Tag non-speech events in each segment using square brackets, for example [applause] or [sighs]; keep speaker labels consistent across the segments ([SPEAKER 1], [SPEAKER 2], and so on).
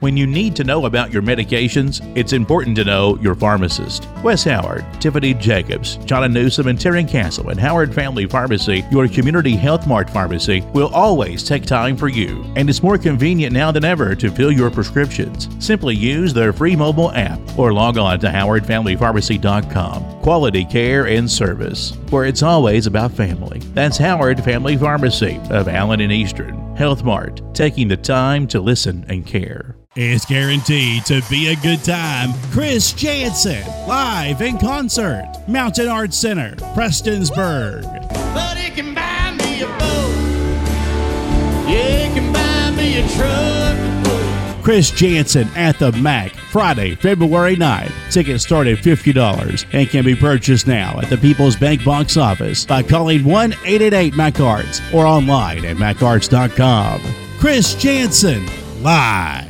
[SPEAKER 1] When you need to know about your medications, it's important to know your pharmacist. Wes Howard, Tiffany Jacobs, Jonna Newsom, and Terry Castle at Howard Family Pharmacy, your community health mart pharmacy, will always take time for you. And it's more convenient now than ever to fill your prescriptions. Simply use their free mobile app or log on to howardfamilypharmacy.com. Quality care and service, where it's always about family. That's Howard Family Pharmacy of Allen and Eastern. Health Mart, taking the time to listen and care.
[SPEAKER 2] It's guaranteed to be a good time. Chris Jansen, live in concert, Mountain Arts Center, Prestonsburg.
[SPEAKER 3] But it can buy me a boat. Yeah, it can buy me a truck.
[SPEAKER 2] Chris Jansen at the MAC, Friday, February 9th. Tickets start at $50 and can be purchased now at the People's Bank box office by calling 1 888 MacArts or online at MacArts.com. Chris Jansen, live.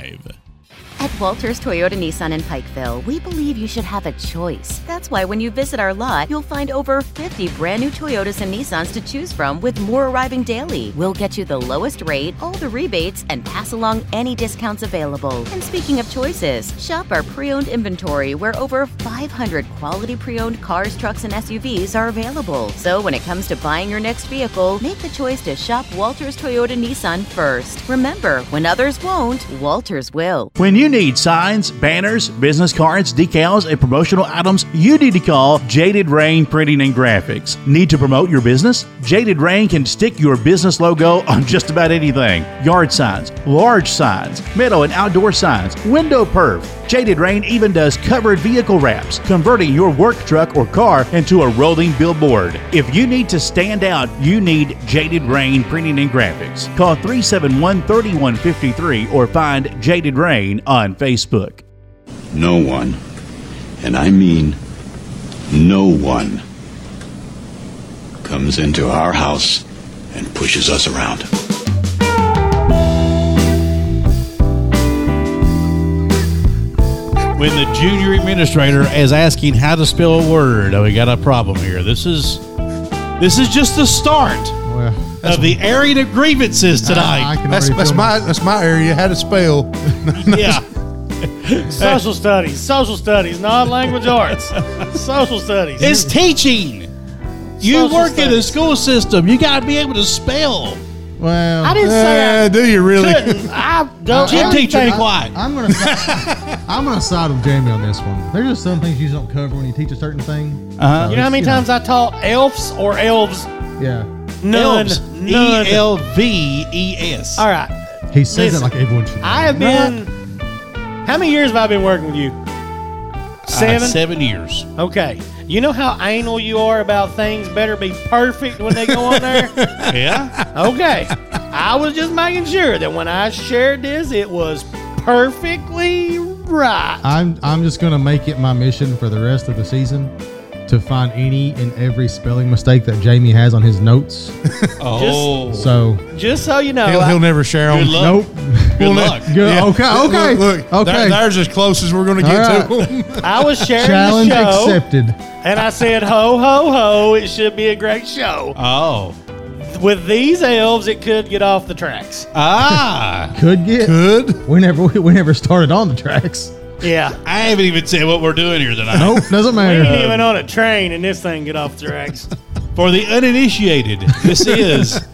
[SPEAKER 4] At Walters Toyota Nissan in Pikeville, we believe you should have a choice. That's why when you visit our lot, you'll find over 50 brand new Toyotas and Nissans to choose from with more arriving daily. We'll get you the lowest rate, all the rebates, and pass along any discounts available. And speaking of choices, shop our pre-owned inventory where over 500 quality pre-owned cars, trucks, and SUVs are available. So when it comes to buying your next vehicle, make the choice to shop Walters Toyota Nissan first. Remember, when others won't, Walters will.
[SPEAKER 1] When you need signs, banners, business cards, decals, and promotional items, you need to call Jaded Rain Printing and Graphics. Need to promote your business? Jaded Rain can stick your business logo [laughs] on just about anything yard signs, large signs, metal and outdoor signs, window perf. Jaded Rain even does covered vehicle wraps, converting your work truck or car into a rolling billboard. If you need to stand out, you need Jaded Rain Printing and Graphics. Call 371 3153 or find Jaded Rain on Facebook.
[SPEAKER 5] No one, and I mean no one, comes into our house and pushes us around.
[SPEAKER 2] When the junior administrator is asking how to spell a word, oh, we got a problem here. This is this is just the start
[SPEAKER 6] Well,
[SPEAKER 2] of the airing of grievances
[SPEAKER 6] I
[SPEAKER 2] tonight.
[SPEAKER 6] can
[SPEAKER 7] That's,
[SPEAKER 6] already
[SPEAKER 7] that's
[SPEAKER 6] feel
[SPEAKER 7] my that's my area. How to spell?
[SPEAKER 2] yeah.
[SPEAKER 8] Social studies, social studies, not language arts. Social studies.
[SPEAKER 2] It's teaching. You
[SPEAKER 8] Social
[SPEAKER 2] work in the
[SPEAKER 8] studies.
[SPEAKER 2] school system. You got to be able to spell.
[SPEAKER 6] Well,
[SPEAKER 8] I didn't say
[SPEAKER 7] Eh,
[SPEAKER 8] I
[SPEAKER 7] do you really?
[SPEAKER 8] couldn't. I don't.
[SPEAKER 2] Gym teacher, be
[SPEAKER 8] everything-
[SPEAKER 2] quiet.
[SPEAKER 6] I'm gonna si-
[SPEAKER 7] [laughs]
[SPEAKER 6] I'm gonna side with Jamie on this one. There's just some things you just don't cover when you teach a certain thing.
[SPEAKER 2] Uh-huh.
[SPEAKER 8] You know how many times I taught elves or elves?
[SPEAKER 6] Yeah,
[SPEAKER 8] None.
[SPEAKER 2] Elves.
[SPEAKER 8] None.
[SPEAKER 2] E L V E S.
[SPEAKER 8] All right.
[SPEAKER 6] he says
[SPEAKER 8] Listen,
[SPEAKER 6] it like everyone should. know.
[SPEAKER 8] I have been. How many years have I been working with you? Seven.
[SPEAKER 2] Seven years.
[SPEAKER 8] Okay. You know how anal you are about things. Better be perfect when they go on there.
[SPEAKER 2] Yeah.
[SPEAKER 8] Okay. I was just making sure that when I shared this, it was perfectly right.
[SPEAKER 6] I'm I'm just gonna make it my mission for the rest of the season to find any and every spelling mistake that Jamie has on his notes.
[SPEAKER 2] oh.
[SPEAKER 6] So
[SPEAKER 8] Just so you know,
[SPEAKER 7] He'll,
[SPEAKER 8] I-
[SPEAKER 7] he'll never share
[SPEAKER 2] good
[SPEAKER 7] them.
[SPEAKER 2] luck.
[SPEAKER 6] nope.
[SPEAKER 2] Good luck.
[SPEAKER 6] Good.
[SPEAKER 7] Yeah.
[SPEAKER 6] Okay. Okay.
[SPEAKER 7] Look, look,
[SPEAKER 6] okay.
[SPEAKER 7] There, there's as close as we're going to get
[SPEAKER 6] All
[SPEAKER 7] to 'em.
[SPEAKER 8] I was sharing
[SPEAKER 6] Challenge
[SPEAKER 8] the show,
[SPEAKER 6] accepted.
[SPEAKER 8] and I said, "Ho, ho, ho! It should be a great show."
[SPEAKER 2] [laughs] Oh.
[SPEAKER 8] With these elves, it could get off the tracks.
[SPEAKER 2] Ah.
[SPEAKER 6] Could get.
[SPEAKER 7] Good.
[SPEAKER 6] We never we never started on the tracks.
[SPEAKER 8] Yeah,
[SPEAKER 2] I haven't even said what we're doing here tonight.
[SPEAKER 6] Nope. [laughs] Doesn't
[SPEAKER 8] we
[SPEAKER 6] matter.
[SPEAKER 8] ain't even on a train, and this thing get off the tracks.
[SPEAKER 2] For the uninitiated, this is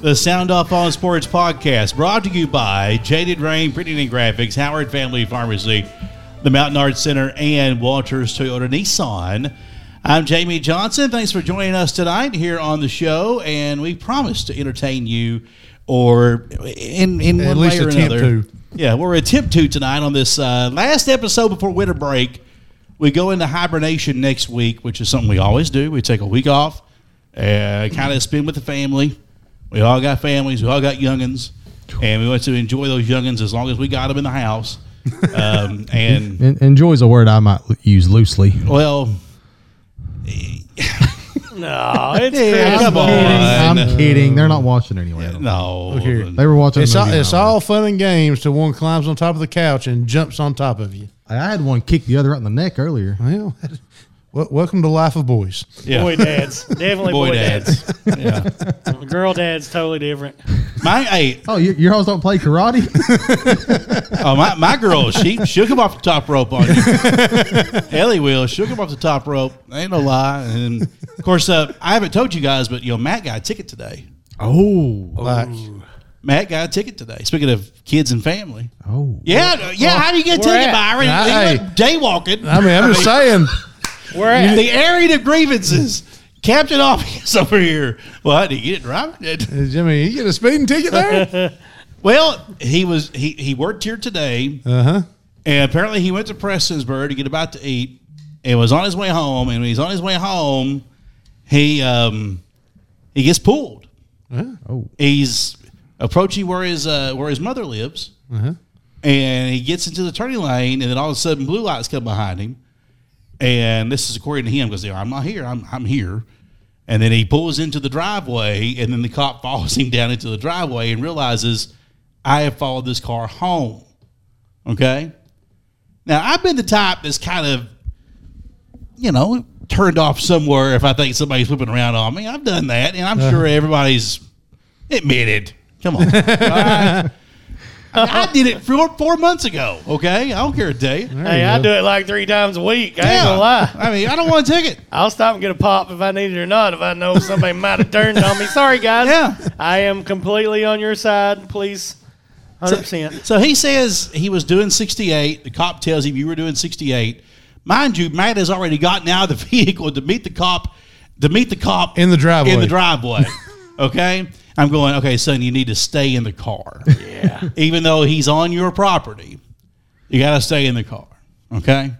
[SPEAKER 2] the Sound Off on Sports podcast brought to you by Jaded Rain Printing and Graphics, Howard Family Pharmacy, the Mountain Arts Center, and Walters Toyota Nissan. I'm Jamie Johnson. Thanks for joining us tonight here on the show, and we promise to entertain you, or in in
[SPEAKER 7] At
[SPEAKER 2] one
[SPEAKER 7] least
[SPEAKER 2] way or
[SPEAKER 7] attempt
[SPEAKER 2] another.
[SPEAKER 7] to.
[SPEAKER 2] Yeah, uh, we're attempt to tonight on this uh, last episode before winter break. We go into hibernation next week, which is something we always do. We take a week off, uh, kind of spend with the family. We all got families. We all got youngins, and we want to enjoy those youngins as long as we got them in the house. Um, and
[SPEAKER 6] En- enjoy's a word I might l- use loosely.
[SPEAKER 2] well,
[SPEAKER 8] No, it's
[SPEAKER 2] Yeah,
[SPEAKER 8] Christmas.
[SPEAKER 2] come on.
[SPEAKER 6] I'm kidding. They're not watching anyway.
[SPEAKER 2] no,
[SPEAKER 6] They were watching.
[SPEAKER 7] It's
[SPEAKER 6] a
[SPEAKER 7] all,
[SPEAKER 6] movie
[SPEAKER 7] it's
[SPEAKER 6] about
[SPEAKER 7] all fun and games till one climbs on top of the couch and jumps on top of you.
[SPEAKER 6] it. I had one kick the other out in the neck earlier.
[SPEAKER 7] Well, [laughs] Well, welcome to Life of Boys.
[SPEAKER 2] Yeah.
[SPEAKER 8] Boy dads. Definitely boy, dads.
[SPEAKER 2] yeah.
[SPEAKER 8] [laughs] Girl dads, totally different.
[SPEAKER 2] My, hey,
[SPEAKER 6] Oh, your, your hoes don't play karate?
[SPEAKER 2] oh, my, my girl, she shook him off the top rope on you. Ellie will shook him off the top rope. Ain't no lie. And of course, uh, I haven't told you guys, but you know, Matt got a ticket today.
[SPEAKER 6] oh.
[SPEAKER 7] Like,
[SPEAKER 2] Matt got a ticket today. Speaking of kids and family.
[SPEAKER 6] Oh.
[SPEAKER 2] Yeah, no, yeah. how do you get a
[SPEAKER 8] where
[SPEAKER 2] ticket,
[SPEAKER 8] at?
[SPEAKER 2] Byron?
[SPEAKER 7] Nah,
[SPEAKER 2] You went Daywalking.
[SPEAKER 7] [laughs] I mean,
[SPEAKER 2] [laughs]
[SPEAKER 7] I'm just saying.
[SPEAKER 8] We're at
[SPEAKER 2] the area of grievances. Captain Obvious [laughs] over here. What? He didn't drive it.
[SPEAKER 7] Jimmy, you get a speeding ticket [laughs] there?
[SPEAKER 2] Well, he was he he worked here today,
[SPEAKER 7] Uh huh.
[SPEAKER 2] and apparently he went to Prestonsburg to get about to eat, and was on his way home. And when he's on his way home, he um he gets pulled.
[SPEAKER 6] Oh.
[SPEAKER 2] He's approaching where his uh, where his mother lives, and he gets into the turning lane, and then all of a sudden blue lights come behind him, and this is according to him because I'm not here, I'm I'm here, and then he pulls into the driveway, and then the cop [laughs] follows him down into the driveway and realizes I have followed this car home. Okay, now I've been the type that's kind of, you know, turned off somewhere if I think somebody's whipping around on me. I've done that, and I'm sure everybody's admitted. Come on. All right? I, mean, I did it four, four months ago. Okay, I don't care a day.
[SPEAKER 8] Hey, I do it like three times a week. I ain't gonna lie.
[SPEAKER 2] I mean, I don't want a ticket.
[SPEAKER 8] I'll stop and get a pop if I need it or not. If I know somebody might have turned on me. Sorry, guys.
[SPEAKER 2] Yeah.
[SPEAKER 8] I am completely on your side. Please, hundred percent.
[SPEAKER 2] So he says he was doing 68. The cop tells him you were doing 68. Mind you, Matt has already gotten out of the [laughs] vehicle to meet the cop. To meet the cop
[SPEAKER 7] In the driveway.
[SPEAKER 2] In the driveway. [laughs] okay. I'm going. Okay, son, you need to stay in the car. Yeah. Even though he's on your property, you got to stay in the car. Okay.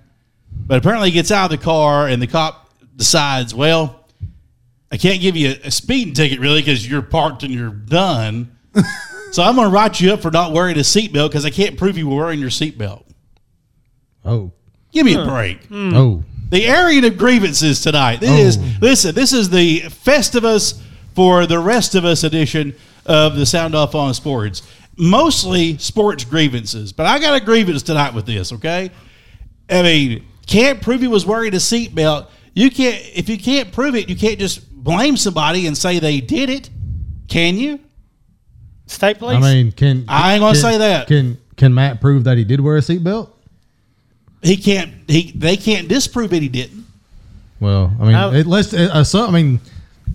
[SPEAKER 2] But apparently, he gets out of the car, and the cop decides, well, I can't give you a, a speeding ticket really because you're parked and you're done. so I'm going to write you up for not wearing a seatbelt because I can't prove you were wearing your seatbelt.
[SPEAKER 6] Oh.
[SPEAKER 2] Give me a break.
[SPEAKER 6] Oh.
[SPEAKER 2] The area of grievances tonight. This is listen. This is the Festivus for the rest of us edition of the Sound Off on Sports. Mostly sports grievances, but I got a grievance tonight with this. Okay, I mean, can't prove he was wearing a seatbelt. You can't if you can't prove it, you can't just blame somebody and say they did it. Can you?
[SPEAKER 8] Stay please.
[SPEAKER 6] I mean, can.
[SPEAKER 2] I ain't gonna
[SPEAKER 6] can-
[SPEAKER 2] say that.
[SPEAKER 6] Can Can Matt prove that he did wear a seatbelt?
[SPEAKER 2] He can't. He they can't disprove it. He didn't.
[SPEAKER 6] Well, I mean,
[SPEAKER 8] I-
[SPEAKER 6] it, let's. Uh, uh, so, I mean,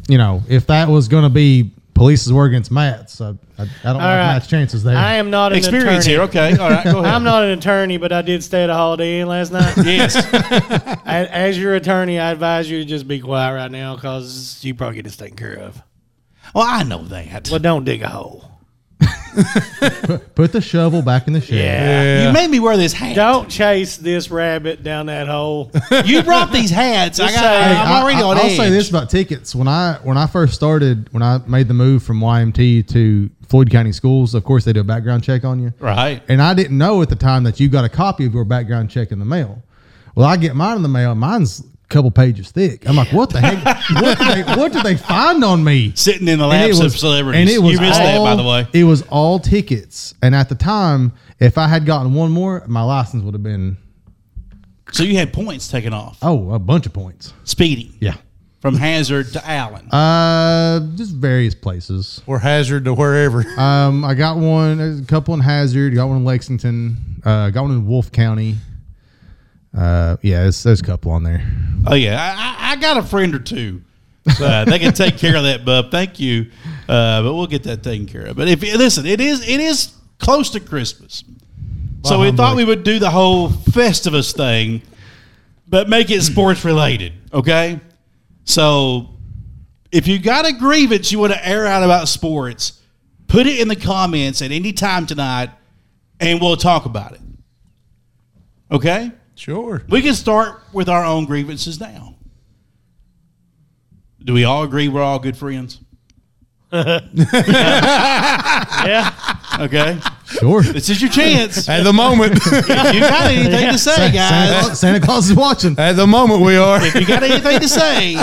[SPEAKER 6] you know, if that was going to be police's word against Matt's, I, I, I don't like
[SPEAKER 8] right.
[SPEAKER 6] Matt's chances there.
[SPEAKER 8] I am not an
[SPEAKER 2] Experience
[SPEAKER 8] attorney.
[SPEAKER 2] here. Okay. All right. Go ahead.
[SPEAKER 8] [laughs] I'm not an attorney, but I did stay at a Holiday Inn last night.
[SPEAKER 2] Yes.
[SPEAKER 8] I- As your attorney, I advise you to just be quiet right now because you probably get this taken care of.
[SPEAKER 2] Well, Oh, I know that.
[SPEAKER 8] Well, don't dig a hole.
[SPEAKER 6] Put the shovel back in the shed.
[SPEAKER 2] You made me wear this hat.
[SPEAKER 8] Don't chase this rabbit down that hole.
[SPEAKER 2] You brought these hats. I got.
[SPEAKER 8] say-
[SPEAKER 2] I'm
[SPEAKER 6] I-
[SPEAKER 2] already
[SPEAKER 6] I,
[SPEAKER 2] on
[SPEAKER 6] will
[SPEAKER 2] edge.
[SPEAKER 6] say this about tickets. When I when I first started, when I made the move from YMT to Floyd County Schools, of course they do a background check on you.
[SPEAKER 2] Right.
[SPEAKER 6] And I didn't know at the time that you got a copy of your background check in the mail. Well, I get mine in the mail. Mine's a couple pages thick. I'm like, what
[SPEAKER 2] [laughs]
[SPEAKER 6] the heck? what, did they, what did they find on me?
[SPEAKER 2] Sitting in the
[SPEAKER 6] And it
[SPEAKER 2] laps of
[SPEAKER 6] was-
[SPEAKER 2] celebrities.
[SPEAKER 6] And it was
[SPEAKER 2] you missed that, by
[SPEAKER 6] all-
[SPEAKER 2] the
[SPEAKER 6] [laughs]
[SPEAKER 2] way.
[SPEAKER 6] It was all tickets. And at the time, if I had gotten one more, my license would have been
[SPEAKER 2] So you had points taken off.
[SPEAKER 6] oh a bunch of points.
[SPEAKER 2] Speeding
[SPEAKER 6] Yeah.
[SPEAKER 2] from Hazard to Allen.
[SPEAKER 6] Uh, just various places.
[SPEAKER 7] Or hazard to wherever.
[SPEAKER 6] Um, I got one. There's a couple in Hazard. Got one in Lexington. Uh, got one in Wolf County. Uh, yeah, it's, there's a couple on there.
[SPEAKER 2] oh yeah, I, I- I got a friend or two. Uh, they can take care of that, bub. Thank you. Uh, but we'll get that taken care of. But if listen, it is it is close to Christmas, so we thought we would do the whole Festivus thing, but make it sports related. Okay, so if you got a grievance you want to air out about sports, put it in the comments at any time tonight, and we'll talk about it. Okay.
[SPEAKER 7] Sure.
[SPEAKER 2] We can start with our own grievances now. Do we all agree we're all good
[SPEAKER 8] [laughs]
[SPEAKER 2] friends?
[SPEAKER 8] Yeah.
[SPEAKER 2] [laughs] Okay.
[SPEAKER 8] [laughs]
[SPEAKER 6] Sure. Santa,
[SPEAKER 2] This is your chance.
[SPEAKER 7] [laughs] At the [laughs] moment,
[SPEAKER 2] If you got anything to say,
[SPEAKER 6] Santa
[SPEAKER 2] guys,
[SPEAKER 6] Claus, Santa Claus is watching.
[SPEAKER 7] at the moment we are.
[SPEAKER 2] if you got anything to say,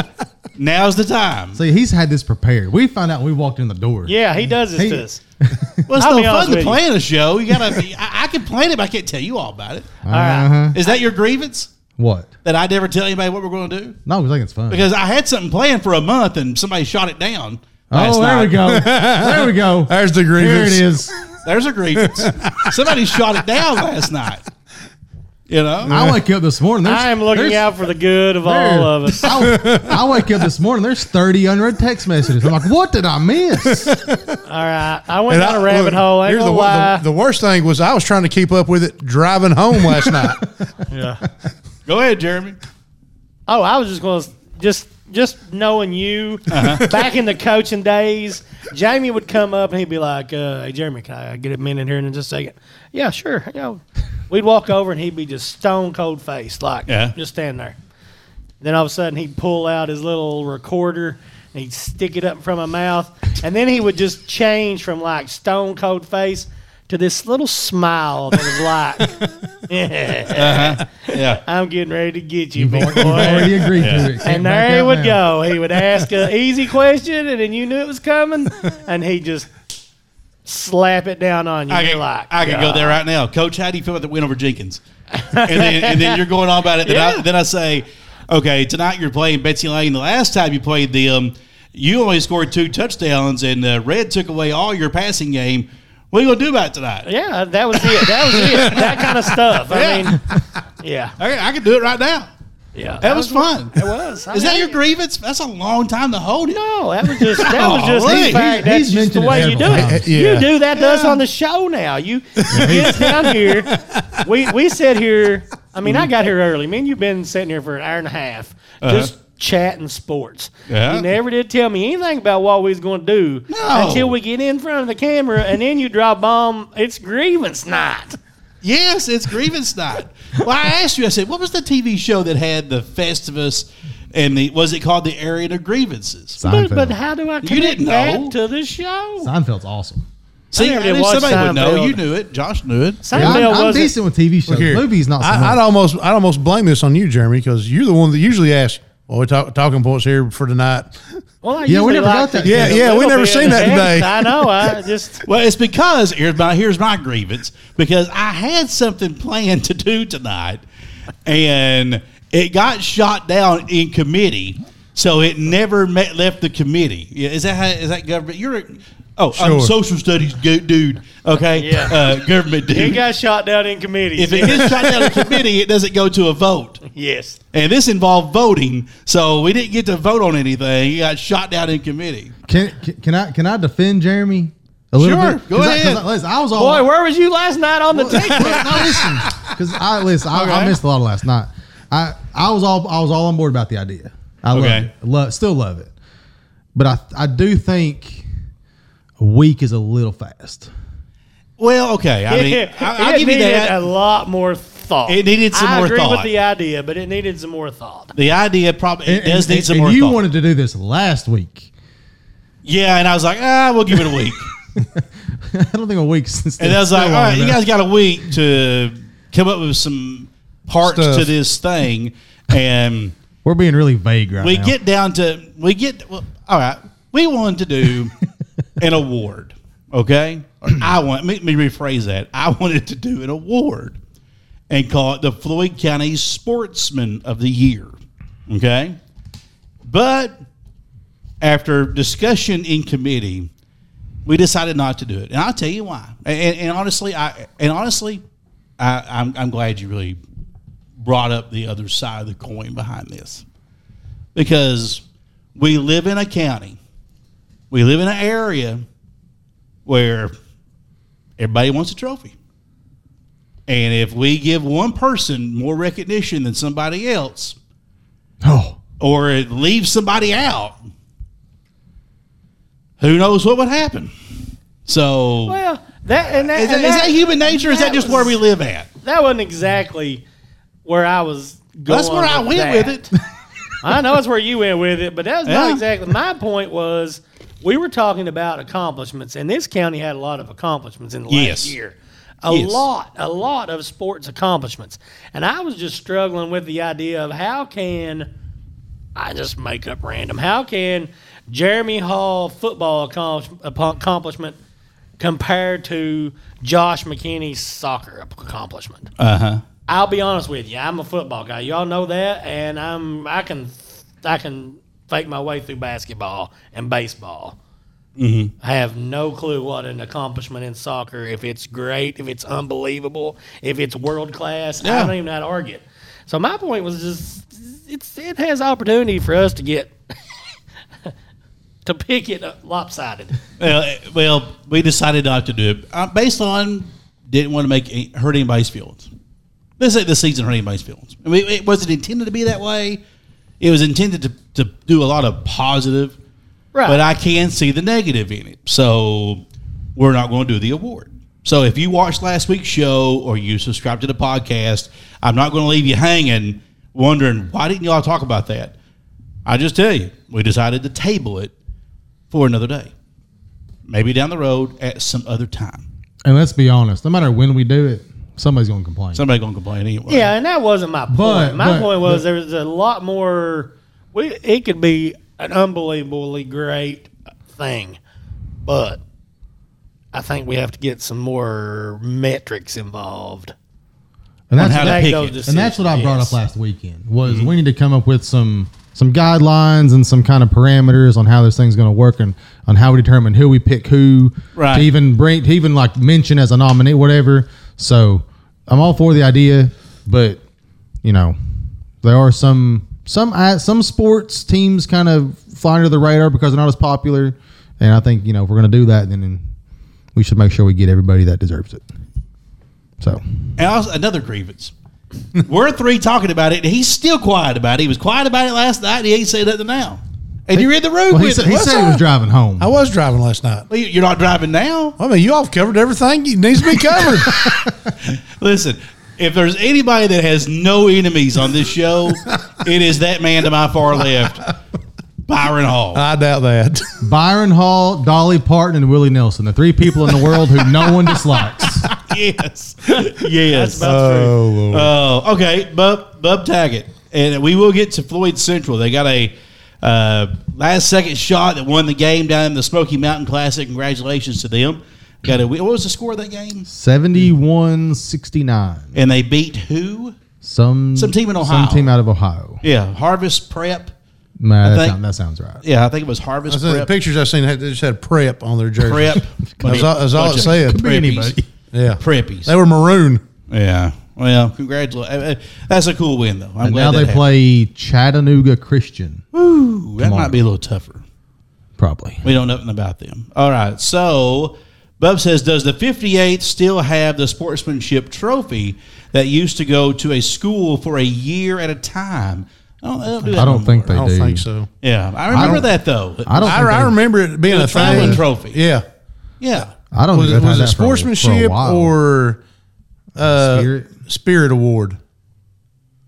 [SPEAKER 2] now's the time.
[SPEAKER 6] See, he's had this prepared. We found out when we walked in the door.
[SPEAKER 8] Yeah, he does this to us.
[SPEAKER 2] Well, it's
[SPEAKER 8] I'll
[SPEAKER 2] no
[SPEAKER 8] be
[SPEAKER 2] fun
[SPEAKER 8] honest
[SPEAKER 2] to
[SPEAKER 8] with you.
[SPEAKER 2] plan a show. You gotta. Be, I, I can plan it, but I can't tell you all about it.
[SPEAKER 8] All right.
[SPEAKER 2] Is that your grievance?
[SPEAKER 6] What?
[SPEAKER 2] that I never tell anybody what we're going to do?
[SPEAKER 6] No, we think it's fun.
[SPEAKER 2] Because I had something planned for a month and somebody shot it down. last
[SPEAKER 6] oh, there we
[SPEAKER 2] night.
[SPEAKER 6] go. There we go.
[SPEAKER 8] [laughs]
[SPEAKER 7] There's the
[SPEAKER 6] Here
[SPEAKER 7] grievance.
[SPEAKER 6] it is.
[SPEAKER 2] There's a grievance. somebody shot it down last night. You know?
[SPEAKER 6] I wake up this morning. there's-
[SPEAKER 8] I am looking
[SPEAKER 6] there's-
[SPEAKER 8] out for the good of
[SPEAKER 6] there-
[SPEAKER 8] all
[SPEAKER 6] [laughs]
[SPEAKER 8] of us.
[SPEAKER 6] I, I wake up this morning. There's 30 unread text messages. I'm like, what did I miss?
[SPEAKER 8] All right, I went
[SPEAKER 7] And
[SPEAKER 8] down
[SPEAKER 7] I-
[SPEAKER 8] a rabbit
[SPEAKER 7] look,
[SPEAKER 8] hole. Ain't
[SPEAKER 7] here's
[SPEAKER 8] gonna
[SPEAKER 7] the, wor-
[SPEAKER 8] lie.
[SPEAKER 7] the, the worst thing was I was trying to keep up with it driving home last [laughs] night.
[SPEAKER 8] yeah.
[SPEAKER 2] Go ahead, Jeremy.
[SPEAKER 8] Oh, I was just going to just just knowing you
[SPEAKER 2] Uh-huh.
[SPEAKER 8] [laughs] back in the coaching days. Jamie would come up and he'd be like, uh, "Hey, Jeremy, can I get a minute here in just a second? Yeah, sure. You know, we'd walk over and he'd be just stone cold faced, like
[SPEAKER 2] Yeah.
[SPEAKER 8] just standing there. Then all of a sudden he'd pull out his little recorder and he'd stick it up from my mouth, and then he would just change from like stone cold face to this little smile that was like, [laughs]
[SPEAKER 2] Uh-huh. Yeah.
[SPEAKER 8] "I'm getting ready to
[SPEAKER 2] [laughs]
[SPEAKER 8] get you, big
[SPEAKER 6] You've
[SPEAKER 8] boy."
[SPEAKER 6] already agreed to it. Can't
[SPEAKER 8] And
[SPEAKER 6] back
[SPEAKER 8] there he
[SPEAKER 6] out
[SPEAKER 8] would
[SPEAKER 6] now.
[SPEAKER 8] go. He would ask an easy question, and then you knew it was coming, and he just slap it down on you.
[SPEAKER 2] I
[SPEAKER 8] You're
[SPEAKER 2] can,
[SPEAKER 8] like,
[SPEAKER 2] I can go there right now. Coach, how do you feel about the win over Jenkins? And then, and then you're going on about it. Then, I,
[SPEAKER 8] Yeah.
[SPEAKER 2] then I say, okay, tonight you're playing Betsy Lane. The last time you played them, you only scored two touchdowns, and uh, Red took away all your passing game. What are you going to do about it tonight?
[SPEAKER 8] Yeah, that was it. That was it. That kind of stuff. I
[SPEAKER 2] Yeah.
[SPEAKER 8] mean, yeah,
[SPEAKER 2] Okay, I can do it right now.
[SPEAKER 8] yeah.
[SPEAKER 2] That was fun.
[SPEAKER 8] It was. I
[SPEAKER 2] Is that
[SPEAKER 8] mean,
[SPEAKER 2] your grievance? That's a long time to hold it.
[SPEAKER 8] No, that was just that was just
[SPEAKER 2] Golly.
[SPEAKER 8] in fact, that's
[SPEAKER 6] He's- he's
[SPEAKER 8] just the
[SPEAKER 6] mentioned it
[SPEAKER 8] way you do
[SPEAKER 6] several
[SPEAKER 8] it.
[SPEAKER 7] times. Yeah.
[SPEAKER 8] You do that to us on the show now. You, you get us down here. We we sit here. I mean, I got here early. Me and you've been sitting here for an hour and a half just chatting sports.
[SPEAKER 2] Yeah.
[SPEAKER 8] You never did tell me anything about what we was going to do
[SPEAKER 2] No.
[SPEAKER 8] until we get in front of the camera, and then you drop bomb. It's grievance night.
[SPEAKER 2] Yes, it's grievance night. Well, I asked you. I said, what was the TV show that had the Festivus and the was it called the Area of Grievances?
[SPEAKER 8] But,
[SPEAKER 6] Seinfeld.
[SPEAKER 8] but how do I
[SPEAKER 2] You
[SPEAKER 8] connect
[SPEAKER 2] didn't know.
[SPEAKER 8] that to the show?
[SPEAKER 6] Seinfeld's awesome.
[SPEAKER 2] See,
[SPEAKER 8] never
[SPEAKER 2] I
[SPEAKER 8] did
[SPEAKER 2] knew
[SPEAKER 8] watch
[SPEAKER 2] somebody would know.
[SPEAKER 8] Seinfeld.
[SPEAKER 2] You knew it. Josh knew it.
[SPEAKER 6] Yeah, I'm,
[SPEAKER 8] Seinfeld
[SPEAKER 6] I'm
[SPEAKER 8] wasn't-
[SPEAKER 6] decent with TV shows.
[SPEAKER 7] Here.
[SPEAKER 6] Movies, not so
[SPEAKER 7] I, I'd
[SPEAKER 6] much.
[SPEAKER 7] almost, I'd almost blame this on you, Jeremy, because you're the one that usually asks. Well, we're talk, talking points here for tonight.
[SPEAKER 8] Well, I
[SPEAKER 6] Yeah, we
[SPEAKER 8] usually
[SPEAKER 6] never
[SPEAKER 8] like
[SPEAKER 6] got that.
[SPEAKER 8] to
[SPEAKER 7] Yeah,
[SPEAKER 8] get a
[SPEAKER 7] yeah, we
[SPEAKER 8] little
[SPEAKER 7] never
[SPEAKER 8] bit
[SPEAKER 7] seen that
[SPEAKER 8] ahead.
[SPEAKER 7] today.
[SPEAKER 8] I know. I just
[SPEAKER 2] Well, it's because here's my here's my grievance because I had something planned to do tonight, and it got shot down in committee, so it never met, left the committee. Yeah, is that how, is that government? You're a, oh, I'm
[SPEAKER 7] Sure.
[SPEAKER 2] social studies go- dude. Okay,
[SPEAKER 8] Yeah.
[SPEAKER 2] uh, government
[SPEAKER 8] He
[SPEAKER 2] dude.
[SPEAKER 8] got shot down in committee.
[SPEAKER 2] if it gets shot down
[SPEAKER 8] [laughs]
[SPEAKER 2] in committee, it doesn't go to a vote.
[SPEAKER 8] yes.
[SPEAKER 2] And this involved voting, so we didn't get to vote on anything. It got shot down in committee.
[SPEAKER 6] Can, can, can I can I defend Jeremy a little
[SPEAKER 2] Sure,
[SPEAKER 6] bit?
[SPEAKER 2] go
[SPEAKER 6] 'Cause I- 'cause
[SPEAKER 2] ahead.
[SPEAKER 6] I, listen, I was all
[SPEAKER 2] Oh.
[SPEAKER 8] Boy, where was you last night on the
[SPEAKER 6] Well,
[SPEAKER 8] ticket?
[SPEAKER 6] [laughs] no, listen, because I listen, I, I
[SPEAKER 2] Okay.
[SPEAKER 6] missed a lot of last night. I I was all I was all on board about the idea. I love
[SPEAKER 2] Okay.
[SPEAKER 6] it. Love still love it, but I I do think a week is a little fast.
[SPEAKER 2] Well, okay. I mean,
[SPEAKER 8] [laughs]
[SPEAKER 2] I, I'll
[SPEAKER 8] it
[SPEAKER 2] give you
[SPEAKER 8] needed
[SPEAKER 2] that.
[SPEAKER 8] a lot more thought.
[SPEAKER 2] It needed some
[SPEAKER 8] I
[SPEAKER 2] more
[SPEAKER 8] agree
[SPEAKER 2] thought.
[SPEAKER 8] with the idea, but it needed some more thought.
[SPEAKER 2] The idea probably it
[SPEAKER 6] And-
[SPEAKER 2] does
[SPEAKER 6] and-
[SPEAKER 2] need some
[SPEAKER 6] and
[SPEAKER 2] more
[SPEAKER 6] You
[SPEAKER 2] thought.
[SPEAKER 6] wanted to do this last week. [laughs]
[SPEAKER 2] yeah, and I was like, ah, we'll give it a week.
[SPEAKER 6] I don't think a week since.
[SPEAKER 2] and I was like, all right, you guys got a week to come up with some parts
[SPEAKER 7] Stuff.
[SPEAKER 2] to this thing, and
[SPEAKER 6] we're being really vague right
[SPEAKER 2] we
[SPEAKER 6] now.
[SPEAKER 2] get down to we get well, all right. We wanted to do an award, okay? Or I want let me rephrase that. I wanted to do an award and call it the Floyd County Sportsman of the Year, okay? But after discussion in committee, we decided not to do it, and I'll tell you why. And, and honestly, I and honestly, I, I'm, I'm glad you really brought up the other side of the coin behind this because we live in a county, we live in an area where everybody wants a trophy. And if we give one person more recognition than somebody else,
[SPEAKER 6] Oh,
[SPEAKER 2] or it leaves somebody out, who knows what would happen? So
[SPEAKER 8] Well, that and that,
[SPEAKER 2] is, that,
[SPEAKER 8] and
[SPEAKER 2] is that human nature? Is that just where
[SPEAKER 8] was-
[SPEAKER 2] we live at?
[SPEAKER 8] That wasn't exactly where I was going.
[SPEAKER 2] That's where I went
[SPEAKER 8] that.
[SPEAKER 2] with it.
[SPEAKER 8] I know that's where you went with it, but that was
[SPEAKER 2] Yeah.
[SPEAKER 8] not exactly my point. Was we were talking about accomplishments, and this county had a lot of accomplishments in the
[SPEAKER 2] Yes.
[SPEAKER 8] last year. A
[SPEAKER 2] Yes.
[SPEAKER 8] lot, a lot of sports accomplishments, and I was just struggling with the idea of how can I just make up random? How can Jeremy Hall football accomplish- accomplishment compared to Josh McKinney's soccer accomplishment?
[SPEAKER 2] Uh huh.
[SPEAKER 8] I'll be honest with you. I'm a football guy. Y'all know that, and I'm I can I can fake my way through basketball and baseball.
[SPEAKER 2] Mm-hmm.
[SPEAKER 8] I have no clue what an accomplishment in soccer. If it's great, if it's unbelievable, if it's world class, I don't even know how to argue it. So my point was just, it's it has opportunity for us to get [laughs] to pick it up lopsided.
[SPEAKER 2] Well, eh, well, we decided not to do it uh, based on didn't want to make any- hurt anybody's feelings. This ain't the season hurt anybody's feelings. I mean, it wasn't intended to be that way. It was intended to, to do a lot of positive,
[SPEAKER 8] Right.
[SPEAKER 2] but I can see the negative in it. So we're not going to do the award. So if you watched last week's show or you subscribe to the podcast, I'm not going to leave you hanging wondering why didn't y'all talk about that. I just tell you, we decided to table it for another day maybe down the road at some other time.
[SPEAKER 6] And let's be honest, no matter when we do it, somebody's going to complain.
[SPEAKER 2] Somebody gonna complain anyway.
[SPEAKER 8] Yeah, and that wasn't my point.
[SPEAKER 6] But-
[SPEAKER 8] my
[SPEAKER 6] but-
[SPEAKER 8] point was
[SPEAKER 6] but-
[SPEAKER 8] there was a lot more. We, it could be an unbelievably great thing, but I think we have to get some more metrics involved.
[SPEAKER 6] and that's
[SPEAKER 2] how to
[SPEAKER 6] that-
[SPEAKER 2] pick
[SPEAKER 8] Make those
[SPEAKER 2] it.
[SPEAKER 6] and that's what I brought
[SPEAKER 8] decisions,
[SPEAKER 6] up last weekend was
[SPEAKER 2] Mm-hmm.
[SPEAKER 6] we need to come up with some some guidelines and some kind of parameters on how this thing's going to work and on how we determine who we pick who
[SPEAKER 2] Right.
[SPEAKER 6] to even bring to even like mention as a nominee whatever. So I'm all for the idea, but you know there are some some uh, some sports teams kind of fly under the radar because they're not as popular, and I think you know if we're going to do that then. we should make sure we get everybody that deserves it. So,
[SPEAKER 2] And also another grievance. We're three talking about it, and he's still quiet about it. He was quiet about it last night. And he ain't said nothing now. And you're in the room
[SPEAKER 6] well, he
[SPEAKER 2] with
[SPEAKER 6] said,
[SPEAKER 2] him.
[SPEAKER 6] he,
[SPEAKER 2] What's
[SPEAKER 6] said he was
[SPEAKER 2] up?
[SPEAKER 6] driving home.
[SPEAKER 7] I was driving last night.
[SPEAKER 2] Well, you- You're not driving now.
[SPEAKER 7] I mean, you all have covered everything that needs to
[SPEAKER 6] [laughs]
[SPEAKER 7] be covered.
[SPEAKER 2] Listen, if there's anybody that has no enemies on this [laughs] show, it is that man to my far left, Byron [laughs] Hall.
[SPEAKER 7] I doubt that.
[SPEAKER 6] Byron Hall, Dolly Parton, and Willie Nelson, the three people in the world who no one
[SPEAKER 7] [laughs]
[SPEAKER 6] dislikes.
[SPEAKER 2] yes, yes.
[SPEAKER 7] Oh, Lord.
[SPEAKER 2] Oh, okay, Bub Bub Taggett, and we will get to Floyd Central. They got a uh, last second shot that won the game down in the Smoky Mountain Classic. Congratulations to them. Got a what was the score of that game?
[SPEAKER 6] 71 69.
[SPEAKER 2] And they beat who?
[SPEAKER 6] Some,
[SPEAKER 2] Some team in Ohio.
[SPEAKER 6] Some team out of Ohio.
[SPEAKER 2] Yeah, Harvest Prep.
[SPEAKER 6] Nah, that,
[SPEAKER 2] think-
[SPEAKER 6] sound- that sounds right.
[SPEAKER 2] Yeah, I think it was Harvest
[SPEAKER 7] That's the
[SPEAKER 2] Prep.
[SPEAKER 7] pictures I've seen. had- They just had prep on their jerseys.
[SPEAKER 2] Prep.
[SPEAKER 7] That's all, that's all it
[SPEAKER 2] Bunch of
[SPEAKER 7] said.
[SPEAKER 2] preppies.
[SPEAKER 7] Yeah.
[SPEAKER 2] Preppies.
[SPEAKER 7] They were maroon.
[SPEAKER 2] Yeah. Well, congratulations. That's a cool win, though. I'm
[SPEAKER 6] And
[SPEAKER 2] glad
[SPEAKER 6] now
[SPEAKER 2] that
[SPEAKER 6] they
[SPEAKER 2] happened.
[SPEAKER 6] play Chattanooga Christian,
[SPEAKER 2] Ooh, that might be a little tougher.
[SPEAKER 6] probably.
[SPEAKER 2] We don't know nothing about them. All right. So Bub says, does the 58th still have the sportsmanship trophy that used to go to a school for a year at a time? I don't, they don't do that
[SPEAKER 6] I don't
[SPEAKER 2] no
[SPEAKER 6] think
[SPEAKER 2] more.
[SPEAKER 6] they
[SPEAKER 7] I don't
[SPEAKER 6] do.
[SPEAKER 7] think so.
[SPEAKER 2] Yeah, I remember
[SPEAKER 6] don't-
[SPEAKER 2] that though.
[SPEAKER 6] I don't
[SPEAKER 7] I,
[SPEAKER 6] think
[SPEAKER 7] I
[SPEAKER 6] they-
[SPEAKER 7] remember it being a
[SPEAKER 2] traveling
[SPEAKER 7] thing.
[SPEAKER 2] trophy.
[SPEAKER 7] Yeah.
[SPEAKER 2] Yeah,
[SPEAKER 6] I don't
[SPEAKER 7] Was
[SPEAKER 6] think
[SPEAKER 7] it,
[SPEAKER 6] they've
[SPEAKER 7] was
[SPEAKER 6] had that for a- for
[SPEAKER 7] it
[SPEAKER 6] a
[SPEAKER 7] sportsmanship
[SPEAKER 6] while.
[SPEAKER 7] or uh,
[SPEAKER 6] Spirit?
[SPEAKER 7] spirit? award?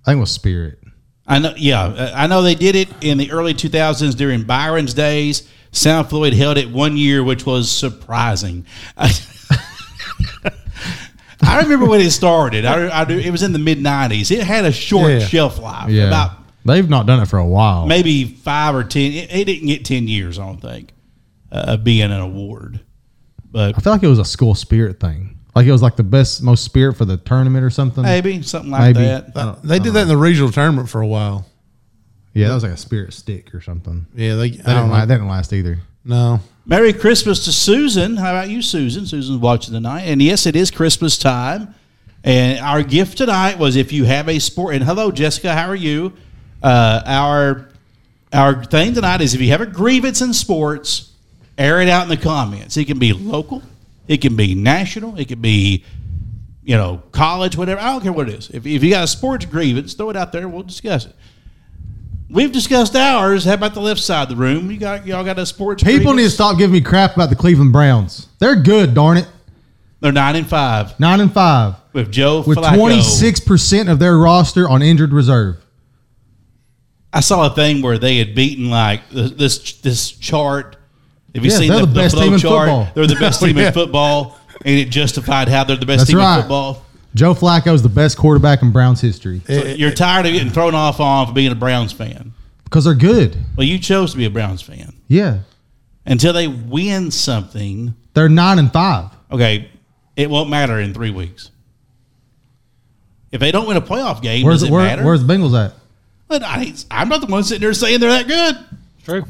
[SPEAKER 6] I think it was Spirit.
[SPEAKER 2] I know. Yeah, uh, I know they did it in the early 2000s during Byron's days. Sound Floyd held it one year, which was surprising. [laughs] I, I remember when it started. I, I do. It was in the mid 90s. It had a short
[SPEAKER 7] Yeah.
[SPEAKER 2] shelf life.
[SPEAKER 6] Yeah.
[SPEAKER 2] About
[SPEAKER 6] they've not done it for a while.
[SPEAKER 2] maybe five or ten. It, it didn't get ten years, I don't think, uh, of being an award. But
[SPEAKER 6] I feel like it was a school spirit thing. Like it was like the best, most spirit for the tournament or something.
[SPEAKER 2] maybe something like
[SPEAKER 6] Maybe.
[SPEAKER 2] that.
[SPEAKER 7] They did that in the regional tournament for a while.
[SPEAKER 6] Yeah, that was like a spirit stick or something.
[SPEAKER 7] Yeah.
[SPEAKER 6] That
[SPEAKER 7] They, I
[SPEAKER 6] didn't,
[SPEAKER 7] don't
[SPEAKER 6] last,
[SPEAKER 7] know.
[SPEAKER 6] that didn't last either.
[SPEAKER 7] No.
[SPEAKER 2] Merry Christmas to Susan. How about you, Susan? Susan's watching tonight, and yes, it is Christmas time. And our gift tonight was if you have a sport. And hello, Jessica. How are you? Uh, our our thing tonight is if you have a grievance in sports, air it out in the comments. It can be local, it can be national, it can be you know, college, whatever. I don't care what it is. If, if you got a sports grievance, throw it out there. We'll discuss it. We've discussed ours. How about the left side of the room? You got y'all got a sports.
[SPEAKER 6] People need to
[SPEAKER 2] grievance?
[SPEAKER 6] stop giving me crap about the Cleveland Browns. They're good, darn it.
[SPEAKER 2] They're nine and five
[SPEAKER 6] Nine and five
[SPEAKER 2] with Joe
[SPEAKER 6] with
[SPEAKER 2] Flacco.
[SPEAKER 6] twenty six percent of their roster on injured reserve.
[SPEAKER 2] I saw a thing where they had beaten like th- this this chart. Have you
[SPEAKER 6] Yeah,
[SPEAKER 2] seen
[SPEAKER 6] they're
[SPEAKER 2] the,
[SPEAKER 6] the
[SPEAKER 2] the
[SPEAKER 6] best
[SPEAKER 2] flow
[SPEAKER 6] team in
[SPEAKER 2] chart?
[SPEAKER 6] football. Oh,
[SPEAKER 2] They're the
[SPEAKER 6] [laughs]
[SPEAKER 2] best team
[SPEAKER 7] Yeah.
[SPEAKER 2] in football, and it justified how they're the best
[SPEAKER 6] That's
[SPEAKER 2] team
[SPEAKER 6] right.
[SPEAKER 2] in football.
[SPEAKER 6] Joe Flacco is the best quarterback in Browns history
[SPEAKER 2] So you're tired of getting thrown off on for being a Browns fan.
[SPEAKER 6] because they're good.
[SPEAKER 2] Well, you chose to be a Browns fan
[SPEAKER 6] Yeah,
[SPEAKER 2] until they win something.
[SPEAKER 6] they're nine and five.
[SPEAKER 2] Okay, it won't matter in three weeks. If they don't win a playoff game,
[SPEAKER 6] Where's
[SPEAKER 2] does it
[SPEAKER 6] where,
[SPEAKER 2] matter?
[SPEAKER 6] where's the Bengals at?
[SPEAKER 2] but I, I'm not the one sitting there saying they're that good.
[SPEAKER 8] True.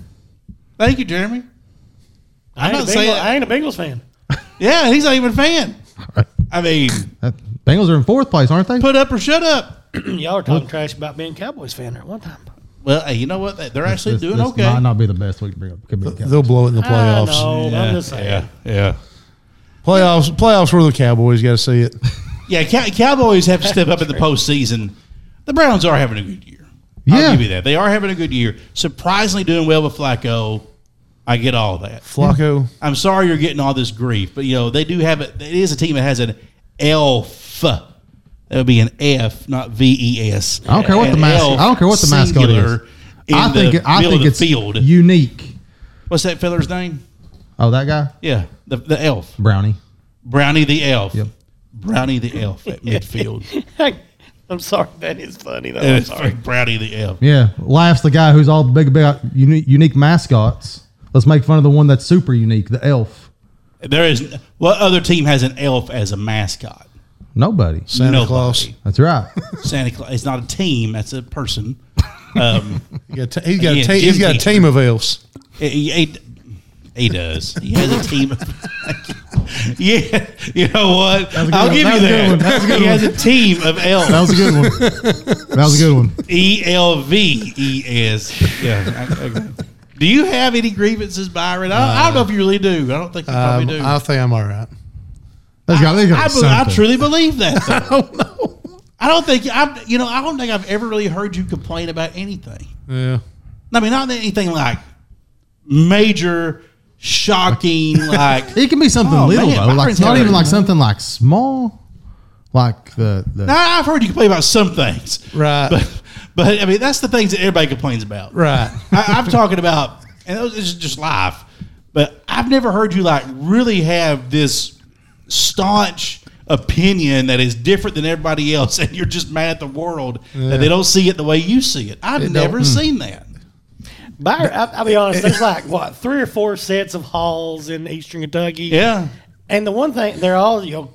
[SPEAKER 2] Thank you, Jeremy.
[SPEAKER 8] I ain't,
[SPEAKER 2] not
[SPEAKER 8] a
[SPEAKER 2] saying-
[SPEAKER 8] Bengal, I ain't a Bengals fan.
[SPEAKER 2] Yeah, he's not even a fan. I mean,
[SPEAKER 6] That, Bengals are in fourth place, aren't they?
[SPEAKER 2] put up or shut up.
[SPEAKER 8] Y'all are talking trash about being Cowboys fan at one time.
[SPEAKER 2] Well, hey, you know what? They're actually
[SPEAKER 6] This-
[SPEAKER 2] doing
[SPEAKER 6] this
[SPEAKER 2] okay.
[SPEAKER 6] Might not be the best week to bring up. Could be the Cowboys.
[SPEAKER 7] They'll blow it in the playoffs.
[SPEAKER 8] I know. I'm just saying.
[SPEAKER 2] yeah, yeah,
[SPEAKER 7] Playoffs, playoffs were the Cowboys. Got to see
[SPEAKER 6] [laughs]
[SPEAKER 7] it.
[SPEAKER 2] yeah. Cow- Cowboys have to step up in the postseason. The Browns are having a good year.
[SPEAKER 6] Yeah.
[SPEAKER 2] I'll give you that. They are having a good year. Surprisingly, doing well with Flacco. I get all that.
[SPEAKER 7] Flacco.
[SPEAKER 2] I'm sorry you're getting all this grief, but you know they do have it. It is a team that has an elf. That would be an F, not V E S.
[SPEAKER 6] I don't care what the
[SPEAKER 2] An
[SPEAKER 6] mascot.
[SPEAKER 2] elf
[SPEAKER 6] I don't care what the mascot is.
[SPEAKER 2] singular in
[SPEAKER 6] I think
[SPEAKER 2] the
[SPEAKER 6] I
[SPEAKER 2] middle of
[SPEAKER 6] think
[SPEAKER 2] the
[SPEAKER 6] it's
[SPEAKER 2] field.
[SPEAKER 6] unique.
[SPEAKER 2] What's that feller's name?
[SPEAKER 6] Oh, that guy
[SPEAKER 2] Yeah, the, the elf,
[SPEAKER 6] Brownie.
[SPEAKER 2] Brownie the elf,
[SPEAKER 6] Yep.
[SPEAKER 2] Brownie the elf
[SPEAKER 6] [laughs]
[SPEAKER 2] at midfield. [laughs]
[SPEAKER 8] I'm sorry. That is funny, though. I'm
[SPEAKER 2] It's
[SPEAKER 8] sorry.
[SPEAKER 2] Brownie the elf.
[SPEAKER 6] Yeah, laughs the guy who's all big about unique, unique mascots. Let's make fun of the one that's super unique, the elf.
[SPEAKER 2] There is what other team has an elf as a mascot?
[SPEAKER 6] Nobody.
[SPEAKER 7] Santa
[SPEAKER 2] Nobody.
[SPEAKER 7] Claus.
[SPEAKER 6] That's right.
[SPEAKER 2] Santa Claus. It's not a team. That's a person. Um,
[SPEAKER 6] [laughs]
[SPEAKER 7] He got a t- he's got,
[SPEAKER 2] Yeah,
[SPEAKER 7] a, te- he's
[SPEAKER 2] Jim
[SPEAKER 7] got a
[SPEAKER 2] Beam.
[SPEAKER 7] team of elves.
[SPEAKER 2] He, he, he does.
[SPEAKER 6] [laughs]
[SPEAKER 2] He has a team. Of, [laughs] yeah, you know what?
[SPEAKER 6] a good
[SPEAKER 2] I'll
[SPEAKER 6] one.
[SPEAKER 2] give
[SPEAKER 6] That
[SPEAKER 2] you
[SPEAKER 6] was a
[SPEAKER 2] that.
[SPEAKER 6] good one. That was a good
[SPEAKER 2] he has
[SPEAKER 6] one.
[SPEAKER 2] a team of
[SPEAKER 6] That
[SPEAKER 2] elves.
[SPEAKER 6] was a good one. That was a good one.
[SPEAKER 2] E L V E S. Yeah. I-
[SPEAKER 6] [laughs]
[SPEAKER 2] okay. Do you have any grievances, Byron? I, I don't know if you really do. I don't think you
[SPEAKER 7] Um,
[SPEAKER 2] probably do.
[SPEAKER 7] I think I'm all right.
[SPEAKER 6] That's got, that's got
[SPEAKER 2] I, be- I
[SPEAKER 6] something.
[SPEAKER 2] truly believe that. Though. I don't know. I don't think I. You know, I don't think I've ever really heard you complain about anything.
[SPEAKER 7] Yeah.
[SPEAKER 2] I mean, not anything like major, shocking, like.
[SPEAKER 6] It can be something
[SPEAKER 2] Oh,
[SPEAKER 6] little
[SPEAKER 2] man,
[SPEAKER 6] though. Like
[SPEAKER 2] Byron's
[SPEAKER 6] it's not
[SPEAKER 2] got
[SPEAKER 6] even
[SPEAKER 2] it.
[SPEAKER 6] like something like small. Like the, the
[SPEAKER 2] I, I've heard you complain about some things,
[SPEAKER 7] Right.
[SPEAKER 2] But, but I mean, that's the things that everybody complains about,
[SPEAKER 7] Right.
[SPEAKER 2] I, I'm talking about, and this is just life. But I've never heard you like really have this staunch opinion that is different than everybody else, and you're just mad at the world that they don't see it the way you see it. I've never seen that.
[SPEAKER 8] Byron, I, I'll be honest. There's like, what, three or four sets of halls in eastern Kentucky?
[SPEAKER 2] Yeah,
[SPEAKER 8] And the one thing, they're all, you know,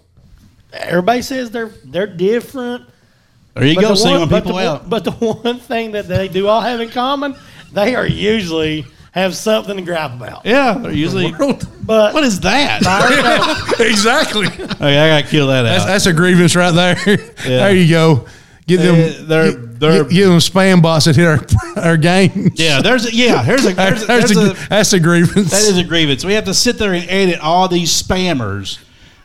[SPEAKER 8] everybody says they're they're different.
[SPEAKER 2] there you
[SPEAKER 8] But
[SPEAKER 2] go,
[SPEAKER 8] the
[SPEAKER 2] singling
[SPEAKER 8] one- but
[SPEAKER 2] people
[SPEAKER 8] the one-
[SPEAKER 2] out.
[SPEAKER 8] But the one thing that they do all have in common, they are usually have something to gripe about.
[SPEAKER 2] yeah, they're usually.
[SPEAKER 8] But
[SPEAKER 2] What is that?
[SPEAKER 8] Byron,
[SPEAKER 7] [laughs]
[SPEAKER 2] [laughs]
[SPEAKER 7] exactly.
[SPEAKER 2] Okay, I gotta kill that
[SPEAKER 7] That's,
[SPEAKER 2] out.
[SPEAKER 7] that's a grievance right there. [laughs] There you go. Get them.
[SPEAKER 2] Uh, they're-
[SPEAKER 7] get-
[SPEAKER 2] they're-
[SPEAKER 7] get, get them spam bots that hit our [laughs] our games.
[SPEAKER 2] Yeah, there's a, yeah, here's a,
[SPEAKER 7] There's,
[SPEAKER 2] there's a, there's a
[SPEAKER 7] [laughs] that's a grievance.
[SPEAKER 2] That is a grievance. We have to sit there and edit all these spammers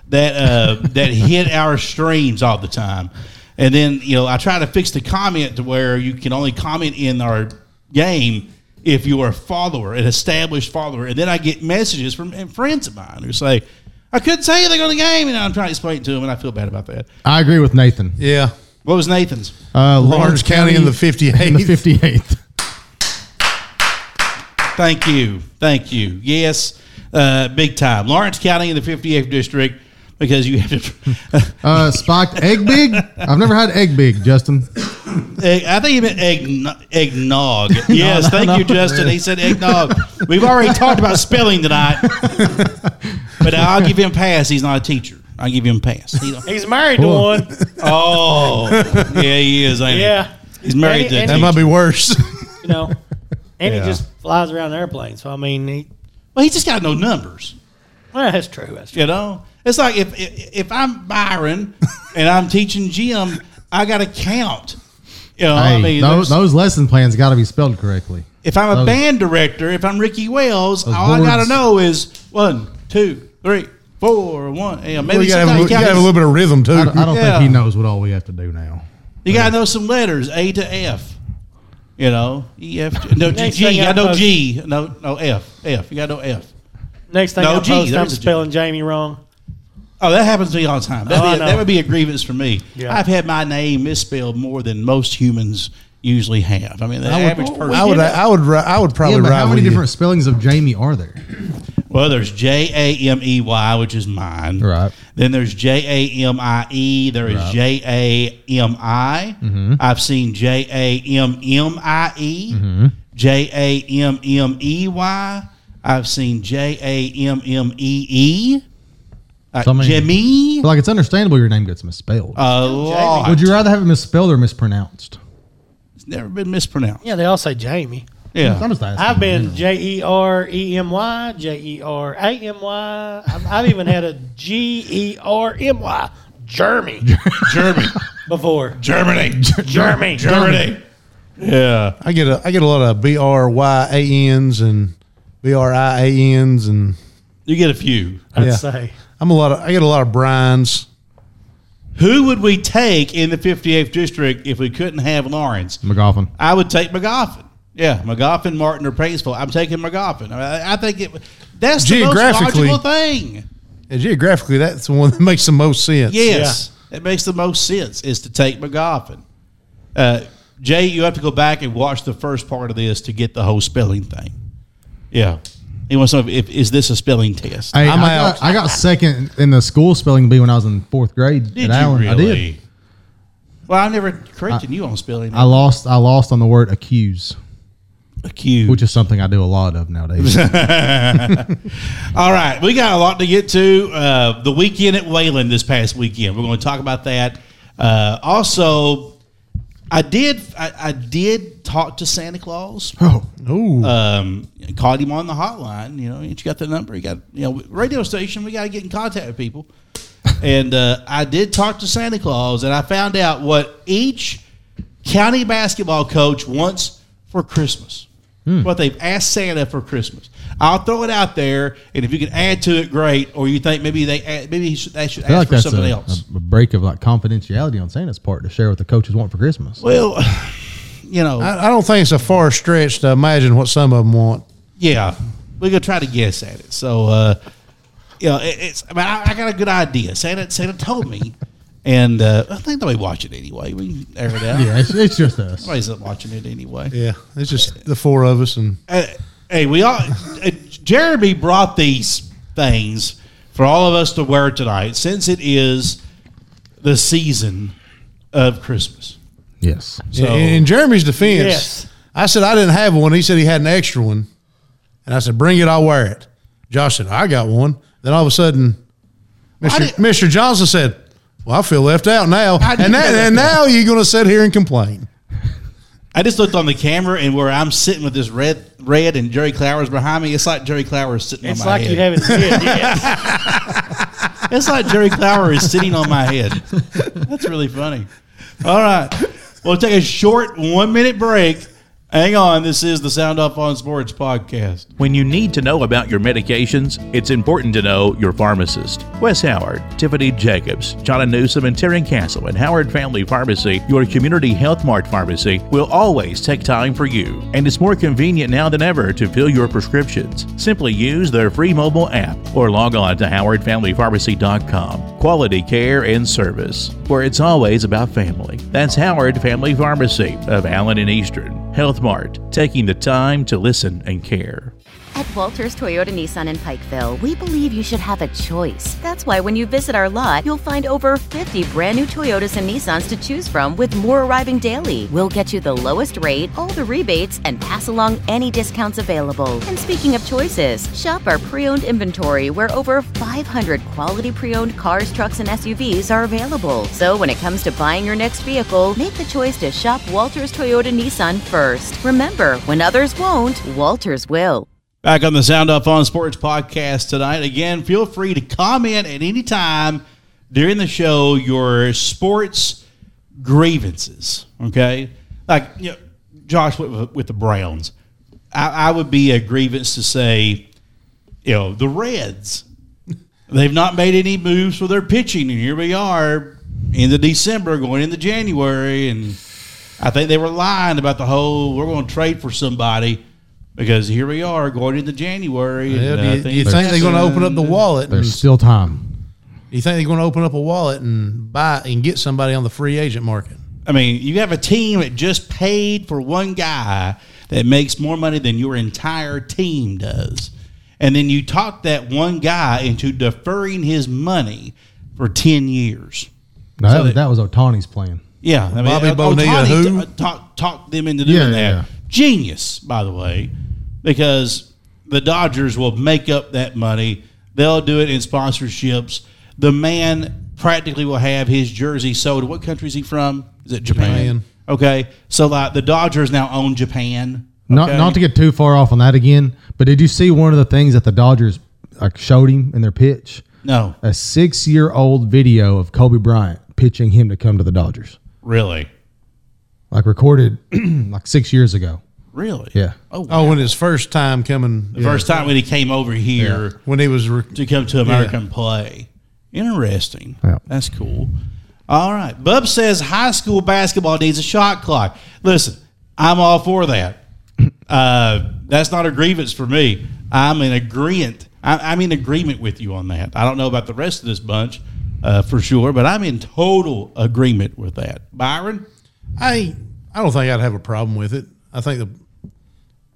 [SPEAKER 2] that uh, [laughs] that hit our streams all the time. And then you know, I try to fix the comment to where you can only comment in our game if you are a follower, an established follower. And then I get messages from and friends of mine who say, "I couldn't say anything on the game," and I'm trying to explain it to them, and I feel bad about that.
[SPEAKER 6] I agree with Nathan.
[SPEAKER 7] [laughs] yeah.
[SPEAKER 2] What was Nathan's?
[SPEAKER 6] Uh,
[SPEAKER 7] Lawrence County in the 58th.
[SPEAKER 6] In the fifty eighth.
[SPEAKER 2] Thank you. Thank you. Yes, uh, big time. Lawrence County in the 58th district because you have to. [laughs]
[SPEAKER 6] Uh, spiked egg big. I've never had egg big, Justin.
[SPEAKER 2] Oh, Egg, I think he meant eggno- eggnog. Yes, thank you, Justin. He said eggnog. We've already talked about spelling tonight, but I'll give him pass. He's not a teacher. I'll give him pass. He don't-
[SPEAKER 8] he's married to
[SPEAKER 2] [laughs]
[SPEAKER 6] Cool.
[SPEAKER 8] one.
[SPEAKER 2] oh, yeah, he is. Ain't he?
[SPEAKER 8] Yeah.
[SPEAKER 2] He's married
[SPEAKER 8] And
[SPEAKER 2] to
[SPEAKER 8] he-
[SPEAKER 2] a
[SPEAKER 8] and
[SPEAKER 7] That
[SPEAKER 2] teacher.
[SPEAKER 7] might be worse. [laughs]
[SPEAKER 8] You know, and
[SPEAKER 2] Yeah.
[SPEAKER 8] he just flies around airplanes. So, I mean, he,
[SPEAKER 2] Well, he just got no numbers,
[SPEAKER 8] well, that's true. That's true.
[SPEAKER 2] you know? It's like if, if, if I'm Byron and I'm teaching Jim, I got to count. You know, I
[SPEAKER 6] hey,
[SPEAKER 2] mean, there's-
[SPEAKER 6] those, those lesson plans got to be spelled correctly.
[SPEAKER 2] If I'm a
[SPEAKER 6] Those-
[SPEAKER 2] band director, if I'm Ricky Wells,
[SPEAKER 6] Those
[SPEAKER 2] all I got to
[SPEAKER 6] boards.
[SPEAKER 2] know is one, two, three, four, one. Yeah, maybe
[SPEAKER 7] Well, you got to
[SPEAKER 2] sometimes
[SPEAKER 7] have,
[SPEAKER 2] you gotta,
[SPEAKER 7] a little bit of rhythm too.
[SPEAKER 6] I don't, I don't
[SPEAKER 2] Yeah.
[SPEAKER 6] think he knows what all we have to do now.
[SPEAKER 2] you gotta know some letters, A to F. You know, E F. G- No G.
[SPEAKER 8] Next
[SPEAKER 2] G
[SPEAKER 8] thing
[SPEAKER 2] I
[SPEAKER 8] I
[SPEAKER 2] know
[SPEAKER 8] post-
[SPEAKER 2] G. No, no F. F. You got no F.
[SPEAKER 8] Next thing
[SPEAKER 2] No,
[SPEAKER 8] I
[SPEAKER 2] gee,
[SPEAKER 8] post, I'm
[SPEAKER 2] there's a gee.
[SPEAKER 8] spelling Jamie wrong.
[SPEAKER 2] Oh, that happens to me all the time. That'd
[SPEAKER 8] Oh,
[SPEAKER 2] be
[SPEAKER 8] I
[SPEAKER 2] a-
[SPEAKER 8] know.
[SPEAKER 2] that would be a grievance for me.
[SPEAKER 8] Yeah.
[SPEAKER 2] I've had my name misspelled more than most humans usually have. I mean, the average person.
[SPEAKER 7] I would, I would, ri- I would probably
[SPEAKER 6] Yeah, but
[SPEAKER 7] rival
[SPEAKER 6] how many
[SPEAKER 7] you.
[SPEAKER 6] different spellings of Jamie are there?
[SPEAKER 2] Well, there's J A M E Y, which is mine.
[SPEAKER 6] Right.
[SPEAKER 2] Then there's J A M I E. There is J A M
[SPEAKER 6] Mm-hmm.
[SPEAKER 2] I. I've seen J A M M I
[SPEAKER 6] Mm-hmm.
[SPEAKER 2] E. J A M M E Y. I've seen J A M M E E. Uh,
[SPEAKER 6] So, I mean-
[SPEAKER 2] Jimmy.
[SPEAKER 6] But [laughs] like it's understandable your name gets misspelled.
[SPEAKER 2] A lot.
[SPEAKER 6] Would you rather have it misspelled or mispronounced?
[SPEAKER 2] It's never been mispronounced.
[SPEAKER 8] Yeah, they all say Jamie.
[SPEAKER 2] Yeah.
[SPEAKER 6] I'm just asking.
[SPEAKER 8] I've been J E R E M Y, J E R A M Y. I've I've even had a G E R M Y, Jeremy,
[SPEAKER 2] Germany.
[SPEAKER 8] before.
[SPEAKER 2] Germany.
[SPEAKER 8] Jeremy.
[SPEAKER 2] Germany. Yeah.
[SPEAKER 7] I get a I get a lot of B R Y A N's and B R I A N's and
[SPEAKER 2] You get a few.
[SPEAKER 8] I'd
[SPEAKER 7] Yeah.
[SPEAKER 8] say.
[SPEAKER 7] I'm a lot of I get a lot of Brian's.
[SPEAKER 2] Who would we take in the 58th district if we couldn't have Lawrence?
[SPEAKER 6] McGoffin.
[SPEAKER 2] I would take McGoffin. Yeah, McGoffin, Martin, or Paintsville. I'm taking McGoffin. I, I think it. That's the most
[SPEAKER 7] Geographically-
[SPEAKER 2] logical thing.
[SPEAKER 7] And geographically, that's the one that [laughs] makes the most sense.
[SPEAKER 2] Yes, it makes the most sense is to take McGoffin. Uh, Jay, you have to go back and watch the first part of this to get the whole spelling thing. Yeah, he wants to know if is this a spelling test?
[SPEAKER 6] Hey, i
[SPEAKER 7] I'm out.
[SPEAKER 6] got, I got second in the school spelling bee when I was in fourth grade. at
[SPEAKER 2] did you
[SPEAKER 6] Allen.
[SPEAKER 2] really?
[SPEAKER 6] I did.
[SPEAKER 2] Well, I never corrected you on spelling.
[SPEAKER 6] I lost. I lost on the word accuse,
[SPEAKER 2] Accused.
[SPEAKER 6] which is something I do a lot of nowadays. [laughs]
[SPEAKER 2] All right, we got a lot to get to. Uh, the weekend at Wayland this past weekend. We're going to talk about that. Uh, also, I did I, I did talk to Santa Claus.
[SPEAKER 6] oh,
[SPEAKER 2] Um, called him on the hotline. You know, you got the number. You got you know radio station. We got to get in contact with
[SPEAKER 6] [laughs]
[SPEAKER 2] people. and uh, I did talk to Santa Claus, and I found out what each county basketball coach wants for Christmas.
[SPEAKER 6] Hmm.
[SPEAKER 2] What they've asked Santa for Christmas. I'll throw it out there, and if you can add to it, great. Or you think maybe they add, maybe he should, they should
[SPEAKER 6] I feel
[SPEAKER 2] ask
[SPEAKER 6] like
[SPEAKER 2] for
[SPEAKER 6] that's
[SPEAKER 2] something
[SPEAKER 6] a,
[SPEAKER 2] else.
[SPEAKER 6] a break of like confidentiality on Santa's part to share what the coaches want for Christmas.
[SPEAKER 2] well, [sighs] you know,
[SPEAKER 7] I, I don't think it's a far stretch to imagine what some of them want.
[SPEAKER 2] Yeah, we're gonna try to guess at it. So, uh, you know, it, it's. I mean, I, I got a good idea. Santa, Santa told me, and uh, I think they'll be watching anyway. We can air it out.
[SPEAKER 6] Yeah, it's, it's just us.
[SPEAKER 2] Somebody's up watching it anyway.
[SPEAKER 7] Yeah, it's just the four of us, and
[SPEAKER 2] Uh, hey, we all. Uh, Jeremy brought these things for all of us to wear tonight, since it is the season of Christmas.
[SPEAKER 6] Yes.
[SPEAKER 2] So,
[SPEAKER 7] in, in Jeremy's defense,
[SPEAKER 8] Yes.
[SPEAKER 7] I said I didn't have one. He said he had an extra one, and I said, "Bring it, I'll wear it." Josh said, "I got one." Then all of a sudden, Mister
[SPEAKER 2] did-
[SPEAKER 7] Mister Johnson said, "Well, I feel left out now,"
[SPEAKER 2] [laughs] I did
[SPEAKER 7] and
[SPEAKER 2] feel
[SPEAKER 7] that,
[SPEAKER 2] left
[SPEAKER 7] and now you're going to sit here and complain.
[SPEAKER 2] I just looked on the camera, and where I'm sitting with this red, red, and Jerry Clowers behind me, it's like Jerry Clowers sitting
[SPEAKER 8] It's
[SPEAKER 2] on my
[SPEAKER 8] like
[SPEAKER 2] head.
[SPEAKER 8] you haven't said yet.
[SPEAKER 2] It's like Jerry Clower is sitting on my head. That's really funny. All right. We'll take a short one minute break. Hang on. This is the Sound Off on Sports podcast.
[SPEAKER 1] When you need to know about your medications, it's important to know your pharmacist. Wes Howard, Tiffany Jacobs, Jonna Newsom, and Taryn Castle at Howard Family Pharmacy, your community health mart pharmacy, will always take time for you. And it's more convenient now than ever to fill your prescriptions. Simply use their free mobile app or log on to howardfamilypharmacy.com. Quality care and service, where it's always about family. That's Howard Family Pharmacy of Allen and Eastern. Health Mart, taking the time to listen and care.
[SPEAKER 4] At Walters Toyota Nissan in Pikeville, we believe you should have a choice. That's why when you visit our lot, you'll find over 50 brand new Toyotas and Nissans to choose from with more arriving daily. We'll get you the lowest rate, all the rebates, and pass along any discounts available. And speaking of choices, shop our pre-owned inventory where over 500 quality pre-owned cars, trucks, and SUVs are available. So when it comes to buying your next vehicle, make the choice to shop Walters Toyota Nissan first. Remember, when others won't, Walters will.
[SPEAKER 2] Back on the Sound Off on Sports podcast tonight. Again, feel free to comment at any time during the show your sports grievances. Okay, like you know, Josh with, with the Browns, I, I would be a grievance to say, you know, the Reds. They've not made any moves for their pitching, and here we are into December, going into January, and I think they were lying about the whole we're going to trade for somebody because here we are going into January.
[SPEAKER 7] Yeah,
[SPEAKER 2] and uh,
[SPEAKER 7] do you,
[SPEAKER 2] I
[SPEAKER 7] do you think they're going to open up the wallet? And,
[SPEAKER 6] There's
[SPEAKER 7] do
[SPEAKER 6] still time.
[SPEAKER 7] you think they're going to open up a wallet and buy and get somebody on the free agent market?
[SPEAKER 2] I mean, you have a team that just paid for one guy that makes more money than your entire team does. And then you talk that one guy into deferring his money for 10 years.
[SPEAKER 6] No, that,
[SPEAKER 2] they-
[SPEAKER 6] that was Otani's plan.
[SPEAKER 2] Yeah, I mean,
[SPEAKER 7] Bobby
[SPEAKER 2] uh,
[SPEAKER 7] Bonilla,
[SPEAKER 2] Ohtani
[SPEAKER 7] who?
[SPEAKER 2] t- talked talked them into doing
[SPEAKER 6] Yeah,
[SPEAKER 2] that.
[SPEAKER 6] yeah.
[SPEAKER 2] Genius, by the way, because the Dodgers will make up that money. They'll do it in sponsorships, the man practically will have his jersey sold. What country is he from? Is it Japan?
[SPEAKER 7] Japan.
[SPEAKER 2] Okay, so like the Dodgers now own Japan.
[SPEAKER 6] Not
[SPEAKER 2] okay?
[SPEAKER 6] not to get too far off on that again, but did you see one of the things that the Dodgers like showed him in their pitch?
[SPEAKER 2] no,
[SPEAKER 6] A six year old video of Kobe Bryant pitching him to come to the Dodgers.
[SPEAKER 2] really,
[SPEAKER 6] Like recorded [clears throat] like six years ago.
[SPEAKER 2] really,
[SPEAKER 6] Yeah.
[SPEAKER 2] Oh, wow.
[SPEAKER 7] Oh, when his first time coming,
[SPEAKER 2] the first time when he came over here.
[SPEAKER 7] when he was re-
[SPEAKER 2] to come to America and play. Interesting.
[SPEAKER 6] Yeah.
[SPEAKER 2] That's cool. All right. Bub says high school basketball needs a shot clock. Listen, I'm all for
[SPEAKER 7] [laughs]
[SPEAKER 2] that. Uh, that's not a grievance for me. I'm in agreement. I, I'm in agreement with you on that. I don't know about the rest of this bunch uh, for sure, but I'm in total agreement with that. Byron,
[SPEAKER 7] I I don't think I'd have a problem with it. I think the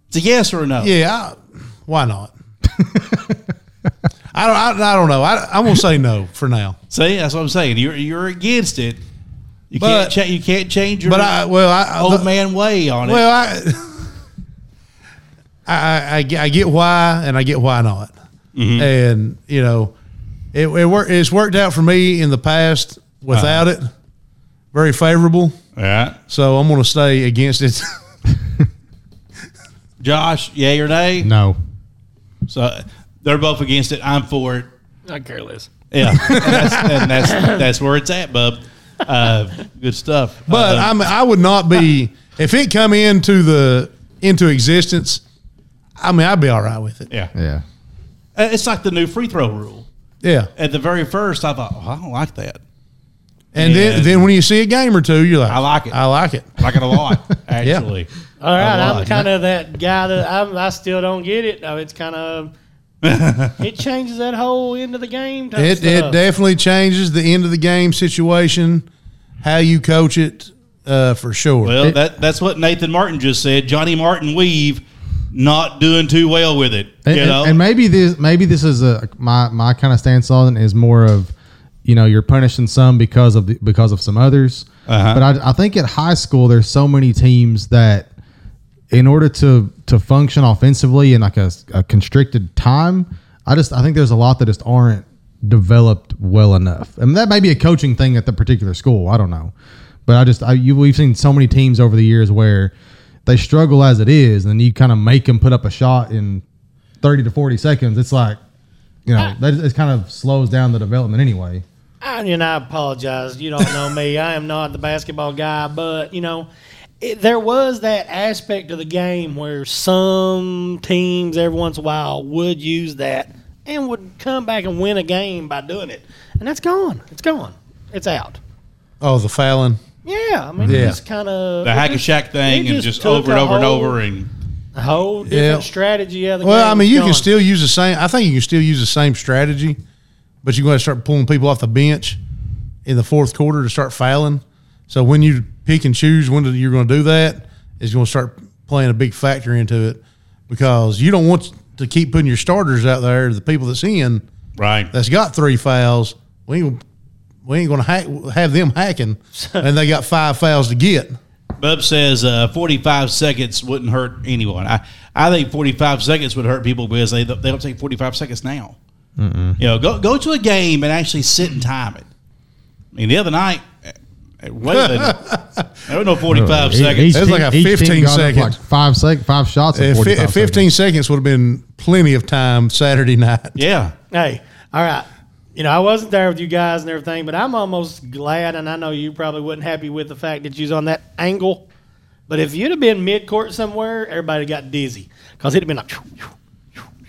[SPEAKER 2] it's a yes or a no.
[SPEAKER 7] Yeah, I, why not? I don't. I, I don't know. I, I'm gonna say no for now.
[SPEAKER 2] See, that's what I'm saying. You're you're against it. You
[SPEAKER 7] But-
[SPEAKER 2] can't cha- you can't change your
[SPEAKER 7] But I well I
[SPEAKER 2] old man way on it.
[SPEAKER 7] well I, I I I get- I get why and I get why not,
[SPEAKER 2] Mm-hmm.
[SPEAKER 7] and you know it it wor- it's worked out for me in the past without it, very favorable.
[SPEAKER 2] yeah.
[SPEAKER 7] So I'm gonna stay against it. [laughs]
[SPEAKER 2] Josh, yay or nay?
[SPEAKER 6] No.
[SPEAKER 2] So they're both against it. I'm for it.
[SPEAKER 8] [laughs] I care less.
[SPEAKER 2] Yeah, and that's, and that's that's where it's at, bub. Uh, good stuff.
[SPEAKER 7] But
[SPEAKER 2] Uh,
[SPEAKER 7] I'm I would not be if it come into the into existence. I mean, I'd be all right with it.
[SPEAKER 2] yeah,
[SPEAKER 6] Yeah.
[SPEAKER 2] Uh, it's like the new free throw rule.
[SPEAKER 7] Yeah.
[SPEAKER 2] At the very first, I thought, oh, I don't like that.
[SPEAKER 7] And then,
[SPEAKER 2] And-
[SPEAKER 7] then when you see a game or two, you're like,
[SPEAKER 2] I like it.
[SPEAKER 7] I like it.
[SPEAKER 2] I like it a lot, actually.
[SPEAKER 8] All right, I'm
[SPEAKER 2] lot.
[SPEAKER 8] kind of that guy that I'm, I still don't get it. though. It's kind of it changes that whole end of the game. Type
[SPEAKER 7] It, it
[SPEAKER 8] stuff.
[SPEAKER 7] definitely changes the end of the game situation, how you coach it, uh, for sure.
[SPEAKER 2] Well, that that's what Nathan Martin just said. Johnny Martin Weave not doing too well with it.
[SPEAKER 6] And,
[SPEAKER 2] you
[SPEAKER 6] and-
[SPEAKER 2] know,
[SPEAKER 6] and maybe this maybe this is a my my kind of stance on it is more of you know you're punishing some because of the, because of some others.
[SPEAKER 2] Uh-huh.
[SPEAKER 6] But I, I think at high school there's so many teams that in order to to function offensively in like a, a constricted time, I just I think there's a lot that just aren't developed well enough. I mean that may be a coaching thing at the particular school. I don't know, but I just I, you we've seen so many teams over the years where they struggle as it is, and you kind of make them put up a shot in 30 to 40 seconds, it's like, you
[SPEAKER 2] Ah.
[SPEAKER 6] know, that it kind of slows down the development anyway.
[SPEAKER 8] I, and I apologize. You don't know me. I am not the basketball guy, but you know, it, there was that aspect of the game where some teams, every once in a while, would use that and would come back and win a game by doing it, and that's gone. It's gone. It's out.
[SPEAKER 7] oh, the fouling.
[SPEAKER 8] Yeah, I mean,
[SPEAKER 7] Yeah.
[SPEAKER 8] it just kind of
[SPEAKER 2] the hack and shack thing, and just over and over and over, and
[SPEAKER 8] whole different
[SPEAKER 7] Yeah.
[SPEAKER 8] strategy of the
[SPEAKER 7] Well, I
[SPEAKER 8] game
[SPEAKER 7] mean, you
[SPEAKER 8] going.
[SPEAKER 7] can still use the same. I think you can still use the same strategy, but you're going to start pulling people off the bench in the fourth quarter to start fouling. So when you pick and choose when you're going to do that, is going to start playing a big factor into it because you don't want to keep putting your starters out there, the people that's in
[SPEAKER 2] right.
[SPEAKER 7] that's got three fouls. We ain't, we ain't going to hack, have
[SPEAKER 2] [laughs]
[SPEAKER 7] them hacking, and they got five fouls to get.
[SPEAKER 2] Bub says uh, 45 seconds wouldn't hurt anyone. I, I think 45 seconds would hurt people because they, they don't take 45 seconds now. You know, go, go to a game and actually sit and time it. I mean, the other night, it wasn't, there was no
[SPEAKER 6] Oh,
[SPEAKER 2] 45 seconds.
[SPEAKER 7] It was like a 15
[SPEAKER 6] got up
[SPEAKER 7] second.
[SPEAKER 6] Like five sec, five shots. In
[SPEAKER 7] If fi-
[SPEAKER 6] 45
[SPEAKER 7] if 15
[SPEAKER 6] seconds.
[SPEAKER 7] seconds would have been plenty of time Saturday night.
[SPEAKER 2] Yeah.
[SPEAKER 8] Hey, all right. You know, I wasn't there with you guys and everything, but I'm almost glad, and I know you probably wasn't happy with the fact that you was on that angle. But if you'd have been mid court somewhere, everybody got dizzy because it'd have been like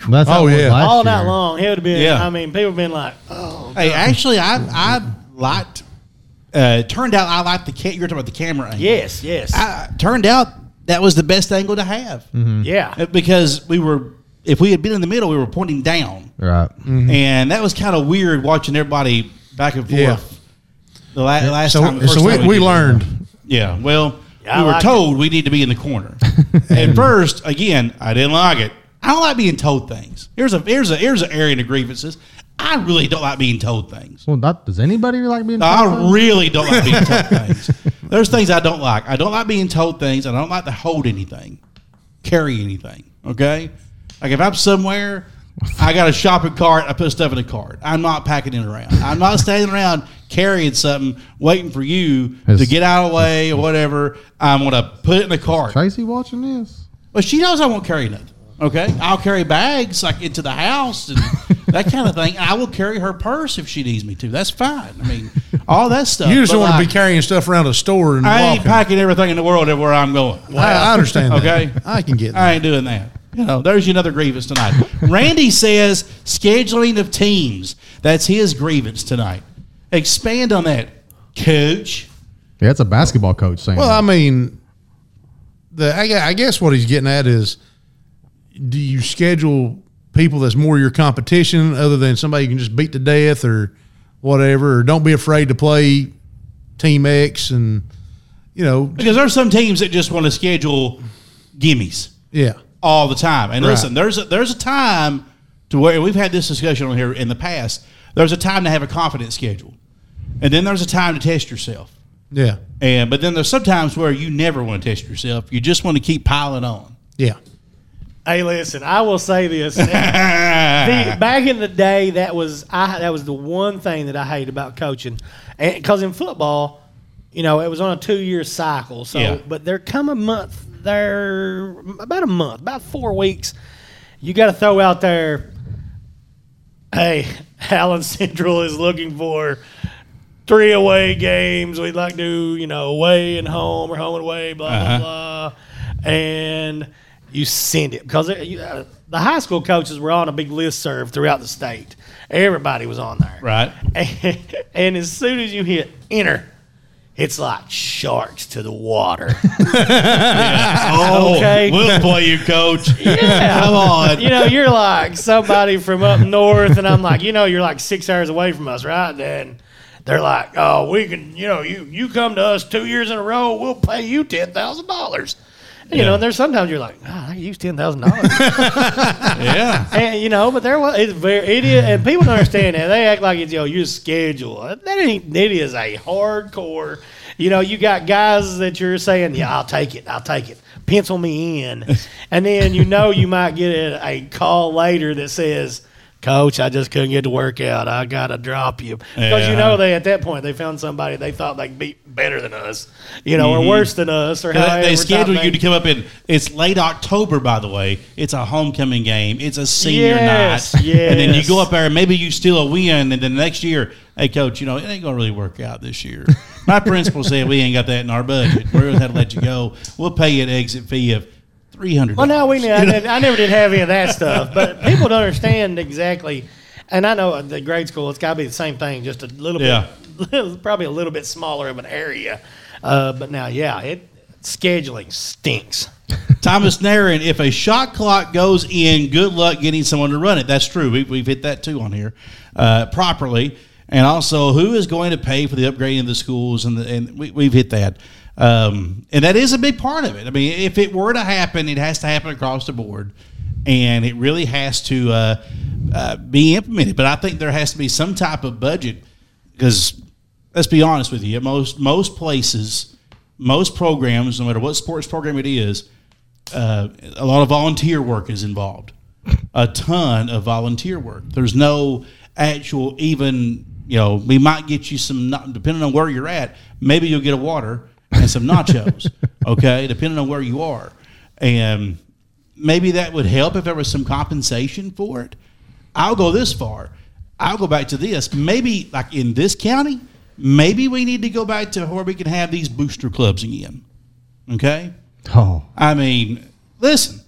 [SPEAKER 6] That's how
[SPEAKER 7] Oh,
[SPEAKER 6] it was
[SPEAKER 7] yeah.
[SPEAKER 6] last
[SPEAKER 8] all night
[SPEAKER 6] year.
[SPEAKER 8] long. It would have been.
[SPEAKER 2] Yeah.
[SPEAKER 8] I mean, people have been like, oh,
[SPEAKER 2] Hey, actually, I, I liked, uh, it turned out I liked the, ca- you're talking about the camera angle.
[SPEAKER 8] yes, yes,
[SPEAKER 2] I, turned out that was the best angle to have
[SPEAKER 8] Mm-hmm. yeah.
[SPEAKER 2] because we were, if we had been in the middle, we were pointing down.
[SPEAKER 6] Right.
[SPEAKER 7] Mm-hmm.
[SPEAKER 2] and that was kind of weird watching everybody back and forth.
[SPEAKER 7] Yeah.
[SPEAKER 2] The la- last time,
[SPEAKER 7] So,
[SPEAKER 2] the first
[SPEAKER 7] so
[SPEAKER 2] time
[SPEAKER 7] we, we
[SPEAKER 2] did that.
[SPEAKER 7] learned.
[SPEAKER 2] Yeah, well,
[SPEAKER 8] Yeah, I
[SPEAKER 2] we were
[SPEAKER 8] liked
[SPEAKER 2] told we need to be in the
[SPEAKER 7] [laughs]
[SPEAKER 2] corner. At first, again, I didn't like it. I don't like being told things. Here's a here's a here's an area of grievances. I really don't like being told things.
[SPEAKER 6] Well, that, does anybody like being? told
[SPEAKER 2] I
[SPEAKER 6] that?
[SPEAKER 2] really don't like being
[SPEAKER 6] [laughs]
[SPEAKER 2] told things. There's things I don't like. I don't like being told things, and I don't like to hold anything, carry anything. Okay, like if I'm somewhere I got a shopping cart. I put stuff in a cart. I'm not packing it around. I'm not standing around carrying something, waiting for you to
[SPEAKER 6] It's-
[SPEAKER 2] get out of the way or whatever. I'm going to put it in the cart.
[SPEAKER 6] Tracy watching this?
[SPEAKER 2] But she knows I won't carry nothing. Okay, I'll carry bags like into the house
[SPEAKER 7] [laughs]
[SPEAKER 2] and that kind of thing. I will carry her purse if she needs me to. That's fine. I mean, all that stuff.
[SPEAKER 7] You just
[SPEAKER 2] But,
[SPEAKER 7] don't want to
[SPEAKER 2] like,
[SPEAKER 7] be carrying stuff around a store and
[SPEAKER 2] I ain't
[SPEAKER 7] walking.
[SPEAKER 2] packing everything in the world everywhere I'm going.
[SPEAKER 7] I, I understand. That.
[SPEAKER 2] Okay.
[SPEAKER 7] I can
[SPEAKER 2] [laughs]
[SPEAKER 7] get. That.
[SPEAKER 2] I ain't doing that. You know, there's another grievance
[SPEAKER 7] [laughs]
[SPEAKER 2] tonight. Randy says scheduling of teams. That's his grievance tonight. Expand on that, coach.
[SPEAKER 6] Yeah, that's a basketball coach saying.
[SPEAKER 7] Well,
[SPEAKER 6] that.
[SPEAKER 7] I mean, the I, gue- I guess what he's getting at is, do you schedule people that's more your competition other than somebody you can just beat to death or whatever, or don't be afraid to play Team X and you know,
[SPEAKER 2] Because there's some teams that just want to schedule gimmies
[SPEAKER 7] yeah,
[SPEAKER 2] all the time. And
[SPEAKER 7] Right.
[SPEAKER 2] listen, there's a, there's a time to where we've had this discussion on here in the past. There's a time to have a confidence schedule, and then there's a time to test yourself.
[SPEAKER 7] yeah,
[SPEAKER 2] And but then there's sometimes where you never want to test yourself. You just want to keep piling on. [laughs]
[SPEAKER 7] yeah.
[SPEAKER 8] Hey, listen, I will say this. The-
[SPEAKER 2] [laughs]
[SPEAKER 8] back in the day, that was I. That was the one thing that I hate about coaching, because in football, you know, it was on a two-year cycle. So,
[SPEAKER 2] Yeah.
[SPEAKER 8] but there come a month, there about a month, about four weeks, you got to throw out there. Hey, Allen Central is looking for three away games. We'd like to, you know, away and home or home and away, blah,
[SPEAKER 2] Uh-huh.
[SPEAKER 8] blah, blah. And you send it because it, you, uh, the high school coaches were on a big list serve throughout the state. Everybody was on there.
[SPEAKER 2] Right.
[SPEAKER 8] And, [laughs] and as soon as you hit enter, it's like sharks to
[SPEAKER 2] [laughs]
[SPEAKER 8] the water.
[SPEAKER 2] Oh,
[SPEAKER 8] [laughs] Okay.
[SPEAKER 2] we'll play you, coach.
[SPEAKER 8] Yeah.
[SPEAKER 2] Come on.
[SPEAKER 8] you know, you're like somebody from up north, and I'm like, you know, you're like six hours away from us, right? And they're like, oh, we can, you know, you you come to us two years in a row, we'll pay you ten thousand dollars. You know, and there's sometimes you're like, oh, I can use ten thousand dollars,
[SPEAKER 2] Yeah.
[SPEAKER 8] [laughs] and you know, but there was it's very idiot, and people don't understand that. They act like it's you know your schedule. That ain't it is a hardcore. You know, you got guys that you're saying, yeah, I'll take it, I'll take it, pencil
[SPEAKER 2] [laughs]
[SPEAKER 8] me in, and then you know you might get a, a call later that says. Coach, I just couldn't get to work out. I gotta drop you because
[SPEAKER 2] Yeah.
[SPEAKER 8] you know they at that point they found somebody they thought they could beat better than us, you know, or worse than us, or
[SPEAKER 2] Mm-hmm. They,
[SPEAKER 8] however
[SPEAKER 2] they
[SPEAKER 8] top
[SPEAKER 2] schedule
[SPEAKER 8] they-
[SPEAKER 2] you to come up in. It's late October, by the way. It's a homecoming game. It's a senior
[SPEAKER 8] Yes,
[SPEAKER 2] night, and then you
[SPEAKER 8] yes.
[SPEAKER 2] go up there. and Maybe you steal a win, and then next year, hey coach, you know it ain't gonna really work out this
[SPEAKER 8] [laughs]
[SPEAKER 2] year. My principal said we ain't got that in our budget. We're gonna have to let you go. We'll pay you an exit fee of three hundred.
[SPEAKER 8] Well, no, we knew. I, did, I never did have any of that stuff, but people don't understand exactly. And I know at the grade school, it's got to be the same thing, just a little
[SPEAKER 2] Yeah.
[SPEAKER 8] bit, [laughs] probably a little bit smaller of an area. Uh, but now, yeah, it scheduling stinks.
[SPEAKER 2] Thomas Narin, if a shot clock goes in, good luck getting someone to run it. That's true. We, we've hit that too on here uh, properly. And also, who is going to pay for the upgrading of the schools? And, the, and we, we've hit that. Um, and that is a big part of it. I mean, if it were to happen, it has to happen across the board. And it really has to uh, uh, be implemented. But I think there has to be some type of budget because let's be honest with you, most, most places, most programs, no matter what sports program it is, uh, a lot of volunteer work is involved. A ton of volunteer work. There's no actual even. You know, we might get you some. not- Depending on where you're at, maybe you'll get a water and some nachos. okay, depending on where you are, and maybe that would help if there was some compensation for it. I'll go this far. I'll go back to this. Maybe like in this county, maybe we need to go back to where we can have these booster clubs again. Okay,
[SPEAKER 6] oh,
[SPEAKER 2] I mean, listen.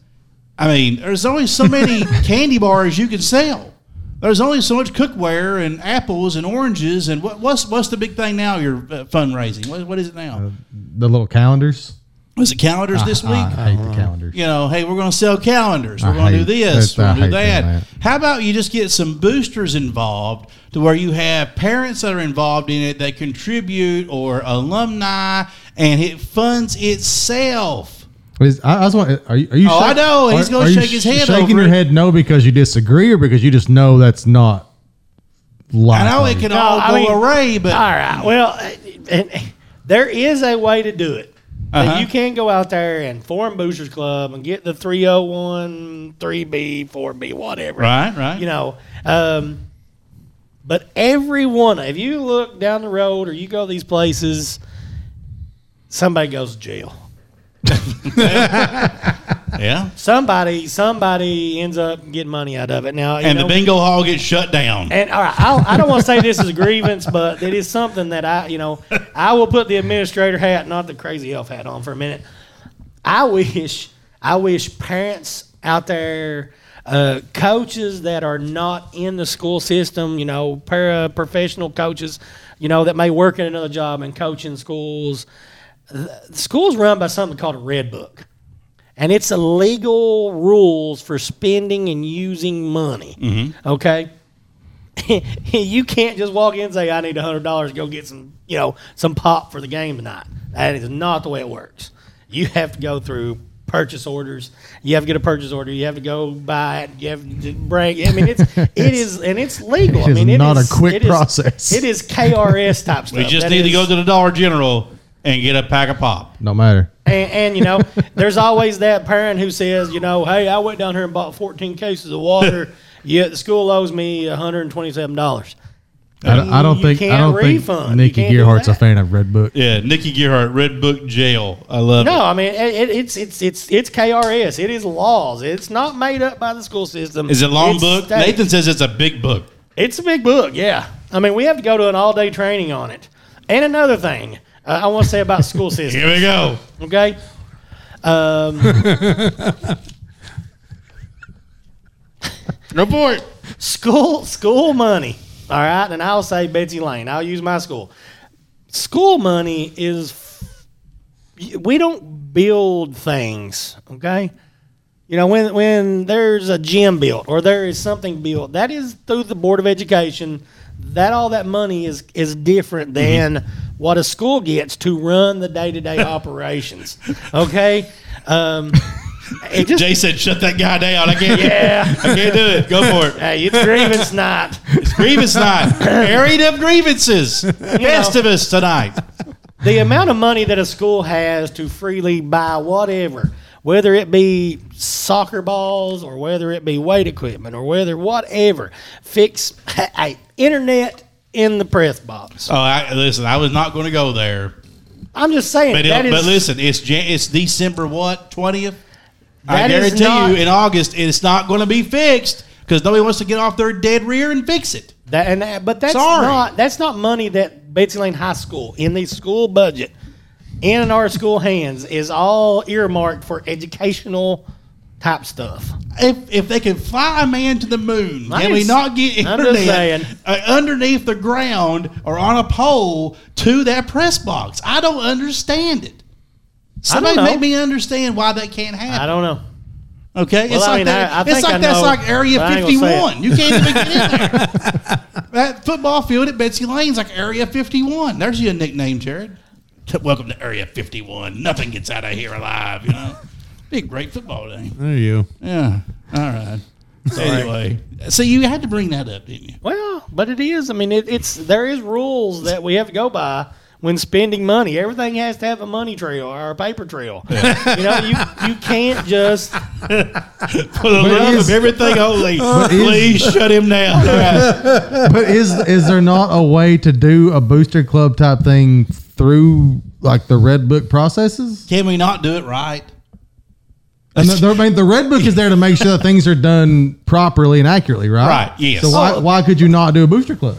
[SPEAKER 2] I mean, there's only so many candy bars you can sell. There's only so much cookware and apples and oranges and what, what's what's the big thing now? Your uh, fundraising. What, what is it now?
[SPEAKER 6] the little calendars. Ah,
[SPEAKER 2] Is it calendars this week? Uh-huh.
[SPEAKER 6] I hate the calendars.
[SPEAKER 2] you know, hey, we're going to sell calendars.
[SPEAKER 6] uh, I
[SPEAKER 2] We're going to do
[SPEAKER 6] hate-
[SPEAKER 2] this.
[SPEAKER 6] that's-
[SPEAKER 2] We're going
[SPEAKER 6] I
[SPEAKER 2] to do
[SPEAKER 6] hate
[SPEAKER 2] that.
[SPEAKER 6] doing
[SPEAKER 2] How about you just get some boosters involved to where you have parents that are involved in it that contribute or alumni and it funds itself.
[SPEAKER 6] Is- I, I just want. Are you? Are you
[SPEAKER 2] Oh, I know, he's gonna
[SPEAKER 6] you
[SPEAKER 2] shake his
[SPEAKER 6] sh-
[SPEAKER 2] head
[SPEAKER 6] Shaking
[SPEAKER 2] over
[SPEAKER 6] your
[SPEAKER 2] it.
[SPEAKER 6] head no because you disagree or because you just know that's not. Likely.
[SPEAKER 2] I know it can all
[SPEAKER 8] I
[SPEAKER 2] go
[SPEAKER 8] mean-
[SPEAKER 2] away, but
[SPEAKER 8] All right. Well, and, and there is a way to do it.
[SPEAKER 2] Uh-huh.
[SPEAKER 8] that you can go out there and form Boosters Club and get the 301, 3B, 4B, whatever.
[SPEAKER 2] Right, right.
[SPEAKER 8] You know, um, but everyone, if you look down the road or you go to these places, somebody goes to jail.
[SPEAKER 2] yeah.
[SPEAKER 8] Somebody, somebody ends up getting money out of it. Now, you
[SPEAKER 2] And the
[SPEAKER 8] know,
[SPEAKER 2] bingo hall gets shut down.
[SPEAKER 8] And all right, I'll, I don't want to say this is a grievance, but it is something that I, you know, I will put the administrator hat, not the crazy elf hat, on for a minute. I wish, I wish parents out there, uh, coaches that are not in the school system, you know, para professional coaches, you know, that may work in another job and coach in schools. The schools run by something called a red book and it's illegal rules for spending and using money.
[SPEAKER 6] Mm-hmm.
[SPEAKER 8] Okay, [laughs] you can't just walk in and say, "I need hundred dollars to go get some, you know, some pop for the game tonight." That is not the way it works. You have to go through purchase orders. You have to get a purchase order. You have to go buy it. You have to bring. I
[SPEAKER 6] [laughs]
[SPEAKER 8] mean, it's it is and it's legal.
[SPEAKER 6] It
[SPEAKER 8] I
[SPEAKER 6] is
[SPEAKER 8] mean, it
[SPEAKER 6] not a
[SPEAKER 8] is-
[SPEAKER 6] quick
[SPEAKER 8] it is-
[SPEAKER 6] process.
[SPEAKER 8] It is KRS type stuff.
[SPEAKER 2] We just
[SPEAKER 8] uh, That
[SPEAKER 2] need to
[SPEAKER 8] is-
[SPEAKER 2] go to the Dollar General and get a pack of pop.
[SPEAKER 6] No matter.
[SPEAKER 8] And, and you know, there's always that parent who says, you know, hey, I went down here and bought 14 cases
[SPEAKER 6] [laughs]
[SPEAKER 8] of water, yet the school owes me 127 dollars.
[SPEAKER 6] I don't, I don't
[SPEAKER 8] You
[SPEAKER 6] think I
[SPEAKER 8] can't
[SPEAKER 6] don't
[SPEAKER 8] refund. You
[SPEAKER 6] think Nikki
[SPEAKER 8] can't do
[SPEAKER 6] Gearhart's a
[SPEAKER 8] that.
[SPEAKER 6] fan of Red Book.
[SPEAKER 2] Yeah, Nikki Gearhart, Red Book Jail. I love
[SPEAKER 8] No,
[SPEAKER 2] it.
[SPEAKER 8] I mean it, it, it's it's it's it's KRS. It is laws. It's not made up by the school system.
[SPEAKER 2] Is it long
[SPEAKER 8] It's
[SPEAKER 2] book?
[SPEAKER 8] state.
[SPEAKER 2] Nathan says it's a big book.
[SPEAKER 8] It's a big book, yeah. I mean, we have to go to an all day training on it. And another thing uh, I want to say
[SPEAKER 2] [laughs]
[SPEAKER 8] about school system.
[SPEAKER 2] Here we go.
[SPEAKER 8] Okay. Um,
[SPEAKER 2] Report.
[SPEAKER 8] school school money. All right, and I'll say Betsy Lane. I'll use my school. School money is we don't build things, okay? You know, when when there's a gym built or there is something built, that is through the Board of Education. That all that money is is different than what a school gets to run the day to day operations. Okay, um, it just
[SPEAKER 2] Jay said, "Shut that guy down. I can't.
[SPEAKER 8] [laughs] yeah.
[SPEAKER 2] I can't do it. Go for it."
[SPEAKER 8] Hey, [laughs] it's grievance night.
[SPEAKER 2] It's grievance night. Buried of grievances. Festivus tonight.
[SPEAKER 8] the amount of money that a school has to freely buy whatever, whether it be soccer balls or whether it be weight equipment or whether whatever, fix [laughs] hey, internet in the press box.
[SPEAKER 2] Oh, I, listen, I was not going to go there,
[SPEAKER 8] I'm just saying
[SPEAKER 2] but
[SPEAKER 8] that
[SPEAKER 2] it,
[SPEAKER 8] is
[SPEAKER 2] but listen, it's Jan- it's December what twentieth. I
[SPEAKER 8] That is
[SPEAKER 2] guarantee
[SPEAKER 8] not-
[SPEAKER 2] you, in August, it's not going to be fixed because nobody wants to get off their dead rear and fix it.
[SPEAKER 8] that, and that, but that's
[SPEAKER 2] Sorry.
[SPEAKER 8] not that's not money that Betsy Lane High School in the school budget in and our school hands is all earmarked for educational type stuff.
[SPEAKER 2] If if they can fly a man to the moon,
[SPEAKER 8] Nice.
[SPEAKER 2] can we not get
[SPEAKER 8] I'm
[SPEAKER 2] internet
[SPEAKER 8] just saying.
[SPEAKER 2] uh, underneath the ground or on a pole to that press box? I don't understand it. Somebody
[SPEAKER 8] know.
[SPEAKER 2] make me understand why that can't happen.
[SPEAKER 8] I don't know.
[SPEAKER 2] Okay,
[SPEAKER 8] Well,
[SPEAKER 2] it's
[SPEAKER 8] I
[SPEAKER 2] like
[SPEAKER 8] mean,
[SPEAKER 2] that.
[SPEAKER 8] I- I
[SPEAKER 2] it's
[SPEAKER 8] think I
[SPEAKER 2] like that's
[SPEAKER 8] know,
[SPEAKER 2] like Area
[SPEAKER 8] but I ain't
[SPEAKER 2] Fifty
[SPEAKER 8] gonna say
[SPEAKER 2] One. You can't even get in there.
[SPEAKER 8] [laughs]
[SPEAKER 2] that football field at Betsy Lane's like Area Fifty One. There's your nickname, Jared. T- Welcome to Area Fifty One. Nothing gets out of here alive. You know, be a great football day.
[SPEAKER 7] There you go.
[SPEAKER 2] Yeah. All right. Anyway, so you had to bring that up, didn't you?
[SPEAKER 8] Well, but it is. I mean, it, it's there is rules that we have to go by when spending money. Everything has to have a money trail or a paper trail. you know, you you can't just.
[SPEAKER 2] For the love
[SPEAKER 6] is-
[SPEAKER 2] of everything
[SPEAKER 6] [laughs]
[SPEAKER 2] holy,
[SPEAKER 6] is-
[SPEAKER 2] please shut him down. All right.
[SPEAKER 6] But is is there not a way to do a booster club type thing through like the Red Book processes?
[SPEAKER 2] Can we not do it right?
[SPEAKER 6] And the, I mean, the Red Book is there to make sure that things are done properly and accurately, right?
[SPEAKER 2] Right, yes.
[SPEAKER 6] So why, why could you not do a booster club?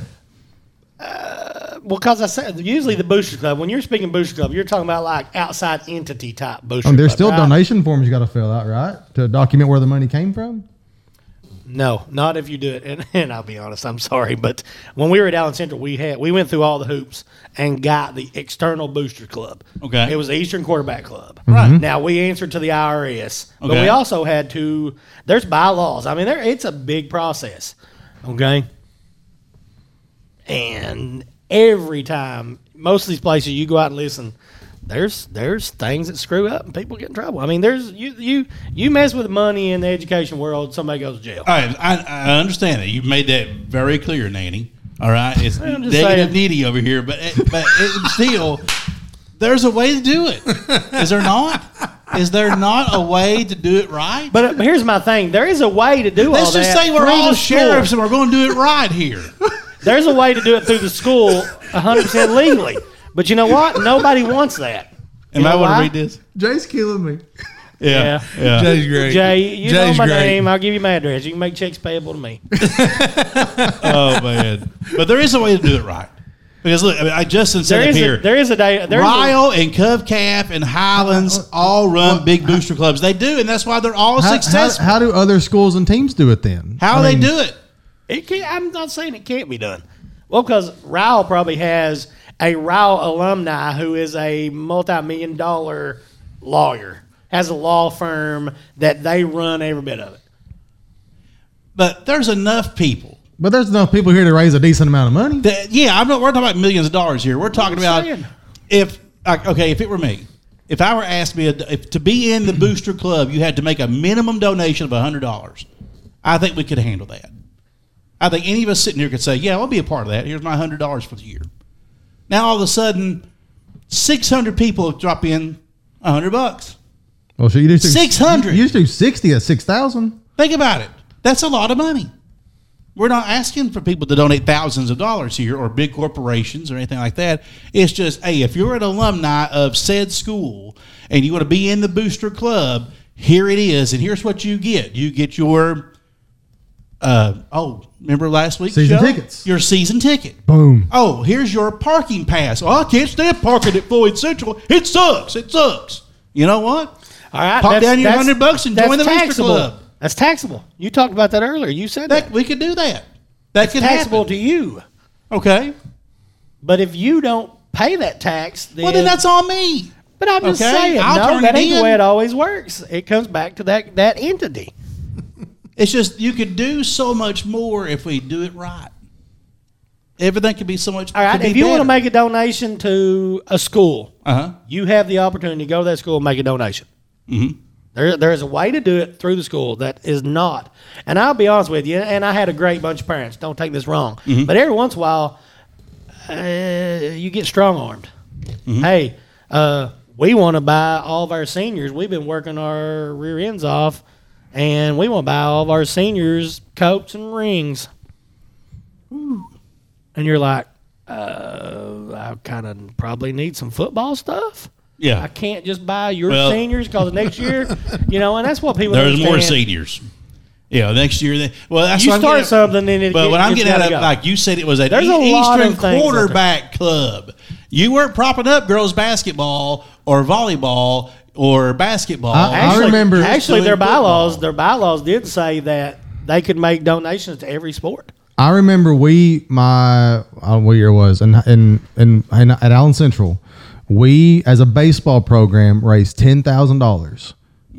[SPEAKER 8] Well, because I said usually the booster club. When you're speaking booster club, you're talking about like outside entity type booster.
[SPEAKER 6] I mean, there's Oh,
[SPEAKER 8] club,
[SPEAKER 6] still
[SPEAKER 8] right?
[SPEAKER 6] donation forms you got to fill out, right, to document where the money came from.
[SPEAKER 8] No, not if you do it. And, and I'll be honest, I'm sorry, but when we were at Allen Central, we had we went through all the hoops and got the external booster club.
[SPEAKER 2] Okay.
[SPEAKER 8] it was the Eastern Quarterback Club. Right now, we answered to the IRS, but
[SPEAKER 2] Okay.
[SPEAKER 8] we also had to. There's bylaws. I mean, there it's a big process. Okay, and every time, most of these places you go out and listen. There's there's things that screw up and people get in trouble. I mean, there's you you you mess with money in the education world, somebody goes to jail.
[SPEAKER 2] All right, I, I understand that. You've made that very clear, Nanny. All right, it's
[SPEAKER 8] I'm just
[SPEAKER 2] negative
[SPEAKER 8] saying.
[SPEAKER 2] needy over here, but it, but it, still, There's a way to do it. Is there not? Is there not a way to do it right?
[SPEAKER 8] But uh, here's my thing: there is a way to do all
[SPEAKER 2] Let's
[SPEAKER 8] that.
[SPEAKER 2] just say we're
[SPEAKER 8] through
[SPEAKER 2] all
[SPEAKER 8] the
[SPEAKER 2] sheriffs
[SPEAKER 8] school.
[SPEAKER 2] and we're going to do it right
[SPEAKER 8] [laughs]
[SPEAKER 2] here.
[SPEAKER 8] There's a way to do it through the school, 100 percent legally. But you know what? Nobody wants that.
[SPEAKER 2] And
[SPEAKER 8] You
[SPEAKER 2] I
[SPEAKER 8] know
[SPEAKER 2] want
[SPEAKER 8] why?
[SPEAKER 2] to read this.
[SPEAKER 6] Jay's killing me.
[SPEAKER 2] Yeah.
[SPEAKER 8] Yeah.
[SPEAKER 2] Yeah.
[SPEAKER 7] Jay's great.
[SPEAKER 8] Jay, you
[SPEAKER 7] Jay's
[SPEAKER 8] know my
[SPEAKER 7] great.
[SPEAKER 8] name. I'll give you my address. You can make checks payable to
[SPEAKER 7] [laughs]
[SPEAKER 8] me.
[SPEAKER 2] Oh, man. But there is a way to do it right. Because look, I, mean, I Justin said
[SPEAKER 8] There
[SPEAKER 2] it
[SPEAKER 8] is
[SPEAKER 2] here.
[SPEAKER 8] a, there is a day. There is a-
[SPEAKER 2] Ryle and Cub Calf and
[SPEAKER 6] Uh,
[SPEAKER 2] Highlands all run big booster clubs. They do, and that's why they're all
[SPEAKER 6] How, how,
[SPEAKER 2] successful. How,
[SPEAKER 6] how do other schools and teams do it then?
[SPEAKER 2] do
[SPEAKER 6] I mean,
[SPEAKER 2] they do it?
[SPEAKER 8] It can't, I'm not saying it can't be done. Well, because Ryle probably has a Ryle alumni who is a multi-million dollar lawyer, has a law firm that they run every bit of it.
[SPEAKER 2] But there's enough people.
[SPEAKER 6] But there's enough people here to raise a decent amount of money.
[SPEAKER 2] that- yeah, I'm not. We're talking about millions of dollars here. We're talking about
[SPEAKER 8] saying.
[SPEAKER 2] if like, okay, if it were me, if I were asked to be a, if, to be in the booster club, you had to make a minimum donation of hundred dollars. I think we could handle that. I think any of us sitting here could say, "Yeah, I'll be a part of that." Here's my hundred dollars for the year. Now all of a sudden, six hundred people drop in hundred bucks.
[SPEAKER 6] Well, so you do
[SPEAKER 2] 600.
[SPEAKER 6] You used to do sixty at six thousand.
[SPEAKER 2] Think about it. That's a lot of money. We're not asking for people to donate thousands of dollars here or big corporations or anything like that. It's just, hey, if you're an alumni of said school and you want to be in the booster club, here it is, and here's what you get. You get your uh, oh, remember last week's
[SPEAKER 6] Season
[SPEAKER 2] show?
[SPEAKER 6] tickets.
[SPEAKER 2] Your season ticket.
[SPEAKER 6] Boom.
[SPEAKER 2] Oh, here's your parking pass. Oh, I can't stand parking at Floyd Central. It sucks. It sucks. You know what?
[SPEAKER 8] All right,
[SPEAKER 2] Pop
[SPEAKER 8] that's-
[SPEAKER 2] down your
[SPEAKER 8] that's-
[SPEAKER 2] hundred bucks and
[SPEAKER 8] that's
[SPEAKER 2] join the booster
[SPEAKER 8] taxable.
[SPEAKER 2] club.
[SPEAKER 8] That's taxable. You talked about that earlier. You said that.
[SPEAKER 2] That we could do that. That could
[SPEAKER 8] taxable
[SPEAKER 2] happen.
[SPEAKER 8] to you,
[SPEAKER 2] Okay.
[SPEAKER 8] but if you don't pay that tax, then,
[SPEAKER 2] Well, then that's on me.
[SPEAKER 8] But I'm just
[SPEAKER 2] Okay,
[SPEAKER 8] saying,
[SPEAKER 2] I'll
[SPEAKER 8] no,
[SPEAKER 2] turn
[SPEAKER 8] that
[SPEAKER 2] it
[SPEAKER 8] ain't the
[SPEAKER 2] in.
[SPEAKER 8] way it always works. It comes back to that that entity.
[SPEAKER 2] It's just you could do so much more if we do it right. Everything could be so much.
[SPEAKER 8] All right, if you want to make a donation to a school,
[SPEAKER 2] uh huh,
[SPEAKER 8] you have the opportunity to go to that school and make a donation. There, there is a way to do it through the school that is not. And I'll be honest with you, and I had a great bunch of parents. Don't take this wrong. But every once in a while, uh, you get strong armed. Hey, uh, we want to buy all of our seniors. We've been working our rear ends off, and we want to buy all of our seniors coats and rings. And you're like, uh, I kind of probably need some football stuff.
[SPEAKER 2] yeah.
[SPEAKER 8] I can't just buy your
[SPEAKER 2] Well-
[SPEAKER 8] seniors because next year, you know, and that's what people.
[SPEAKER 2] There's more
[SPEAKER 8] understand.
[SPEAKER 2] seniors. Yeah, next year. They, well, that's
[SPEAKER 8] You
[SPEAKER 2] what I'm
[SPEAKER 8] start
[SPEAKER 2] getting at.
[SPEAKER 8] something, then it
[SPEAKER 2] But
[SPEAKER 8] get-
[SPEAKER 2] what I'm
[SPEAKER 8] it's
[SPEAKER 2] getting
[SPEAKER 8] gotta
[SPEAKER 2] at,
[SPEAKER 8] go.
[SPEAKER 2] like you said, it was an
[SPEAKER 8] There's a
[SPEAKER 2] E-
[SPEAKER 8] lot of
[SPEAKER 2] Eastern
[SPEAKER 8] things out there.
[SPEAKER 2] quarterback club. You weren't propping up girls basketball or volleyball or basketball.
[SPEAKER 6] I- I remember-
[SPEAKER 8] Actually, their
[SPEAKER 2] Doing football.
[SPEAKER 8] bylaws, their bylaws did say that they could make donations to every sport.
[SPEAKER 6] I remember we my I don't know what year it was and in in in at Allen Central, we as a baseball program raised ten thousand dollars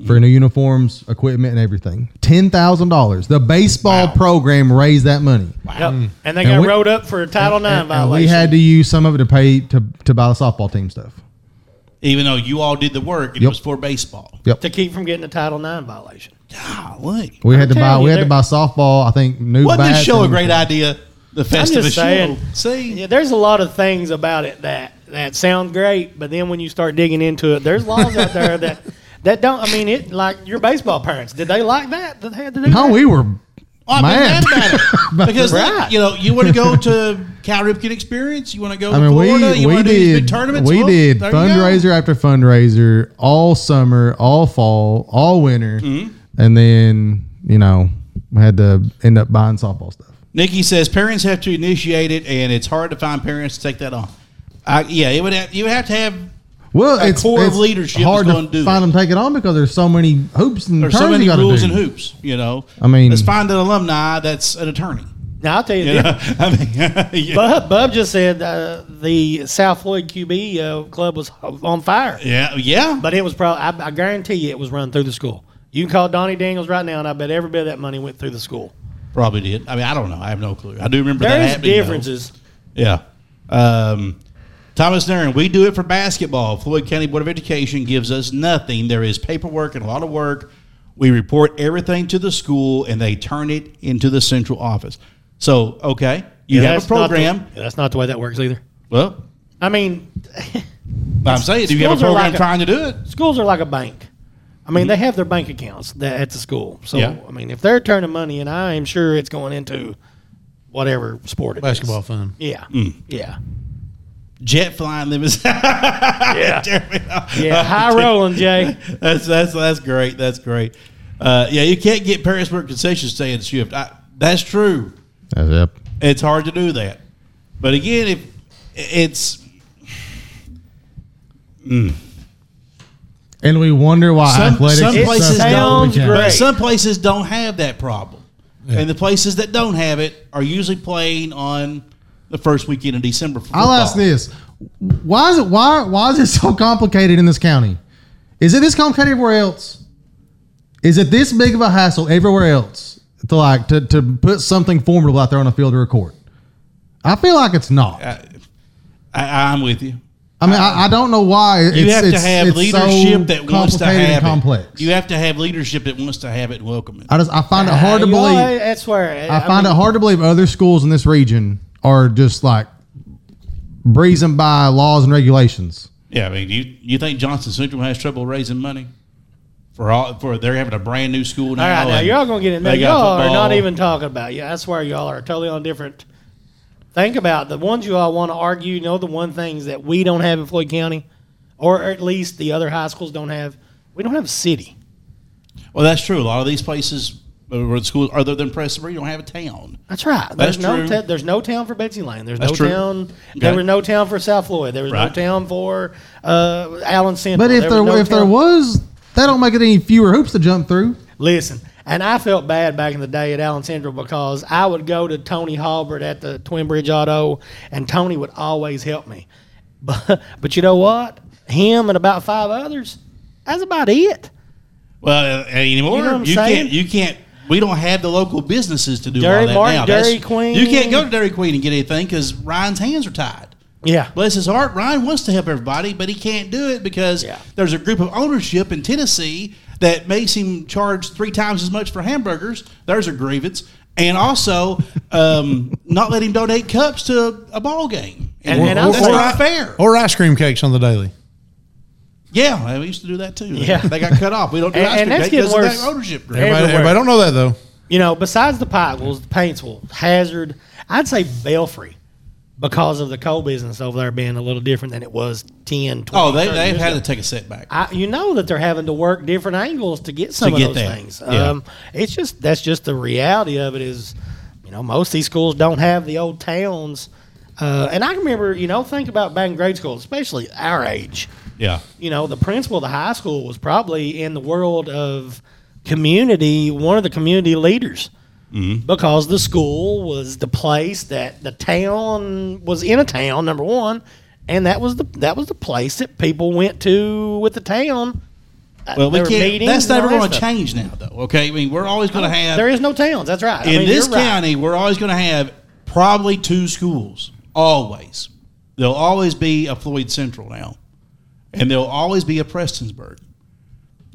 [SPEAKER 6] for new uniforms, equipment, and everything. Ten thousand dollars. The baseball program raised that money.
[SPEAKER 8] Yep. And they got
[SPEAKER 6] we-
[SPEAKER 8] rode up for a Title IX
[SPEAKER 6] And, and
[SPEAKER 8] violation.
[SPEAKER 6] we had to use some of it to pay to, to buy the softball team stuff.
[SPEAKER 2] even though you all did the work, it
[SPEAKER 6] Yep.
[SPEAKER 2] was for baseball.
[SPEAKER 6] Yep.
[SPEAKER 8] to keep from getting a Title IX violation.
[SPEAKER 2] Golly.
[SPEAKER 6] We had to buy
[SPEAKER 8] telling
[SPEAKER 6] we
[SPEAKER 8] you,
[SPEAKER 6] had to
[SPEAKER 8] there-
[SPEAKER 6] buy softball, I think new
[SPEAKER 2] Wasn't
[SPEAKER 6] bats
[SPEAKER 2] this show a
[SPEAKER 6] and-
[SPEAKER 2] great idea? The Festivus show.
[SPEAKER 8] saying.
[SPEAKER 2] See,
[SPEAKER 8] Yeah, there's a lot of things about it that that sound great, but then when you start digging into it, there's laws out there that that don't. I mean, it like your baseball parents. Did they like that? Did they have to do
[SPEAKER 6] No,
[SPEAKER 8] that?
[SPEAKER 6] we were
[SPEAKER 2] I'm
[SPEAKER 6] mad.
[SPEAKER 2] mad about it because look,
[SPEAKER 8] Right.
[SPEAKER 2] you know you want to go to Cal Ripken Experience, you want to go
[SPEAKER 6] I
[SPEAKER 2] to
[SPEAKER 6] mean,
[SPEAKER 2] Florida,
[SPEAKER 6] we
[SPEAKER 2] you
[SPEAKER 6] we
[SPEAKER 2] want to do these big
[SPEAKER 6] did
[SPEAKER 2] tournaments.
[SPEAKER 6] we
[SPEAKER 2] Well,
[SPEAKER 6] did
[SPEAKER 2] there you go.
[SPEAKER 6] fundraiser after fundraiser all summer, all fall, all winter,
[SPEAKER 2] Mm-hmm.
[SPEAKER 6] and then you know we had to end up buying softball stuff.
[SPEAKER 2] Nikki says parents have to initiate it, and it's hard to find parents to take that on. I, yeah, it would have, you would have to have
[SPEAKER 6] Well,
[SPEAKER 2] A
[SPEAKER 6] it's,
[SPEAKER 2] core of
[SPEAKER 6] it's
[SPEAKER 2] leadership is
[SPEAKER 6] hard
[SPEAKER 2] gonna
[SPEAKER 6] to
[SPEAKER 2] do
[SPEAKER 6] find
[SPEAKER 2] it.
[SPEAKER 6] them take it on because there's so many hoops and
[SPEAKER 2] there's so
[SPEAKER 6] turns you
[SPEAKER 2] many
[SPEAKER 6] gotta
[SPEAKER 2] rules
[SPEAKER 6] do.
[SPEAKER 2] and hoops. You know,
[SPEAKER 6] I mean-
[SPEAKER 2] let's find an alumni that's an attorney.
[SPEAKER 8] Now I'll tell you,
[SPEAKER 2] You
[SPEAKER 8] this.
[SPEAKER 2] know? [laughs] I mean, yeah.
[SPEAKER 8] Bub, Bub just said uh, the South Floyd QB uh, club was on fire,
[SPEAKER 2] yeah, yeah.
[SPEAKER 8] but it was probably. I, I guarantee you, it was run through the school. You can call Donnie Daniels right now, and I bet every bit of that money went through the school.
[SPEAKER 2] Probably did. I mean, I don't know. I have no clue. I do remember that
[SPEAKER 8] There's
[SPEAKER 2] happening, though.
[SPEAKER 8] differences.
[SPEAKER 2] Yeah. Um, Thomas Nairn, we do it for basketball. Floyd County Board of Education gives us nothing. There is paperwork and a lot of work. We report everything to the school and they turn it into the central office. So, okay, you have a
[SPEAKER 8] That's not the-
[SPEAKER 2] program.
[SPEAKER 8] that's not the way that works either.
[SPEAKER 2] Well,
[SPEAKER 8] I mean,
[SPEAKER 2] But I'm saying, do you have a
[SPEAKER 8] Schools are
[SPEAKER 2] program
[SPEAKER 8] like a-
[SPEAKER 2] trying to do it?
[SPEAKER 8] schools are like a bank. I mean, they have their bank accounts that, at the school. So,
[SPEAKER 2] Mm-hmm. Yeah.
[SPEAKER 8] I mean, if they're turning money, and I am sure it's going into whatever sport it is.
[SPEAKER 7] Basketball fun.
[SPEAKER 8] Yeah.
[SPEAKER 2] Mm. [laughs]
[SPEAKER 8] Yeah.
[SPEAKER 2] Jet flying limousine.
[SPEAKER 8] Yeah. High rolling, Jay.
[SPEAKER 2] [laughs] [laughs] that's that's that's great. That's great. Uh, yeah, you can't get Perrysburg concession stand shift. I, that's true.
[SPEAKER 6] That's it.
[SPEAKER 2] It's hard to do that. But again, if it's
[SPEAKER 6] And we wonder why
[SPEAKER 2] Some-
[SPEAKER 6] athletics
[SPEAKER 2] some
[SPEAKER 6] and
[SPEAKER 2] places
[SPEAKER 6] stuff don't
[SPEAKER 8] sounds
[SPEAKER 6] count.
[SPEAKER 8] great.
[SPEAKER 2] But some places don't have that problem. And the places that don't have it are usually playing on the first weekend in December. for
[SPEAKER 6] I'll ask
[SPEAKER 2] football.
[SPEAKER 6] this: Why is it why why is it so complicated in this county? Is it this complicated everywhere else? Is it this big of a hassle everywhere else to like to, to put something formidable out there on a field or a court? I feel like it's not. I
[SPEAKER 2] I, I'm with you.
[SPEAKER 6] mean, I, I don't know why. It's,
[SPEAKER 2] You have
[SPEAKER 6] it's-
[SPEAKER 2] to have
[SPEAKER 6] it's so
[SPEAKER 2] leadership that wants to
[SPEAKER 6] complicated and
[SPEAKER 2] have
[SPEAKER 6] complex.
[SPEAKER 2] it. You have Uh, to have leadership that wants to have it and welcome it.
[SPEAKER 6] I just I find it hard to
[SPEAKER 8] Uh, You all-
[SPEAKER 6] believe.
[SPEAKER 8] that's where
[SPEAKER 6] I find it hard to believe other schools in this region are just like breezing by laws and regulations.
[SPEAKER 2] Yeah, I mean, you you think Johnson Central has trouble raising money for all for they're having a brand new school now?
[SPEAKER 8] All right, now
[SPEAKER 2] and
[SPEAKER 8] y'all gonna get it. Now
[SPEAKER 2] they got
[SPEAKER 8] y'all are not
[SPEAKER 2] football.
[SPEAKER 8] even talking about. Yeah, that's where y'all are totally on different. Think about the ones you all want to argue. You know the one things that we don't have in Floyd County, or at least the other high schools don't have. We don't have a city.
[SPEAKER 2] Well, that's true. A lot of these places, uh, where the schools other than Prestonbury, you don't have a town.
[SPEAKER 8] That's right.
[SPEAKER 2] That's
[SPEAKER 8] there's no
[SPEAKER 2] true.
[SPEAKER 8] ta- there's no town for Betsy Lane. There's
[SPEAKER 2] That's
[SPEAKER 8] no
[SPEAKER 2] true.
[SPEAKER 8] town. There
[SPEAKER 2] Okay.
[SPEAKER 8] was no town for South Floyd. There was
[SPEAKER 2] Right.
[SPEAKER 8] no town for uh, Allen Central.
[SPEAKER 6] But if there,
[SPEAKER 8] was no
[SPEAKER 6] if there
[SPEAKER 8] town-
[SPEAKER 6] was, that don't make it any fewer hoops to jump through.
[SPEAKER 8] Listen, and I felt bad back in the day at Allen Central because I would go to Tony Halbert at the Twin Bridge Auto, and Tony would always help me. [laughs] But, but you know what? Him and about five others, that's about it.
[SPEAKER 2] Well, uh, anymore
[SPEAKER 8] You know what I'm
[SPEAKER 2] you
[SPEAKER 8] saying?
[SPEAKER 2] can't. You can't. We don't have the local businesses to do
[SPEAKER 8] Dairy
[SPEAKER 2] all that
[SPEAKER 8] Mart,
[SPEAKER 2] now.
[SPEAKER 8] Dairy Queen.
[SPEAKER 2] You can't go to Dairy Queen and get anything because Ryan's hands are tied.
[SPEAKER 8] Yeah.
[SPEAKER 2] Bless his heart, Ryan wants to help everybody, but he can't do it because
[SPEAKER 8] Yeah.
[SPEAKER 2] there's a group of ownership in Tennessee that makes him charge three times as much for hamburgers. There's a grievance, and also um, [laughs] not let him donate cups to a ball game.
[SPEAKER 8] And- and I'm
[SPEAKER 2] that's
[SPEAKER 8] for-
[SPEAKER 2] not fair.
[SPEAKER 7] Or ice cream cakes on the daily.
[SPEAKER 2] yeah, we used to do that too.
[SPEAKER 8] Yeah.
[SPEAKER 2] they got cut off. We don't do
[SPEAKER 8] [laughs] And-
[SPEAKER 2] ice cream
[SPEAKER 8] and that's
[SPEAKER 2] cake 'cause
[SPEAKER 8] getting
[SPEAKER 2] of
[SPEAKER 8] worse.
[SPEAKER 2] That ownership group.
[SPEAKER 7] Everybody,
[SPEAKER 8] Everywhere.
[SPEAKER 7] everybody don't know that though.
[SPEAKER 8] You know, besides the Pikeville's, the Paintsville, Hazard, I'd say Belfry because of the coal business over there being a little different than it was 10, 20,
[SPEAKER 2] Oh, they
[SPEAKER 8] 30
[SPEAKER 2] they've
[SPEAKER 8] years
[SPEAKER 2] had
[SPEAKER 8] ago.
[SPEAKER 2] to take a setback.
[SPEAKER 8] I, you know that they're having to work different angles to get some
[SPEAKER 2] get
[SPEAKER 8] of those
[SPEAKER 2] that.
[SPEAKER 8] things.
[SPEAKER 2] Yeah.
[SPEAKER 8] Um, it's just that's just the reality of it. Is you know most of these schools don't have the old towns, uh, and I can remember you know think about back in grade school, especially our age.
[SPEAKER 2] Yeah.
[SPEAKER 8] You know the principal of the high school was probably in the world of community one of the community leaders. Because the school was the place that the town was in a town number one, and that was the that was the place that people went to with the town Uh,
[SPEAKER 2] Well, we
[SPEAKER 8] there are
[SPEAKER 2] can't.
[SPEAKER 8] meetings
[SPEAKER 2] That's
[SPEAKER 8] and all
[SPEAKER 2] never
[SPEAKER 8] that
[SPEAKER 2] going to
[SPEAKER 8] stuff.
[SPEAKER 2] change now, though. Okay, I mean, we're always going to have
[SPEAKER 8] There is no towns. That's right. I
[SPEAKER 2] in
[SPEAKER 8] mean,
[SPEAKER 2] this
[SPEAKER 8] you're right.
[SPEAKER 2] county. We're always going to have probably two schools. Always, there'll always be a Floyd Central now, and there'll always be a Prestonsburg.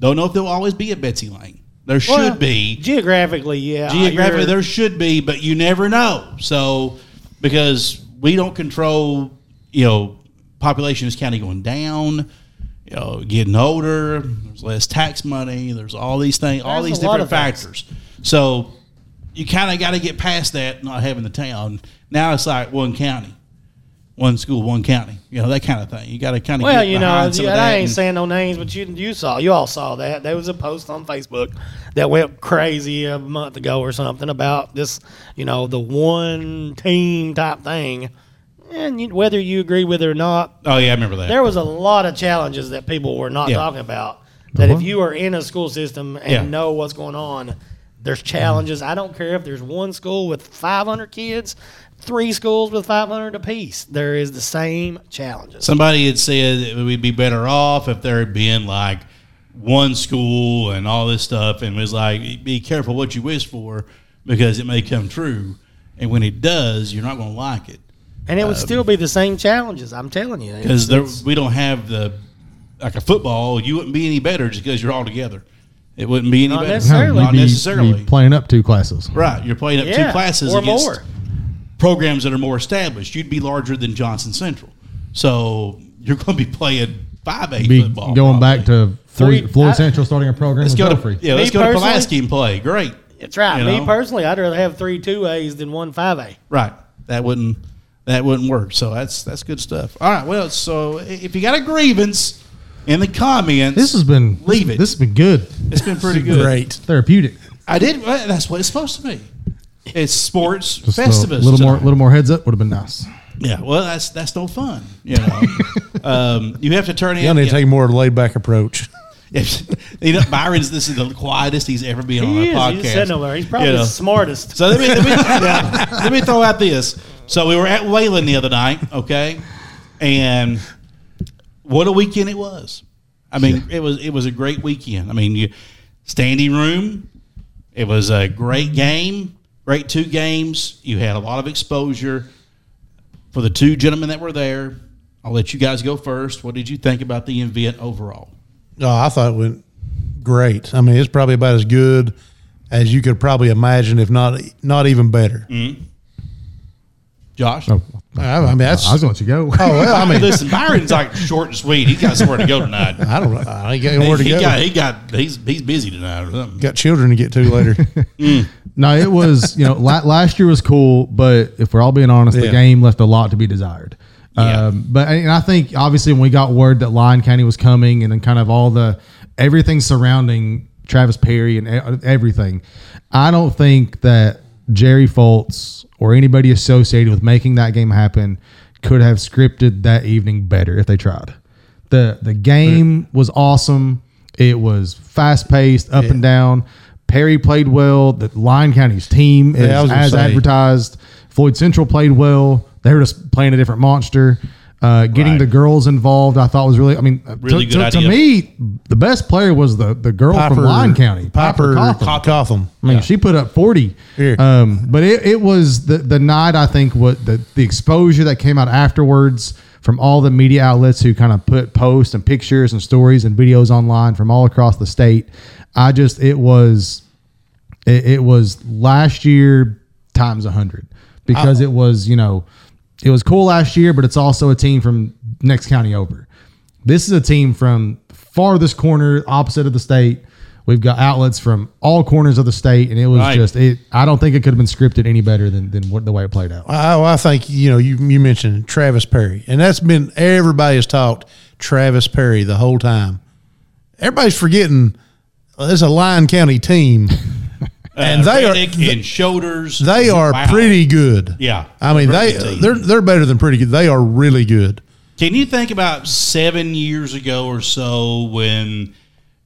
[SPEAKER 2] Don't know if there'll always be a Betsy Lane. There should
[SPEAKER 8] Well,
[SPEAKER 2] be
[SPEAKER 8] geographically, yeah.
[SPEAKER 2] geographically.
[SPEAKER 8] You're-
[SPEAKER 2] There should be, but you never know. So because we don't control, you know, population is county going down. You know, getting older. There's less tax money. There's all these things, all
[SPEAKER 8] There's
[SPEAKER 2] these
[SPEAKER 8] a lot
[SPEAKER 2] different
[SPEAKER 8] of things.
[SPEAKER 2] factors. So you kind of got to get past that, not having the town. Now it's like one county, one school, one county. You know that kind of thing. You got to kind of
[SPEAKER 8] Well,
[SPEAKER 2] Get
[SPEAKER 8] you know,
[SPEAKER 2] behind some
[SPEAKER 8] you-
[SPEAKER 2] of that
[SPEAKER 8] I ain't
[SPEAKER 2] and-
[SPEAKER 8] saying no names, but you you saw, you all saw that. There was a post on Facebook that went crazy a month ago or something about this, you know, the one team type thing, and you, whether you agree with it or not,
[SPEAKER 2] Oh yeah, I remember that.
[SPEAKER 8] there was a lot of challenges that people were not
[SPEAKER 2] Yeah. Uh-huh.
[SPEAKER 8] talking about. That if you are in a school system and
[SPEAKER 2] Yeah.
[SPEAKER 8] know what's going on, there's challenges. I don't care if there's one school with 500 kids, three schools with 500 apiece. There is the same challenges.
[SPEAKER 2] Somebody had said that we'd be better off if there had been like one school and all this stuff, and was like, be careful what you wish for because it may come true, and when it does, you're not going to like it
[SPEAKER 8] And it would still be the same challenges. I'm telling you.
[SPEAKER 2] because there we don't have the like a football. You wouldn't be any better just because you're all together. It wouldn't be any
[SPEAKER 8] Not
[SPEAKER 2] better.
[SPEAKER 8] necessarily.
[SPEAKER 2] Not
[SPEAKER 6] Be- be
[SPEAKER 2] necessarily.
[SPEAKER 6] playing up two classes.
[SPEAKER 2] Right, you're playing up
[SPEAKER 8] Yeah,
[SPEAKER 2] two classes
[SPEAKER 8] or
[SPEAKER 2] against
[SPEAKER 8] more.
[SPEAKER 2] programs that are more established. You'd be larger than Johnson Central, so you're going to be playing five A
[SPEAKER 6] Be
[SPEAKER 2] football.
[SPEAKER 6] going back
[SPEAKER 2] probably.
[SPEAKER 6] to Floyd,
[SPEAKER 8] Three-
[SPEAKER 6] Floyd
[SPEAKER 8] I-
[SPEAKER 6] Central starting a program
[SPEAKER 2] let's
[SPEAKER 6] with
[SPEAKER 2] go
[SPEAKER 6] Belfry.
[SPEAKER 2] to yeah, let's
[SPEAKER 8] Me
[SPEAKER 2] go to
[SPEAKER 8] personally-
[SPEAKER 2] Pulaski and play. Great,
[SPEAKER 8] That's right.
[SPEAKER 2] You
[SPEAKER 8] Me
[SPEAKER 2] know?
[SPEAKER 8] personally, I'd rather have three two A's than one five A.
[SPEAKER 2] right? That wouldn't that wouldn't work. So that's that's good stuff. All right. Well, so i- if you got a grievance in the comments,
[SPEAKER 6] This has been
[SPEAKER 2] Leave it.
[SPEAKER 6] This has been good,
[SPEAKER 2] it's been
[SPEAKER 6] [laughs]
[SPEAKER 2] pretty good.
[SPEAKER 7] Great.
[SPEAKER 6] therapeutic.
[SPEAKER 2] I did. well, That's what it's supposed to be. It's sports
[SPEAKER 6] Just a
[SPEAKER 2] festivus.
[SPEAKER 6] little, little more,
[SPEAKER 2] tonight.
[SPEAKER 6] little more heads up would have been nice.
[SPEAKER 2] Yeah. Well, that's that's no fun. You
[SPEAKER 6] [laughs]
[SPEAKER 2] know, um, you have to turn in.
[SPEAKER 7] Y'all need to
[SPEAKER 2] yeah.
[SPEAKER 7] take a more laid back approach.
[SPEAKER 2] Yes. [laughs] you know, Byron's this is the quietest he's ever been on
[SPEAKER 8] He
[SPEAKER 2] our
[SPEAKER 8] is.
[SPEAKER 2] podcast.
[SPEAKER 8] He's sitting over there. He's probably
[SPEAKER 2] You know.
[SPEAKER 8] the smartest.
[SPEAKER 2] So let me let me, yeah, let me throw out this. So we were at Wayland the other night, okay, and what a weekend it was. I mean, it was it was a great weekend. I mean, you standing room. It was a great game, great two games. You had a lot of exposure for the two gentlemen that were there. I'll let you guys go first. What did you think about the event overall?
[SPEAKER 7] Oh, I thought it went great. I mean, it's probably about as good as you could probably imagine, if not not even better.
[SPEAKER 2] Mm. Josh,
[SPEAKER 6] Oh,
[SPEAKER 7] I, I mean, that's.
[SPEAKER 6] I was going to let you go.
[SPEAKER 7] [laughs] oh well, I mean,
[SPEAKER 2] listen, Byron's like short and sweet. He's got somewhere to go tonight.
[SPEAKER 7] I don't know. I ain't got
[SPEAKER 2] [laughs]
[SPEAKER 7] anywhere to
[SPEAKER 2] he
[SPEAKER 7] go.
[SPEAKER 2] Got, he got he's he's busy tonight or something.
[SPEAKER 7] got children to get
[SPEAKER 6] [laughs]
[SPEAKER 7] to later.
[SPEAKER 6] No, it was you know la- last year was cool, but if we're all being honest, the
[SPEAKER 7] Yeah.
[SPEAKER 6] game left a lot to be desired.
[SPEAKER 2] Yeah.
[SPEAKER 6] Um, but and I think obviously when we got word that Lyon County was coming, and then kind of all the everything surrounding Travis Perry and e- everything, I don't think that Jerry Foltz or anybody associated with making that game happen could have scripted that evening better if they tried. the The game was awesome. It was fast paced, up and down. Perry played well. The Lyon County's team is
[SPEAKER 7] Yeah, I was gonna
[SPEAKER 6] as
[SPEAKER 7] say.
[SPEAKER 6] advertised. Floyd Central played well. They were just playing a different monster. Uh, getting
[SPEAKER 2] Right.
[SPEAKER 6] the girls involved, I thought was really. I mean, uh,
[SPEAKER 2] Really
[SPEAKER 6] to,
[SPEAKER 2] good
[SPEAKER 6] to, to
[SPEAKER 2] idea.
[SPEAKER 6] me, the best player was the the girl from Lyon County,
[SPEAKER 7] Piper
[SPEAKER 6] Coughlin.
[SPEAKER 7] Cotham. Cotham.
[SPEAKER 6] I mean, she put up forty.
[SPEAKER 7] Here.
[SPEAKER 6] Um, but it, it was the the night I think what the the exposure that came out afterwards from all the media outlets who kind of put posts and pictures and stories and videos online from all across the state. I just it was it, it was last year times a hundred because it was you know it was cool last year, but it's also a team from next county over. This is a team from farthest corner, opposite of the state. We've got outlets from all corners of the state, and it was
[SPEAKER 2] Right.
[SPEAKER 6] just it. I don't think it could have been scripted any better than than what, the way it played out.
[SPEAKER 7] I, oh, I think you know you you mentioned Travis Perry, and that's been everybody has talked Travis Perry the whole time. Everybody's forgetting uh, it's a Lyon County team, and they are
[SPEAKER 2] Reddick and shoulders.
[SPEAKER 7] they are
[SPEAKER 2] Wow.
[SPEAKER 7] pretty good.
[SPEAKER 2] Yeah.
[SPEAKER 7] I mean
[SPEAKER 2] Very
[SPEAKER 7] they
[SPEAKER 2] good team.
[SPEAKER 7] they're they're better than pretty good. They are really good.
[SPEAKER 2] Can you think about seven years ago or so when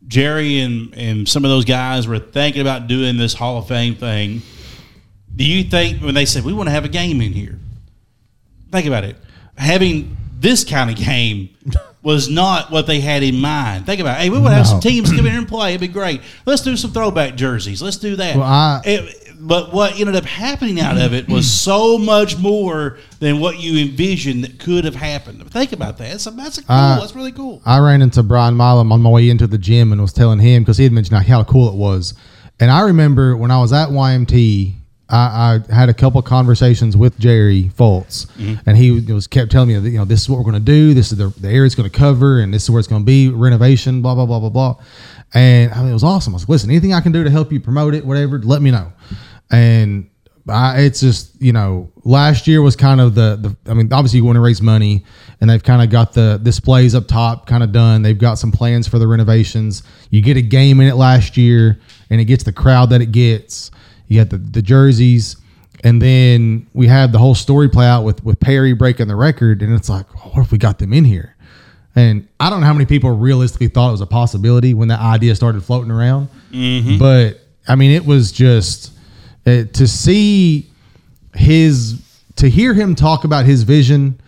[SPEAKER 2] Jerry and, and some of those guys were thinking about doing this Hall of Fame thing? Do you think when they said we want to have a game in here? Think about it. Having this kind of
[SPEAKER 6] [laughs]
[SPEAKER 2] game was not what they had in mind. Think about it. Hey, we want to have some
[SPEAKER 6] No.
[SPEAKER 2] teams come in
[SPEAKER 6] [clears throat]
[SPEAKER 2] here and play. It'd be great. Let's do some throwback jerseys. Let's do that.
[SPEAKER 6] Well, I-
[SPEAKER 2] It- but what ended up happening out of
[SPEAKER 6] [clears throat]
[SPEAKER 2] it was so much more than what you envisioned that could have happened. Think about that. So that's a cool.
[SPEAKER 6] Uh,
[SPEAKER 2] that's really cool.
[SPEAKER 6] I ran into Brian Milam on my way into the gym and was telling him because he had mentioned how cool it was. And I remember when I was at YMT, I, I had a couple conversations with Jerry Foltz, and he was kept telling me, that, you know, this is what we're going to do, this is the, the area it's going to cover, and this is where it's going to be, renovation, blah blah blah blah blah. And I mean, it was awesome. I was like, listen, anything I can do to help you promote it, whatever, let me know. And I, it's just you know last year was kind of the, the I mean obviously you want to raise money and they've kind of got the displays up top kind of done they've got some plans for the renovations you get a game in it last year and it gets the crowd that it gets you got the, the jerseys and then we have the whole story play out with with Perry breaking the record and it's like oh, what if we got them in here and I don't know how many people realistically thought it was a possibility when that idea started floating around. But I mean, it was just uh, to see his, to hear him talk about his vision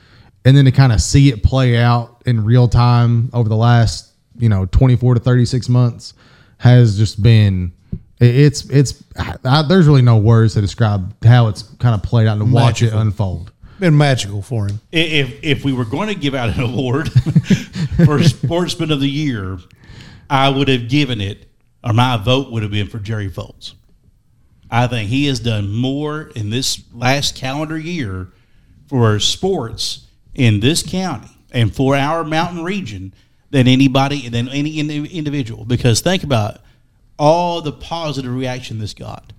[SPEAKER 6] and then to kind of see it play out in real time over the last, you know, 24 to 36 months has just been. i- It's it's I, I, there's really no words to describe how it's kind of played out and to watch it
[SPEAKER 7] Magical.
[SPEAKER 6] unfold.
[SPEAKER 7] Been magical for him.
[SPEAKER 2] I- if if we were going to give out an [laughs] award for sportsman of the year, I would have given it, or my vote would have been for Jerry Foltz. I think he has done more in this last calendar year for sports in this county and for our mountain region than anybody than any indi- individual. Because think about all the positive reaction this got.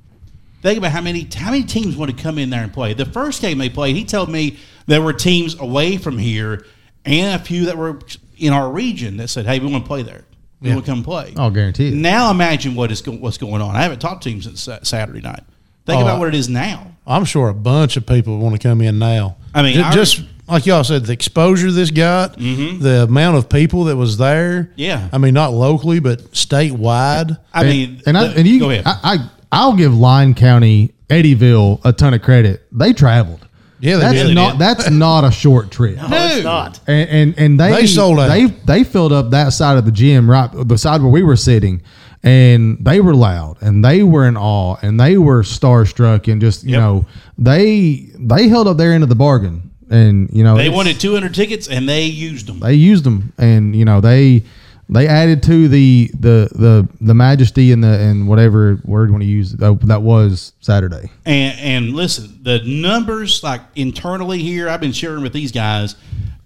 [SPEAKER 2] Think about how many how many teams want to come in there and play. The first game they played, he told me there were teams away from here and a few that were in our region that said, "Hey, we want to play there. We want to come play."
[SPEAKER 6] I'll guarantee it.
[SPEAKER 2] Now imagine what is go- what's going on. I haven't talked to him since Sa- Saturday night. Think
[SPEAKER 7] Oh,
[SPEAKER 2] about
[SPEAKER 7] I-
[SPEAKER 2] what it is now.
[SPEAKER 7] I'm sure a bunch of people want to come in now.
[SPEAKER 2] I mean,
[SPEAKER 7] Ju-
[SPEAKER 2] I- Mm-hmm.
[SPEAKER 7] just, like y'all said, the exposure this got, the amount of people that was there.
[SPEAKER 2] Yeah.
[SPEAKER 7] I mean, not locally, but statewide.
[SPEAKER 2] I mean,
[SPEAKER 6] and I
[SPEAKER 2] the-
[SPEAKER 6] and you,
[SPEAKER 2] go ahead.
[SPEAKER 6] I, I will give Lyon County, Eddyville a ton of credit. They traveled.
[SPEAKER 7] Yeah, they
[SPEAKER 6] that's
[SPEAKER 7] did.
[SPEAKER 6] not that's not a short trip.
[SPEAKER 8] No, it's not.
[SPEAKER 6] And, and and they
[SPEAKER 7] They sold out.
[SPEAKER 6] They they filled up that side of the gym right beside where we were sitting, and they were loud and they were in awe and they were starstruck and just you know they they held up their end of the bargain and you know
[SPEAKER 2] they
[SPEAKER 6] it's-
[SPEAKER 2] wanted 200 tickets and they used them.
[SPEAKER 6] they used them and you know they they added to the the the the majesty and the and whatever word you want to use that that was Saturday.
[SPEAKER 2] And, and listen, the numbers like internally here, I've been sharing with these guys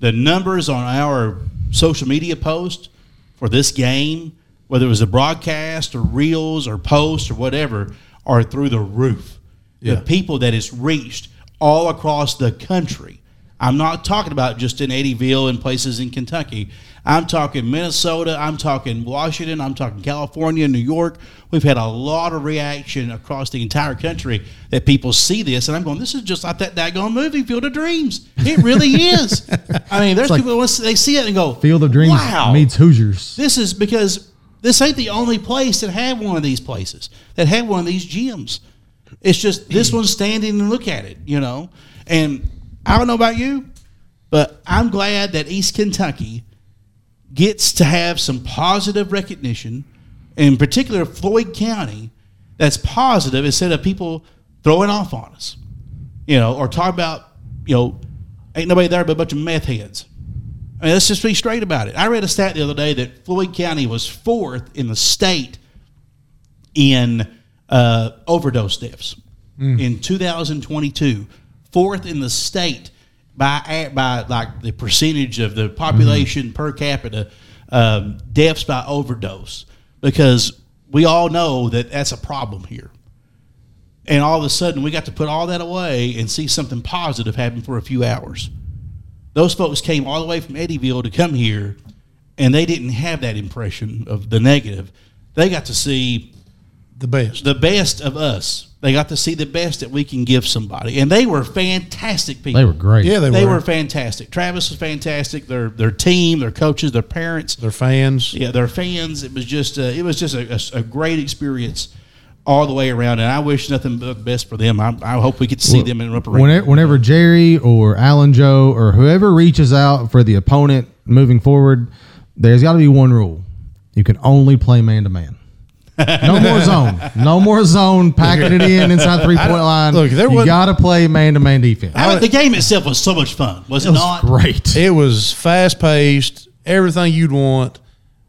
[SPEAKER 2] the numbers on our social media post for this game, whether it was a broadcast or reels or posts or whatever, are through the roof. The people that it's reached all across the country. I'm not talking about just in Eddyville and places in Kentucky. I'm talking Minnesota. I'm talking Washington. I'm talking California, New York. We've had a lot of reaction across the entire country that people see this, and I'm going, "This is just like that daggone movie, Field of Dreams. It really
[SPEAKER 6] [laughs]
[SPEAKER 2] is." I mean, there's people once they see it and go,
[SPEAKER 6] Field of Dreams
[SPEAKER 2] wow.
[SPEAKER 6] meets Hoosiers.
[SPEAKER 2] This is because this ain't the only place that had one of these places that had one of these gyms. It's just this one's standing and look at it, you know. And I don't know about you, but I'm glad that East Kentucky gets to have some positive recognition, in particular Floyd County, that's positive instead of people throwing off on us, you know, or talk about, you know, ain't nobody there but a bunch of meth heads. I mean, let's just be straight about it. I read a stat the other day that Floyd County was fourth in the state in uh, overdose deaths in 2022, fourth in the state by by like the percentage of the population per capita um, deaths by overdose, because we all know that that's a problem here. And all of a sudden, we got to put all that away and see something positive happen for a few hours those folks came all the way from Eddyville to come here, and they didn't have that impression of the negative. They got to see
[SPEAKER 7] The best.
[SPEAKER 2] the best of us. They got to see the best that we can give somebody, and they were fantastic people.
[SPEAKER 6] They were great.
[SPEAKER 7] Yeah, they,
[SPEAKER 2] They
[SPEAKER 7] were.
[SPEAKER 2] were fantastic. Travis was fantastic. Their their team, their coaches, their parents,
[SPEAKER 7] They're fans.
[SPEAKER 2] yeah, their fans. It was just a, it was just a, a, a great experience all the way around, and I wish nothing but the best for them. I, I hope we could see them in Upper Ring.
[SPEAKER 6] Whenever, whenever Jerry or Alan Joe or whoever reaches out for the opponent moving forward, there's got to be one rule: you can only play man to man. No more zone. No more zone. Packing it in inside three point line.
[SPEAKER 7] look, there
[SPEAKER 6] you
[SPEAKER 7] wasn't-
[SPEAKER 6] got to play man to man defense.
[SPEAKER 2] I mean, the game itself was so much fun, was it,
[SPEAKER 6] It was
[SPEAKER 2] not?
[SPEAKER 6] great.
[SPEAKER 7] It was fast paced, everything you'd want.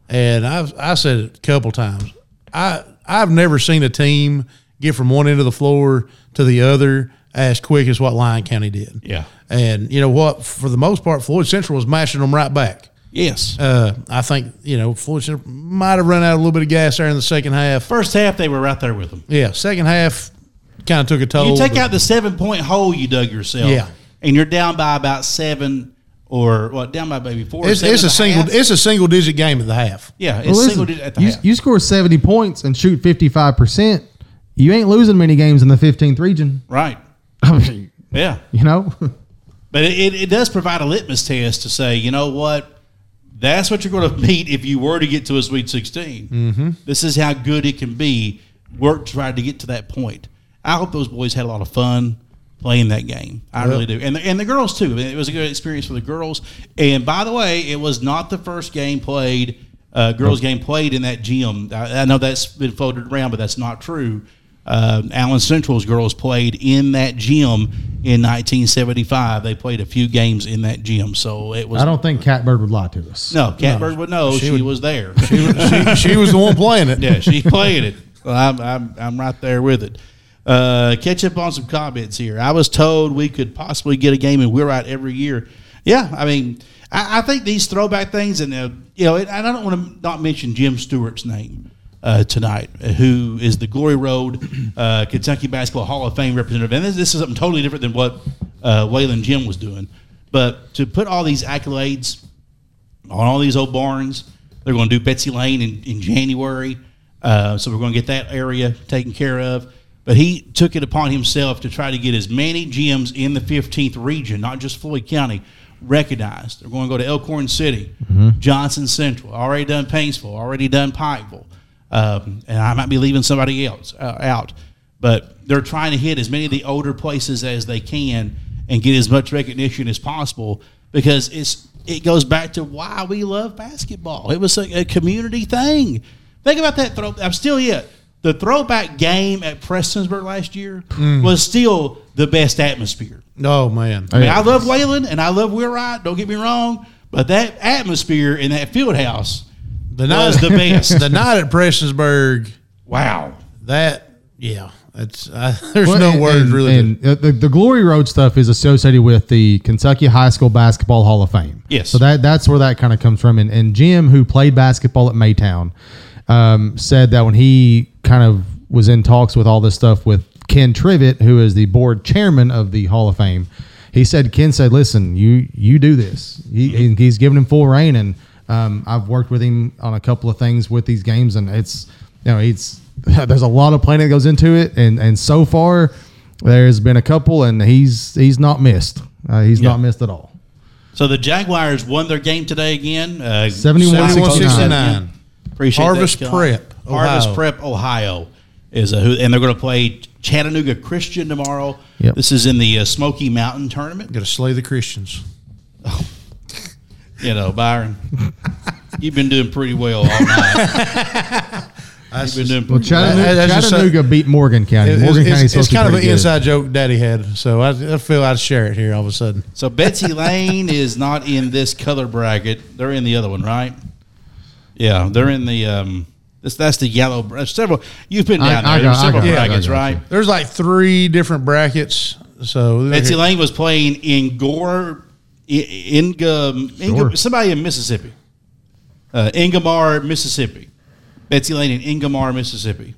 [SPEAKER 7] And I've I said it a couple times. I I've never seen a team get from one end of the floor to the other as quick as what Lyon County did.
[SPEAKER 2] Yeah.
[SPEAKER 7] And you know what? For the most part, Floyd Central was matching them right back.
[SPEAKER 2] Yes.
[SPEAKER 7] Uh, I think you know Floyd Central might have run out a little bit of gas there in the second half.
[SPEAKER 2] First half, they were right there with them.
[SPEAKER 7] Yeah, second half kind of took a toll.
[SPEAKER 2] You take
[SPEAKER 7] but-
[SPEAKER 2] out the seven point hole you dug yourself,
[SPEAKER 7] Yeah.
[SPEAKER 2] and you're down by about seven or well, down by maybe four. or
[SPEAKER 7] it's,
[SPEAKER 2] seven
[SPEAKER 7] it's a
[SPEAKER 2] and
[SPEAKER 7] single
[SPEAKER 2] half.
[SPEAKER 7] it's a single digit game at
[SPEAKER 2] [laughs]
[SPEAKER 7] the half.
[SPEAKER 2] yeah, it's
[SPEAKER 6] Well, listen,
[SPEAKER 2] single digit at the
[SPEAKER 6] you,
[SPEAKER 2] half.
[SPEAKER 6] you score 70 points and shoot 55%, you ain't losing many games in the 15th region.
[SPEAKER 2] right?
[SPEAKER 6] [laughs] I mean,
[SPEAKER 2] Yeah,
[SPEAKER 6] you know?
[SPEAKER 2] but it, it, it does provide a litmus test to say, you know what, that's what you're going to [laughs] meet if you were to get to a Sweet 16. Mm-hmm. This is how good it can be. Work to try to get to that point. I hope those boys had a lot of fun playing that game. I really do, and the, and the girls too. It was a good experience for the girls. And by the way, it was not the first game played. Uh, girls game played in that gym. I, I know that's been floated around, but that's not true. Um, Allen Central's girls played in that gym in 1975. They played a few games in that gym, so it was
[SPEAKER 6] I don't think Catbird would lie to us.
[SPEAKER 2] no, Catbird would know [laughs] she, was there.
[SPEAKER 7] she, she was the one playing it.
[SPEAKER 2] yeah, [laughs] she's playing it. Well, I'm, I'm, I'm right there with it. Uh, catch up on some comments here. I was told we could possibly get a game in We're Out every year. Yeah, I mean, I, I think these throwback things, and uh, you know, and I don't want to not mention Jim Stewart's name uh, tonight, who is the Glory Road uh, Kentucky Basketball Hall of Fame representative, and this, this is something totally different than what uh, Waylon Jim was doing. But to put all these accolades on all these old barns, they're going to do Betsy Lane in, in January, uh, so we're going to get that area taken care of. But he took it upon himself to try to get as many gyms in the 15th region, not just Floyd County, recognized. They're going to go to Elkhorn City, Johnson Central, already done Painesville, already done Pikeville. Um, and I might be leaving somebody else uh, out, but they're trying to hit as many of the older places as they can and get as much recognition as possible because it's it goes back to why we love basketball. It was a, a community thing. Think about that throw. I'm still yet. The throwback game at Prestonsburg last year was still the best atmosphere.
[SPEAKER 7] Oh man,
[SPEAKER 2] I mean, I love Waylon and I love We're Right. Don't get me wrong, but that atmosphere in that field house
[SPEAKER 7] the
[SPEAKER 2] was the best.
[SPEAKER 7] the night at Prestonsburg.
[SPEAKER 2] wow.
[SPEAKER 7] That yeah, it's uh, [laughs] there's
[SPEAKER 6] Well,
[SPEAKER 7] no
[SPEAKER 6] and-
[SPEAKER 7] words
[SPEAKER 6] and-
[SPEAKER 7] really. to-
[SPEAKER 6] And uh, the, the Glory Road stuff is associated with the Kentucky High School Basketball Hall of Fame.
[SPEAKER 2] Yes.
[SPEAKER 6] So that that's where that kind of comes from. And, and Jim, who played basketball at Maytown, um, said that when he kind of was in talks with all this stuff with Ken Trivett, who is the board chairman of the Hall of Fame, he said Ken said, "Listen, you you do this." He, he- he's giving him full reign, and um, I've worked with him on a couple of things with these games, and it's you know it's [laughs] there's a lot of planning that goes into it, and and so far there's been a couple, and he's he's not missed. Uh, he's not missed at all.
[SPEAKER 2] So the Jaguars won their game today again. Uh,
[SPEAKER 6] 71,
[SPEAKER 7] 69.
[SPEAKER 2] Appreciate
[SPEAKER 7] Harvest
[SPEAKER 2] that, John.
[SPEAKER 7] Prep,
[SPEAKER 2] Harvest
[SPEAKER 7] Ohio.
[SPEAKER 2] Prep, Ohio is a who, and they're going to play Chattanooga Christian tomorrow.
[SPEAKER 6] Yep.
[SPEAKER 2] This is in the uh, Smoky Mountain tournament.
[SPEAKER 7] Got to slay the Christians.
[SPEAKER 2] You know,
[SPEAKER 6] [laughs]
[SPEAKER 2] Byron, you've been doing pretty well all night.
[SPEAKER 6] [laughs]
[SPEAKER 7] That's
[SPEAKER 2] You've been doing
[SPEAKER 6] Well,
[SPEAKER 2] pretty
[SPEAKER 6] Chattanooga,
[SPEAKER 7] That- that's just a-
[SPEAKER 6] Chattanooga beat Morgan County.
[SPEAKER 7] It-
[SPEAKER 6] Morgan County's
[SPEAKER 7] it's, it's-
[SPEAKER 6] supposed
[SPEAKER 7] it's
[SPEAKER 6] to be
[SPEAKER 7] kind of an
[SPEAKER 6] pretty good.
[SPEAKER 7] inside joke Daddy had, so I, I feel I'd share it here all of a sudden.
[SPEAKER 2] So Betsy Lane is not in this color bracket. They're in the other one, right? Yeah, they're in the um. That's, that's the yellow. There's several. You've been
[SPEAKER 6] I-
[SPEAKER 2] down
[SPEAKER 6] I
[SPEAKER 2] there. There's
[SPEAKER 6] got- I
[SPEAKER 2] several
[SPEAKER 6] got you. Yeah, I
[SPEAKER 2] brackets,
[SPEAKER 6] got you.
[SPEAKER 2] right?
[SPEAKER 7] There's like three different brackets, so
[SPEAKER 2] Betsy Lane was playing in Gore, I- in, um, Inga-
[SPEAKER 6] Sure.
[SPEAKER 2] somebody in Mississippi, uh, Ingemar, Mississippi. Betsy Lane in Ingemar, Mississippi.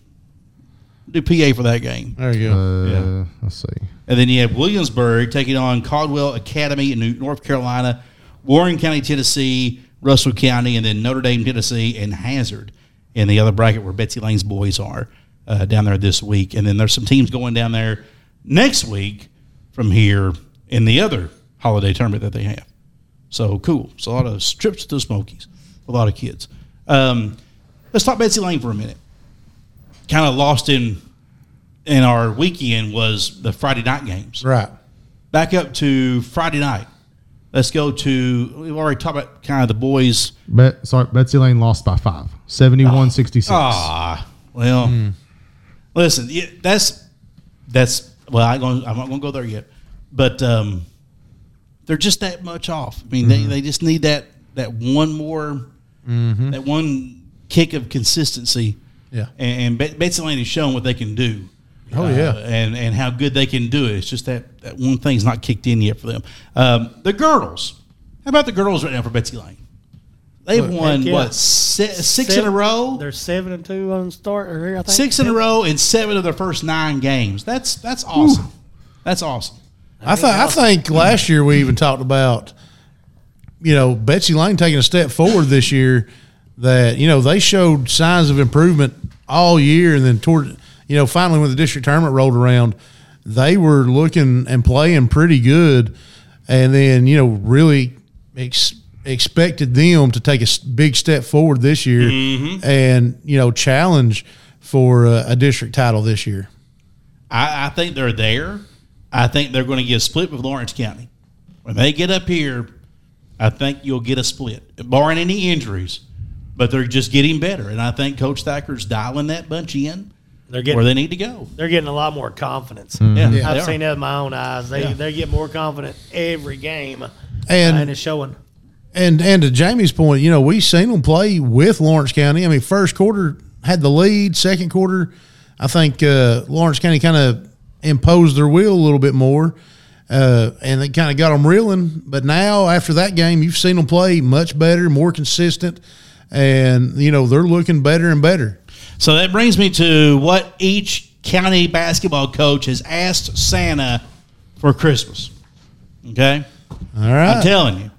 [SPEAKER 2] Do PA for that game,
[SPEAKER 7] There you go.
[SPEAKER 6] Uh,
[SPEAKER 2] Yeah.
[SPEAKER 6] Let's see.
[SPEAKER 2] and then you have Williamsburg taking on Caldwell Academy in New- North Carolina, Warren County, Tennessee, Russell County, and then Notre Dame, Tennessee, and Hazard in the other bracket where Betsy Lane's boys are uh, down there this week. And then there's some teams going down there next week from here in the other holiday tournament that they have. So cool. So a lot of trips to the Smokies, a lot of kids. Um, let's talk Betsy Lane for a minute. Kind of lost in in our weekend was the Friday night games.
[SPEAKER 7] Right.
[SPEAKER 2] Back up to Friday night. Let's go to we've already talked about kind of the boys.
[SPEAKER 6] Bet, sorry, Betsy Lane lost by five. 71 66.
[SPEAKER 2] Ah, well,
[SPEAKER 7] Hmm.
[SPEAKER 2] listen, yeah, that's that's well, I going I'm not going to go there yet, but um, they're just that much off. I mean,
[SPEAKER 7] Mm-hmm.
[SPEAKER 2] they, they just need that that one more that one kick of consistency.
[SPEAKER 7] Mm-hmm. Yeah.
[SPEAKER 2] and, and Bet- Betsy Lane has shown what they can do.
[SPEAKER 7] Oh,
[SPEAKER 2] uh,
[SPEAKER 7] yeah.
[SPEAKER 2] and and how good they can do it. It's just that that one thing's not kicked in yet for them. Um, the girls, how about the girls right now for Betsy Lane? They've won
[SPEAKER 8] yeah.
[SPEAKER 2] what si- six in a
[SPEAKER 8] Seven-
[SPEAKER 2] row.
[SPEAKER 8] They're seven and two on start or here. I think
[SPEAKER 2] Six in a row and seven of their first nine games. That's that's awesome. That's awesome.
[SPEAKER 7] I thought I think last year we even talked about, you know, Betsy Lane taking a step forward this year. That you know they showed signs of improvement all year, and then toward you know finally when the district tournament rolled around, they were looking and playing pretty good, and then you know really ex- expected them to take a s- big step forward this year, and you know challenge for a, a district title this year.
[SPEAKER 2] I, I think they're there. I think they're going to get a split with Lawrence County. When they get up here, I think you'll get a split, barring any injuries. But they're just getting better, and I think Coach Thacker's dialing that bunch in
[SPEAKER 8] They're getting
[SPEAKER 2] where they need to go.
[SPEAKER 8] they're getting a lot more confidence.
[SPEAKER 2] Yeah, they
[SPEAKER 8] I've
[SPEAKER 2] are.
[SPEAKER 8] seen that with my own eyes. They they get more confident every game,
[SPEAKER 7] And
[SPEAKER 8] and it's showing.
[SPEAKER 7] And and to Jamie's point, you know, we seen them play with Lawrence County. I mean, first quarter had the lead. Second quarter, I think uh, Lawrence County kind of imposed their will a little bit more. Uh, and it kind of got them reeling. But now, after that game, you've seen them play much better, more consistent, and you know they're looking better and better.
[SPEAKER 2] So that brings me to what each county basketball coach has asked Santa for Christmas. Okay?
[SPEAKER 7] All right,
[SPEAKER 2] I'm telling you.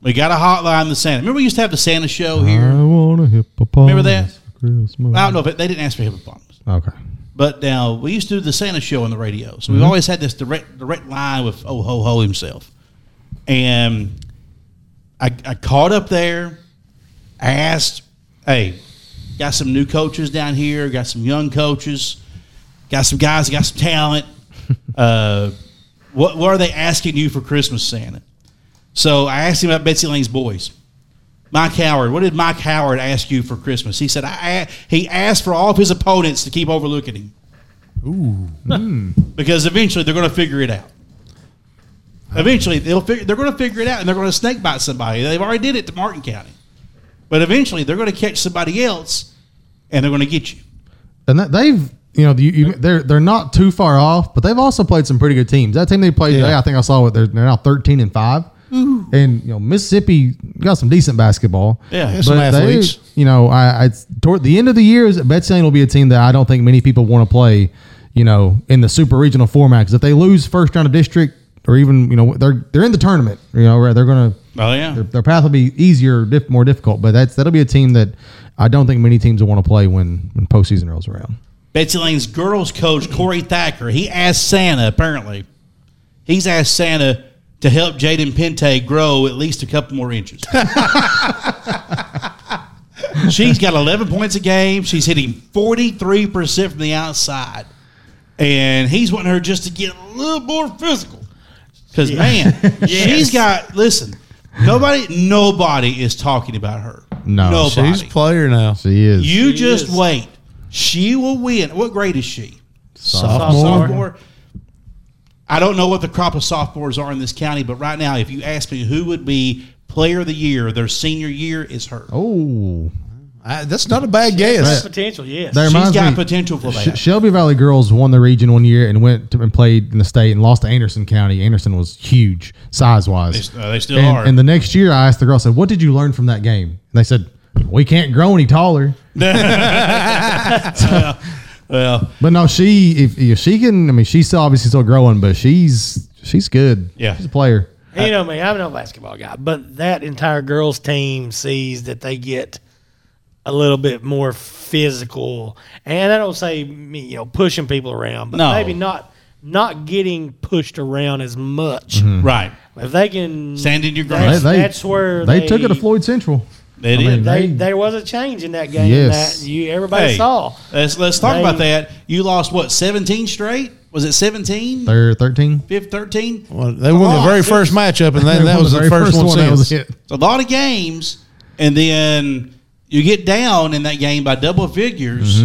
[SPEAKER 2] We got a hotline to Santa. Remember we used to have the Santa show here?
[SPEAKER 6] I want a hippopotamus.
[SPEAKER 2] Remember that?
[SPEAKER 6] for Christmas.
[SPEAKER 2] I don't know if it, they didn't ask for hippopotamus.
[SPEAKER 6] Okay.
[SPEAKER 2] But now we used to do the Santa show on the radio. So we've always had this direct direct line with Oh Ho Ho himself. And I, I caught up there. I asked, hey, got some new coaches down here, got some young coaches, got some guys that got some talent. uh, what, what are they asking you for Christmas, Santa? So I asked him about Betsy Lane's boys. Mike Howard, what did Mike Howard ask you for Christmas? He said I, I- he asked for all of his opponents to keep overlooking him. Ooh. because eventually they're going to figure it out. Eventually they'll figure, they're going to figure it out and they're going to snake bite somebody. They've already did it to Martin County. But eventually they're going to catch somebody else and they're going to get you.
[SPEAKER 6] And that, they've, you know, you, you, they're they're not too far off, but they've also played some pretty good teams. That team they played today, I think I saw what they're, they're now thirteen and five.
[SPEAKER 7] Mm-hmm.
[SPEAKER 6] And you know Mississippi got some decent basketball.
[SPEAKER 2] Yeah. Yeah,
[SPEAKER 7] some
[SPEAKER 6] But they-
[SPEAKER 7] athletes.
[SPEAKER 6] you know, I, I toward the end of the years, Betsy Lane will be a team that I don't think many people want to play. You know, in the super regional format, because if they lose first round of district, or even you know they're they're in the tournament, you know, right, they're gonna
[SPEAKER 2] Oh yeah.
[SPEAKER 6] their, their path will be easier, diff, more difficult. But that's that'll be a team that I don't think many teams will want to play when when postseason rolls around.
[SPEAKER 2] Betsy Lane's girls coach Corey Thacker. He asked Santa apparently. He's asked Santa to help Jaden Pente grow at least a couple more inches. [laughs] She's got 11 points a game. She's hitting 43% from the outside. And he's wanting her just to get a little more physical. Because, man, she's got, listen, nobody nobody is talking about her.
[SPEAKER 6] No,
[SPEAKER 2] nobody.
[SPEAKER 7] she's a player now.
[SPEAKER 6] She is
[SPEAKER 2] You just
[SPEAKER 8] is.
[SPEAKER 2] wait. She will win. What grade is she?
[SPEAKER 8] Sophomore.
[SPEAKER 2] Sophomore. I don't know what the crop of sophomores are in this county, but right now, if you ask me who would be player of the year, their senior year is her.
[SPEAKER 6] Oh,
[SPEAKER 7] I, that's not a bad guess.
[SPEAKER 8] Potential, yes.
[SPEAKER 6] that
[SPEAKER 2] She's
[SPEAKER 6] reminds
[SPEAKER 2] got
[SPEAKER 6] me.
[SPEAKER 2] potential for
[SPEAKER 6] Sh-
[SPEAKER 2] that.
[SPEAKER 6] Shelby Valley girls won the region one year and went to, and played in the state and lost to Anderson County. Anderson was huge size wise.
[SPEAKER 2] They- uh, they still
[SPEAKER 6] and,
[SPEAKER 2] are.
[SPEAKER 6] And the next year, I asked the girl, I said, "What did you learn from that game?" And they said, "We can't grow any taller."
[SPEAKER 2] well,
[SPEAKER 6] But no, she if, if she can, I mean, she's still obviously still growing, but she's she's good.
[SPEAKER 2] Yeah.
[SPEAKER 6] she's a player.
[SPEAKER 8] And you know me, I'm no basketball guy, but that entire girls' team sees that they get a little bit more physical. And I don't say me, you know, pushing people around, but
[SPEAKER 2] No.
[SPEAKER 8] maybe not not getting pushed around as much.
[SPEAKER 6] Mm.
[SPEAKER 2] right.
[SPEAKER 8] If they can
[SPEAKER 2] Stand in your
[SPEAKER 8] that's,
[SPEAKER 2] ground.
[SPEAKER 6] Mm-hmm. They- they-
[SPEAKER 8] that's where
[SPEAKER 6] They, took it to Floyd Central.
[SPEAKER 2] They
[SPEAKER 6] I mean,
[SPEAKER 2] did.
[SPEAKER 8] They, there was a change in that game
[SPEAKER 6] Yes.
[SPEAKER 8] that you everybody
[SPEAKER 2] Hey,
[SPEAKER 8] saw.
[SPEAKER 2] Let's, let's talk
[SPEAKER 8] They-
[SPEAKER 2] about that. You lost, what, 17 straight? Was it 17?
[SPEAKER 6] They're thirteen.
[SPEAKER 2] 13?
[SPEAKER 7] Well, they won the
[SPEAKER 2] Oh,
[SPEAKER 7] very
[SPEAKER 2] it's-
[SPEAKER 7] first matchup, and then
[SPEAKER 6] They
[SPEAKER 7] that
[SPEAKER 6] won
[SPEAKER 7] was the
[SPEAKER 6] very
[SPEAKER 7] first, one.
[SPEAKER 6] that
[SPEAKER 7] since.
[SPEAKER 6] was hit.
[SPEAKER 2] It's a lot of games, and then you get down in that game by double figures,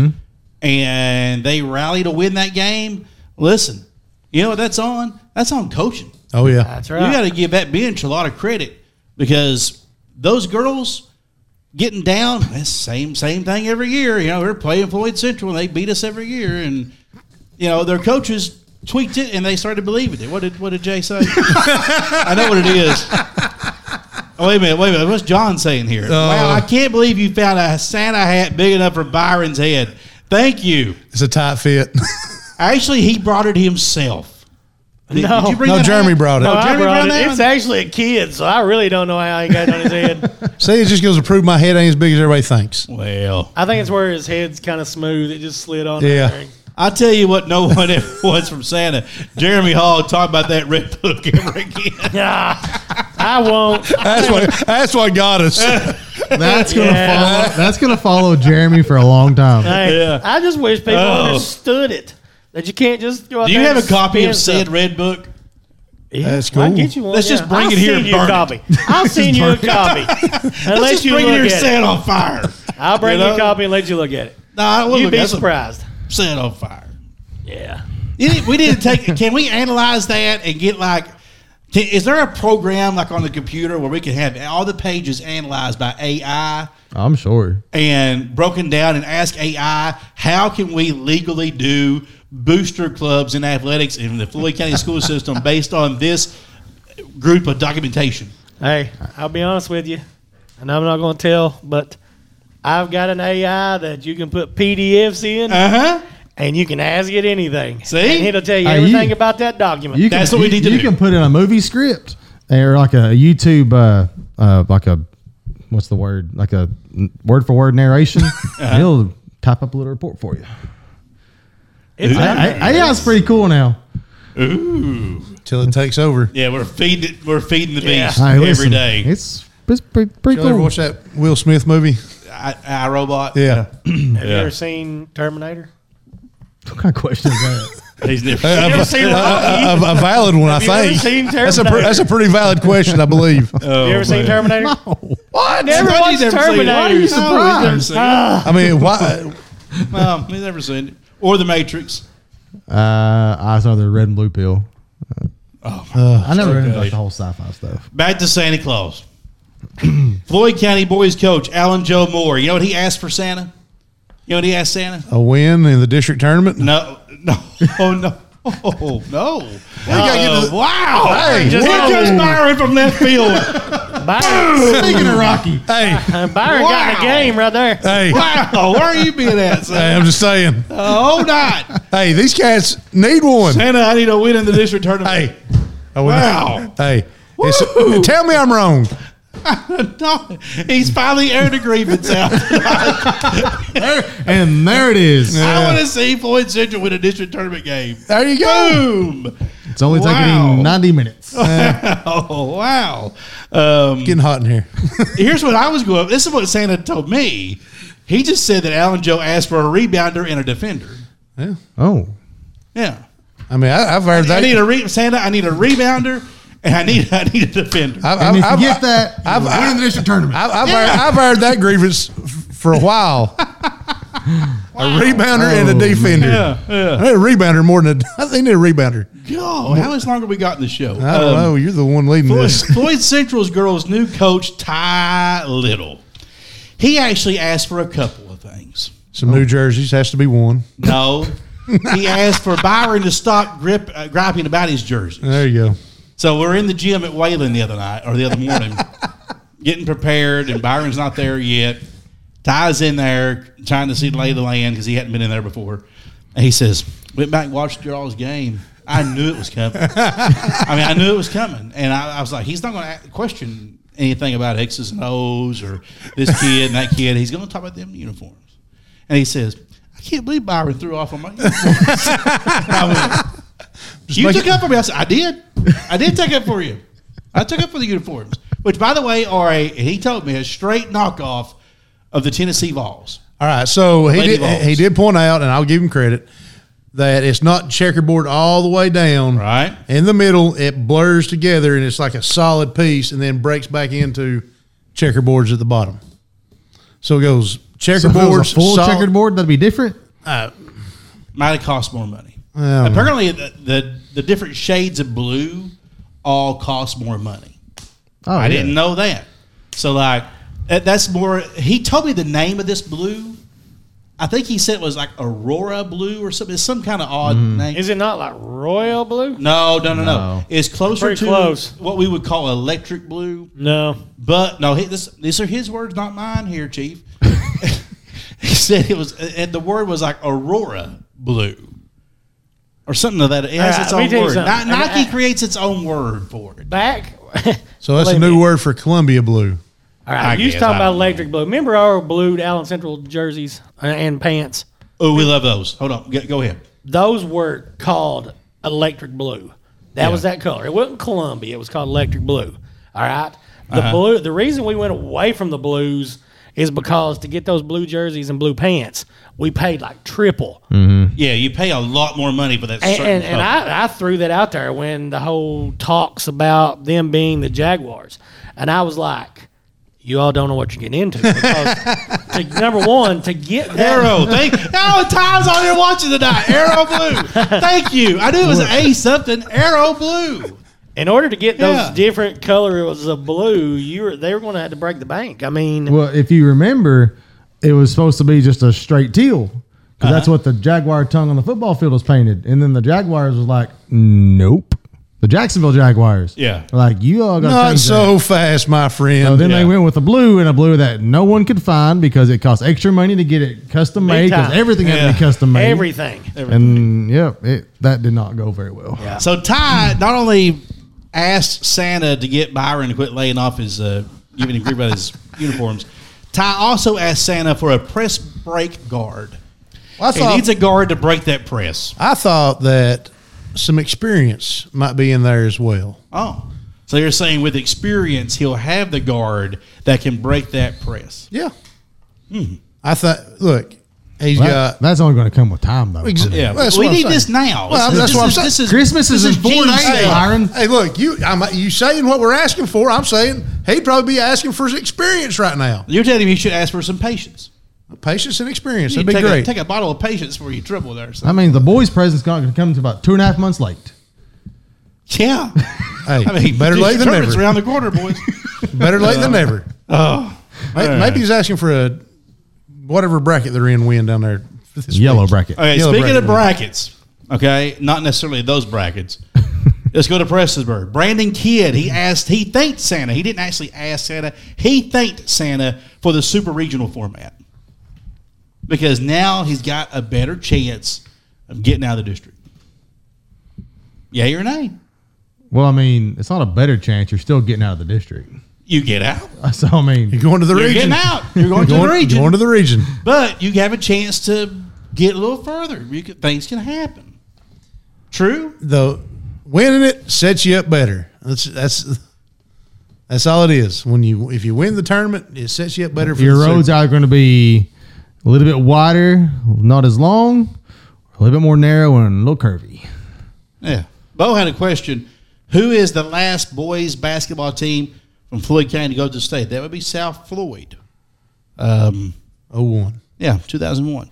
[SPEAKER 2] and they rally to win that game. Listen, you know what that's on? That's on coaching.
[SPEAKER 7] Oh yeah,
[SPEAKER 8] That's right.
[SPEAKER 2] You got to give that bench a lot of credit because those girls getting down, that's same same thing every year. You know, they're playing Floyd Central, and they beat us every year, and you know their coaches tweaked it, and they started believing it. What did what did Jay say? [laughs] I know what it is. Oh, wait a minute, wait a minute. What's John saying
[SPEAKER 8] Uh,
[SPEAKER 2] here? wow, I can't believe you found a Santa hat big enough for Byron's head. Thank you.
[SPEAKER 7] it's a tight fit. [laughs]
[SPEAKER 2] Actually, he brought it himself. Did,
[SPEAKER 8] No.
[SPEAKER 2] you bring
[SPEAKER 7] no,
[SPEAKER 2] that
[SPEAKER 7] Jeremy
[SPEAKER 2] hat?
[SPEAKER 7] brought it.
[SPEAKER 8] Oh, I
[SPEAKER 2] Jeremy
[SPEAKER 8] brought
[SPEAKER 2] Brown
[SPEAKER 8] it.
[SPEAKER 2] Allen?
[SPEAKER 8] It's actually a kid, so I really don't know how he got it on his head.
[SPEAKER 7] See, it just goes to prove my head ain't as big as everybody thinks.
[SPEAKER 2] Well,
[SPEAKER 8] I think it's where his head's kind of smooth. It just slid on.
[SPEAKER 7] Yeah.
[SPEAKER 8] there.
[SPEAKER 2] I tell you what, no one [laughs] ever was from Santa. Jeremy Hall talked about that red book [laughs] ever again.
[SPEAKER 8] Nah, Ah, I won't.
[SPEAKER 7] That's what. That's what got us.
[SPEAKER 6] [laughs] That's gonna
[SPEAKER 8] Yeah.
[SPEAKER 6] follow. That's gonna follow Jeremy for a long time.
[SPEAKER 8] Hey,
[SPEAKER 2] Yeah.
[SPEAKER 8] I just wish people
[SPEAKER 2] Oh.
[SPEAKER 8] understood it. That you can't just go out
[SPEAKER 2] Do you
[SPEAKER 8] there
[SPEAKER 2] have
[SPEAKER 8] and
[SPEAKER 2] a copy of
[SPEAKER 8] spin
[SPEAKER 2] Sid
[SPEAKER 8] stuff.
[SPEAKER 2] Red Book?
[SPEAKER 8] Yeah,
[SPEAKER 7] That's
[SPEAKER 8] I'll
[SPEAKER 7] cool.
[SPEAKER 8] get you one,
[SPEAKER 2] Let's just
[SPEAKER 8] yeah.
[SPEAKER 2] bring
[SPEAKER 8] I'll
[SPEAKER 2] it here
[SPEAKER 8] send
[SPEAKER 2] and
[SPEAKER 8] you a
[SPEAKER 2] burn
[SPEAKER 8] copy. I'll send you a copy.
[SPEAKER 2] Let's
[SPEAKER 8] Unless
[SPEAKER 2] just
[SPEAKER 8] you
[SPEAKER 2] bring it
[SPEAKER 8] look
[SPEAKER 2] here,
[SPEAKER 8] at
[SPEAKER 2] set
[SPEAKER 8] it.
[SPEAKER 2] it on
[SPEAKER 8] [laughs]
[SPEAKER 2] fire.
[SPEAKER 8] I'll bring
[SPEAKER 2] You
[SPEAKER 8] you,
[SPEAKER 2] know?
[SPEAKER 8] a copy and let you look at it.
[SPEAKER 2] No, I wouldn't
[SPEAKER 8] You'd
[SPEAKER 2] look-
[SPEAKER 8] be
[SPEAKER 2] that's a-
[SPEAKER 8] surprised.
[SPEAKER 2] Set on fire.
[SPEAKER 8] Yeah.
[SPEAKER 2] You didn't- We didn't take. Can we analyze that and get like? Can, is there a program like on the computer where we can have all the pages analyzed by AI
[SPEAKER 6] I'm sure.
[SPEAKER 2] and broken down and ask AI how can we legally do booster clubs in athletics in the Floyd County school system based on this group of documentation?
[SPEAKER 8] Hey, I'll be honest with you, and I'm not going to tell, but I've got an AI that you can put PDFs in,
[SPEAKER 2] Uh huh.
[SPEAKER 8] and you can ask it anything.
[SPEAKER 2] See?
[SPEAKER 8] and it'll tell you
[SPEAKER 6] Hey, you-
[SPEAKER 8] everything about that document.
[SPEAKER 6] You
[SPEAKER 2] That's
[SPEAKER 6] can,
[SPEAKER 2] what we
[SPEAKER 6] you-
[SPEAKER 2] need to
[SPEAKER 6] You
[SPEAKER 2] do.
[SPEAKER 6] can put in a movie script or like a YouTube, uh, uh, like a what's the word? Like a n- word for
[SPEAKER 2] [laughs]
[SPEAKER 6] word narration.
[SPEAKER 2] Uh-huh.
[SPEAKER 6] and It'll type up a little report for you.
[SPEAKER 8] It's-
[SPEAKER 6] AI is pretty cool now.
[SPEAKER 7] till it takes over.
[SPEAKER 2] Yeah, we're feeding it. We're feeding the
[SPEAKER 8] Yeah.
[SPEAKER 2] beast
[SPEAKER 6] Hey,
[SPEAKER 2] every
[SPEAKER 6] listen,
[SPEAKER 2] day.
[SPEAKER 6] It's it's pretty, pretty
[SPEAKER 7] Y'all ever
[SPEAKER 6] cool.
[SPEAKER 7] watch that Will Smith movie?
[SPEAKER 2] I, I robot.
[SPEAKER 7] Yeah.
[SPEAKER 8] Have you ever seen Terminator?
[SPEAKER 6] What kind of question is
[SPEAKER 2] [laughs]
[SPEAKER 6] that?
[SPEAKER 2] He's never-
[SPEAKER 7] A,
[SPEAKER 8] ever seen
[SPEAKER 2] Uh,
[SPEAKER 8] Rocky?
[SPEAKER 7] a- a valid one, I
[SPEAKER 8] you ever
[SPEAKER 7] think.
[SPEAKER 8] seen
[SPEAKER 7] that's a pre- that's a pretty valid question, I believe.
[SPEAKER 2] Oh,
[SPEAKER 8] you ever seen
[SPEAKER 2] man.
[SPEAKER 8] Terminator?
[SPEAKER 7] what?
[SPEAKER 8] Never
[SPEAKER 2] Nobody's
[SPEAKER 8] watched
[SPEAKER 2] ever seen it.
[SPEAKER 8] Terminator. Ah,
[SPEAKER 2] Why are you surprised? He's never
[SPEAKER 7] I mean, why?
[SPEAKER 2] seen it. Well, he's never seen it. Or The Matrix.
[SPEAKER 6] Uh, I saw the red and blue pill. Oh, I never heard about the whole sci-fi stuff.
[SPEAKER 2] Back to Santa Claus. [clears throat] Floyd County boys coach Alan Joe Moore. You know what he asked for Santa? You know what he asked Santa?
[SPEAKER 7] A win in the district tournament?
[SPEAKER 2] No, no, [laughs] oh no. Oh no!
[SPEAKER 7] gotta get to
[SPEAKER 2] Uh,
[SPEAKER 7] the-
[SPEAKER 2] wow!
[SPEAKER 7] Hey,
[SPEAKER 2] we're
[SPEAKER 8] whoa.
[SPEAKER 2] just firing from left field. [laughs]
[SPEAKER 8] Byron,
[SPEAKER 6] Speaking of Rocky,
[SPEAKER 7] Hey,
[SPEAKER 8] Byron got
[SPEAKER 2] Wow.
[SPEAKER 8] the game right there.
[SPEAKER 7] hey, hey!
[SPEAKER 2] wow! Where are you being at, Santa?
[SPEAKER 7] I'm just saying.
[SPEAKER 2] Oh, not
[SPEAKER 7] Hey, these cats need one.
[SPEAKER 2] Santa. I need a win in the district tournament.
[SPEAKER 7] Hey, I would-
[SPEAKER 2] Wow.
[SPEAKER 7] Hey, it's-
[SPEAKER 2] Woo.
[SPEAKER 7] tell me I'm wrong.
[SPEAKER 2] [laughs] No, he's finally aired a grievance out.
[SPEAKER 6] and there it is.
[SPEAKER 2] I want to see Floyd Central win a district tournament game.
[SPEAKER 7] There you go.
[SPEAKER 2] Boom!
[SPEAKER 6] It's only taking
[SPEAKER 2] Wow.
[SPEAKER 6] him ninety minutes.
[SPEAKER 2] Oh wow! Um,
[SPEAKER 7] Getting hot in here. [laughs]
[SPEAKER 2] here's what I was going. This is what Santa told me. He just said that Alan Joe asked for a rebounder and a defender.
[SPEAKER 7] Yeah.
[SPEAKER 6] Oh,
[SPEAKER 2] Yeah,
[SPEAKER 7] I mean, I, I've heard
[SPEAKER 2] I
[SPEAKER 7] that.
[SPEAKER 2] need a re- Santa. I need a rebounder, and I need [laughs] I need a defender.
[SPEAKER 7] I've,
[SPEAKER 6] and if
[SPEAKER 7] I've,
[SPEAKER 6] you get
[SPEAKER 7] I've,
[SPEAKER 6] that,
[SPEAKER 7] I've-
[SPEAKER 6] you're winning the district tournament.
[SPEAKER 7] I've, I've, heard, I've heard that grievance f- for
[SPEAKER 2] [laughs]
[SPEAKER 7] a while. A rebounder and a
[SPEAKER 6] Oh,
[SPEAKER 7] defender.
[SPEAKER 2] yeah, yeah.
[SPEAKER 7] I need a rebounder more than a, [laughs] I think I need a rebounder.
[SPEAKER 2] God, how much longer we got in the show? Um,
[SPEAKER 7] I don't know. You're the one leading [laughs]
[SPEAKER 2] Floyd,
[SPEAKER 7] this.
[SPEAKER 2] Floyd Central's girls' new coach Ty Little. He actually asked for a couple of things.
[SPEAKER 7] Some New Jerseys has to be one. [laughs]
[SPEAKER 2] No, he asked for Byron to stop grip, uh, griping about his jerseys.
[SPEAKER 7] There you go.
[SPEAKER 2] So we're in the gym at Wayland the other night or the other morning, getting prepared, and Byron's not there yet. Ty's in there trying to see the lay of the land because he hadn't been in there before. And he says, "Went back and watched y'all's game. I knew it was coming. I mean, I knew it was coming." And I, I was like, "He's not going to question anything about X's and O's or this kid and that kid. He's going to talk about them uniforms." And he says, "I can't believe Byron threw off on my uniforms." [laughs] I went, you
[SPEAKER 7] make
[SPEAKER 2] took
[SPEAKER 7] it-
[SPEAKER 2] up for me. I said, I did. I did take up for you. I took up for the uniforms, which, by the way, are a, he told me, a straight knockoff of the Tennessee Vols.
[SPEAKER 7] All right. So he
[SPEAKER 2] Lady
[SPEAKER 7] did,
[SPEAKER 2] balls.
[SPEAKER 7] he did point out, and I'll give him credit, that it's not checkerboard all the way down.
[SPEAKER 2] Right.
[SPEAKER 7] In the middle, it blurs together and it's like a solid piece and then breaks back into checkerboards at the bottom. So it goes
[SPEAKER 6] So if it was
[SPEAKER 7] checkerboards,
[SPEAKER 6] a full
[SPEAKER 7] sol-
[SPEAKER 6] checkered board, that'd be different.
[SPEAKER 2] Might have cost more money.
[SPEAKER 7] Well,
[SPEAKER 2] Apparently, the, the, the different shades of blue all cost more money.
[SPEAKER 6] Oh,
[SPEAKER 2] I didn't know that. So, like, that- that's more. He told me the name of this blue. I think he said it was like Aurora Blue or something. It's some kind of odd
[SPEAKER 7] Mm.
[SPEAKER 2] name.
[SPEAKER 8] Is it not like royal blue?
[SPEAKER 2] No, no, no, no.
[SPEAKER 6] No.
[SPEAKER 2] It's closer
[SPEAKER 8] Pretty
[SPEAKER 2] to
[SPEAKER 8] close.
[SPEAKER 2] what we would call electric blue.
[SPEAKER 8] No.
[SPEAKER 2] But no, he- this, these are his words, not mine here, Chief. [laughs] he said it was, and the word was like aurora blue or something of that. It has
[SPEAKER 8] Uh,
[SPEAKER 2] its
[SPEAKER 8] let me
[SPEAKER 2] own
[SPEAKER 8] tell you
[SPEAKER 2] word. Ni-
[SPEAKER 8] something. Uh, I mean,
[SPEAKER 2] Nike
[SPEAKER 8] I-
[SPEAKER 2] creates its own word for it.
[SPEAKER 8] Back. [laughs] All
[SPEAKER 7] So that's a
[SPEAKER 8] Believe
[SPEAKER 7] new
[SPEAKER 8] me.
[SPEAKER 7] word for Columbia blue.
[SPEAKER 2] I
[SPEAKER 8] right. You was
[SPEAKER 2] guess,
[SPEAKER 8] talking
[SPEAKER 2] I
[SPEAKER 8] about
[SPEAKER 2] don't know.
[SPEAKER 8] electric blue. Remember our blue Allen Central jerseys uh, and pants?
[SPEAKER 2] Oh, we love those. Hold on, go, go ahead.
[SPEAKER 8] Those were called electric blue. That was that color. It wasn't Columbia. It was called electric blue. All right. The blue. The reason we went away from the blues is because to get those blue jerseys and blue pants, we paid like triple.
[SPEAKER 2] Yeah, you pay a lot more money for that.
[SPEAKER 8] And,
[SPEAKER 2] certain
[SPEAKER 8] and, and
[SPEAKER 2] color.
[SPEAKER 8] I, I threw that out there when the whole talks about them being the Jaguars. And I was like, you all don't know what you're getting into. Because to, number one, to get that,
[SPEAKER 2] Arrow, thank
[SPEAKER 8] [laughs]
[SPEAKER 2] oh Ty's on here watching tonight. Arrow blue, thank you. I knew it was a something. Arrow blue.
[SPEAKER 8] In order to get those
[SPEAKER 2] Yeah.
[SPEAKER 8] different colors of blue, you were they were going to have to break the bank. I mean,
[SPEAKER 6] Well, if you remember, it was supposed to be just a straight teal because that's what the jaguar tongue on the football field was painted, and then the Jaguars was like, nope. The Jacksonville Jaguars,
[SPEAKER 2] Yeah.
[SPEAKER 6] like you all got
[SPEAKER 7] Not so fast, my friend.
[SPEAKER 6] So then
[SPEAKER 2] Yeah.
[SPEAKER 6] they went with a blue and a blue that no one could find because it cost extra money to get it custom made because
[SPEAKER 8] time.
[SPEAKER 6] everything had to
[SPEAKER 2] Yeah.
[SPEAKER 6] be custom made.
[SPEAKER 8] everything.
[SPEAKER 6] And yep, it, that did not go very well.
[SPEAKER 2] So Ty not only asked Santa to get Byron to quit laying off his uh, giving him grief about his uniforms, Ty also asked Santa for a press break guard.
[SPEAKER 7] I
[SPEAKER 2] He
[SPEAKER 7] thought-
[SPEAKER 2] needs a guard to break that press.
[SPEAKER 7] I thought that some experience might be in there as well.
[SPEAKER 2] Oh. So you're saying with experience, he'll have the guard that can break that press.
[SPEAKER 7] Yeah. Hmm. I thought, look, he's
[SPEAKER 6] That-
[SPEAKER 7] got.
[SPEAKER 6] that's only going to come with time, though.
[SPEAKER 7] Ex-
[SPEAKER 6] I mean,
[SPEAKER 2] Yeah,
[SPEAKER 7] That's
[SPEAKER 2] we
[SPEAKER 7] what I'm
[SPEAKER 2] need
[SPEAKER 7] saying.
[SPEAKER 2] this now.
[SPEAKER 7] Well,
[SPEAKER 2] This
[SPEAKER 7] that's
[SPEAKER 2] is-
[SPEAKER 7] what I'm
[SPEAKER 2] this
[SPEAKER 7] saying.
[SPEAKER 2] is-
[SPEAKER 6] Christmas is
[SPEAKER 2] this
[SPEAKER 6] in four
[SPEAKER 2] genius.
[SPEAKER 6] days,
[SPEAKER 2] Hey,
[SPEAKER 6] Byron.
[SPEAKER 7] Hey, look, you I'm, you saying what we're asking for? I'm saying he'd probably be asking for his experience right now.
[SPEAKER 2] You're telling him you should ask for some patience.
[SPEAKER 7] Patience and experience.
[SPEAKER 2] You
[SPEAKER 7] That'd be
[SPEAKER 2] take,
[SPEAKER 7] great.
[SPEAKER 2] A, take a bottle of patience before you dribble there. So.
[SPEAKER 6] I mean, the boys' present's not going to come to about two and a half months late.
[SPEAKER 7] [laughs]
[SPEAKER 2] yeah.
[SPEAKER 7] hey,
[SPEAKER 2] I mean,
[SPEAKER 7] better
[SPEAKER 2] just
[SPEAKER 7] late than
[SPEAKER 2] determines
[SPEAKER 7] never.
[SPEAKER 2] around the corner,
[SPEAKER 7] [laughs]
[SPEAKER 2] boys.
[SPEAKER 7] Better
[SPEAKER 2] [laughs]
[SPEAKER 7] late than never. Oh, maybe, he's asking for a whatever bracket they're in. Win down there. this week.
[SPEAKER 6] Yellow bracket.
[SPEAKER 2] Okay,
[SPEAKER 7] Yellow
[SPEAKER 2] speaking of
[SPEAKER 7] bracket.
[SPEAKER 2] brackets, okay, not necessarily those brackets. [laughs] Let's go to Prestonsburg. Brandon Kidd, he asked, he thanked Santa. He didn't actually ask Santa. He thanked Santa for the super regional format because now he's got a better chance of getting out of the district. Yay or nay?
[SPEAKER 6] Well, I mean, it's not a better chance. You're still getting out of the district. [laughs]
[SPEAKER 2] You get out.
[SPEAKER 6] So I mean,
[SPEAKER 7] You're going to the
[SPEAKER 2] You're
[SPEAKER 7] region.
[SPEAKER 2] getting out. You're going to the
[SPEAKER 7] Going-
[SPEAKER 2] region.
[SPEAKER 7] Going to the region.
[SPEAKER 2] but you have a chance to get a little further. You could, things can happen. True?
[SPEAKER 7] Though winning it sets you up better. That's that's that's all it is. When you if you win the tournament, it sets you up better for
[SPEAKER 6] your
[SPEAKER 7] the Super
[SPEAKER 6] roads are going to be a little bit wider, not as long, a little bit more narrow, and a little curvy.
[SPEAKER 2] Yeah. Bo had a question. Who is the last boys basketball team from Floyd County to go to the state? That would be South Floyd. Um,
[SPEAKER 7] Oh one.
[SPEAKER 2] yeah, 2001.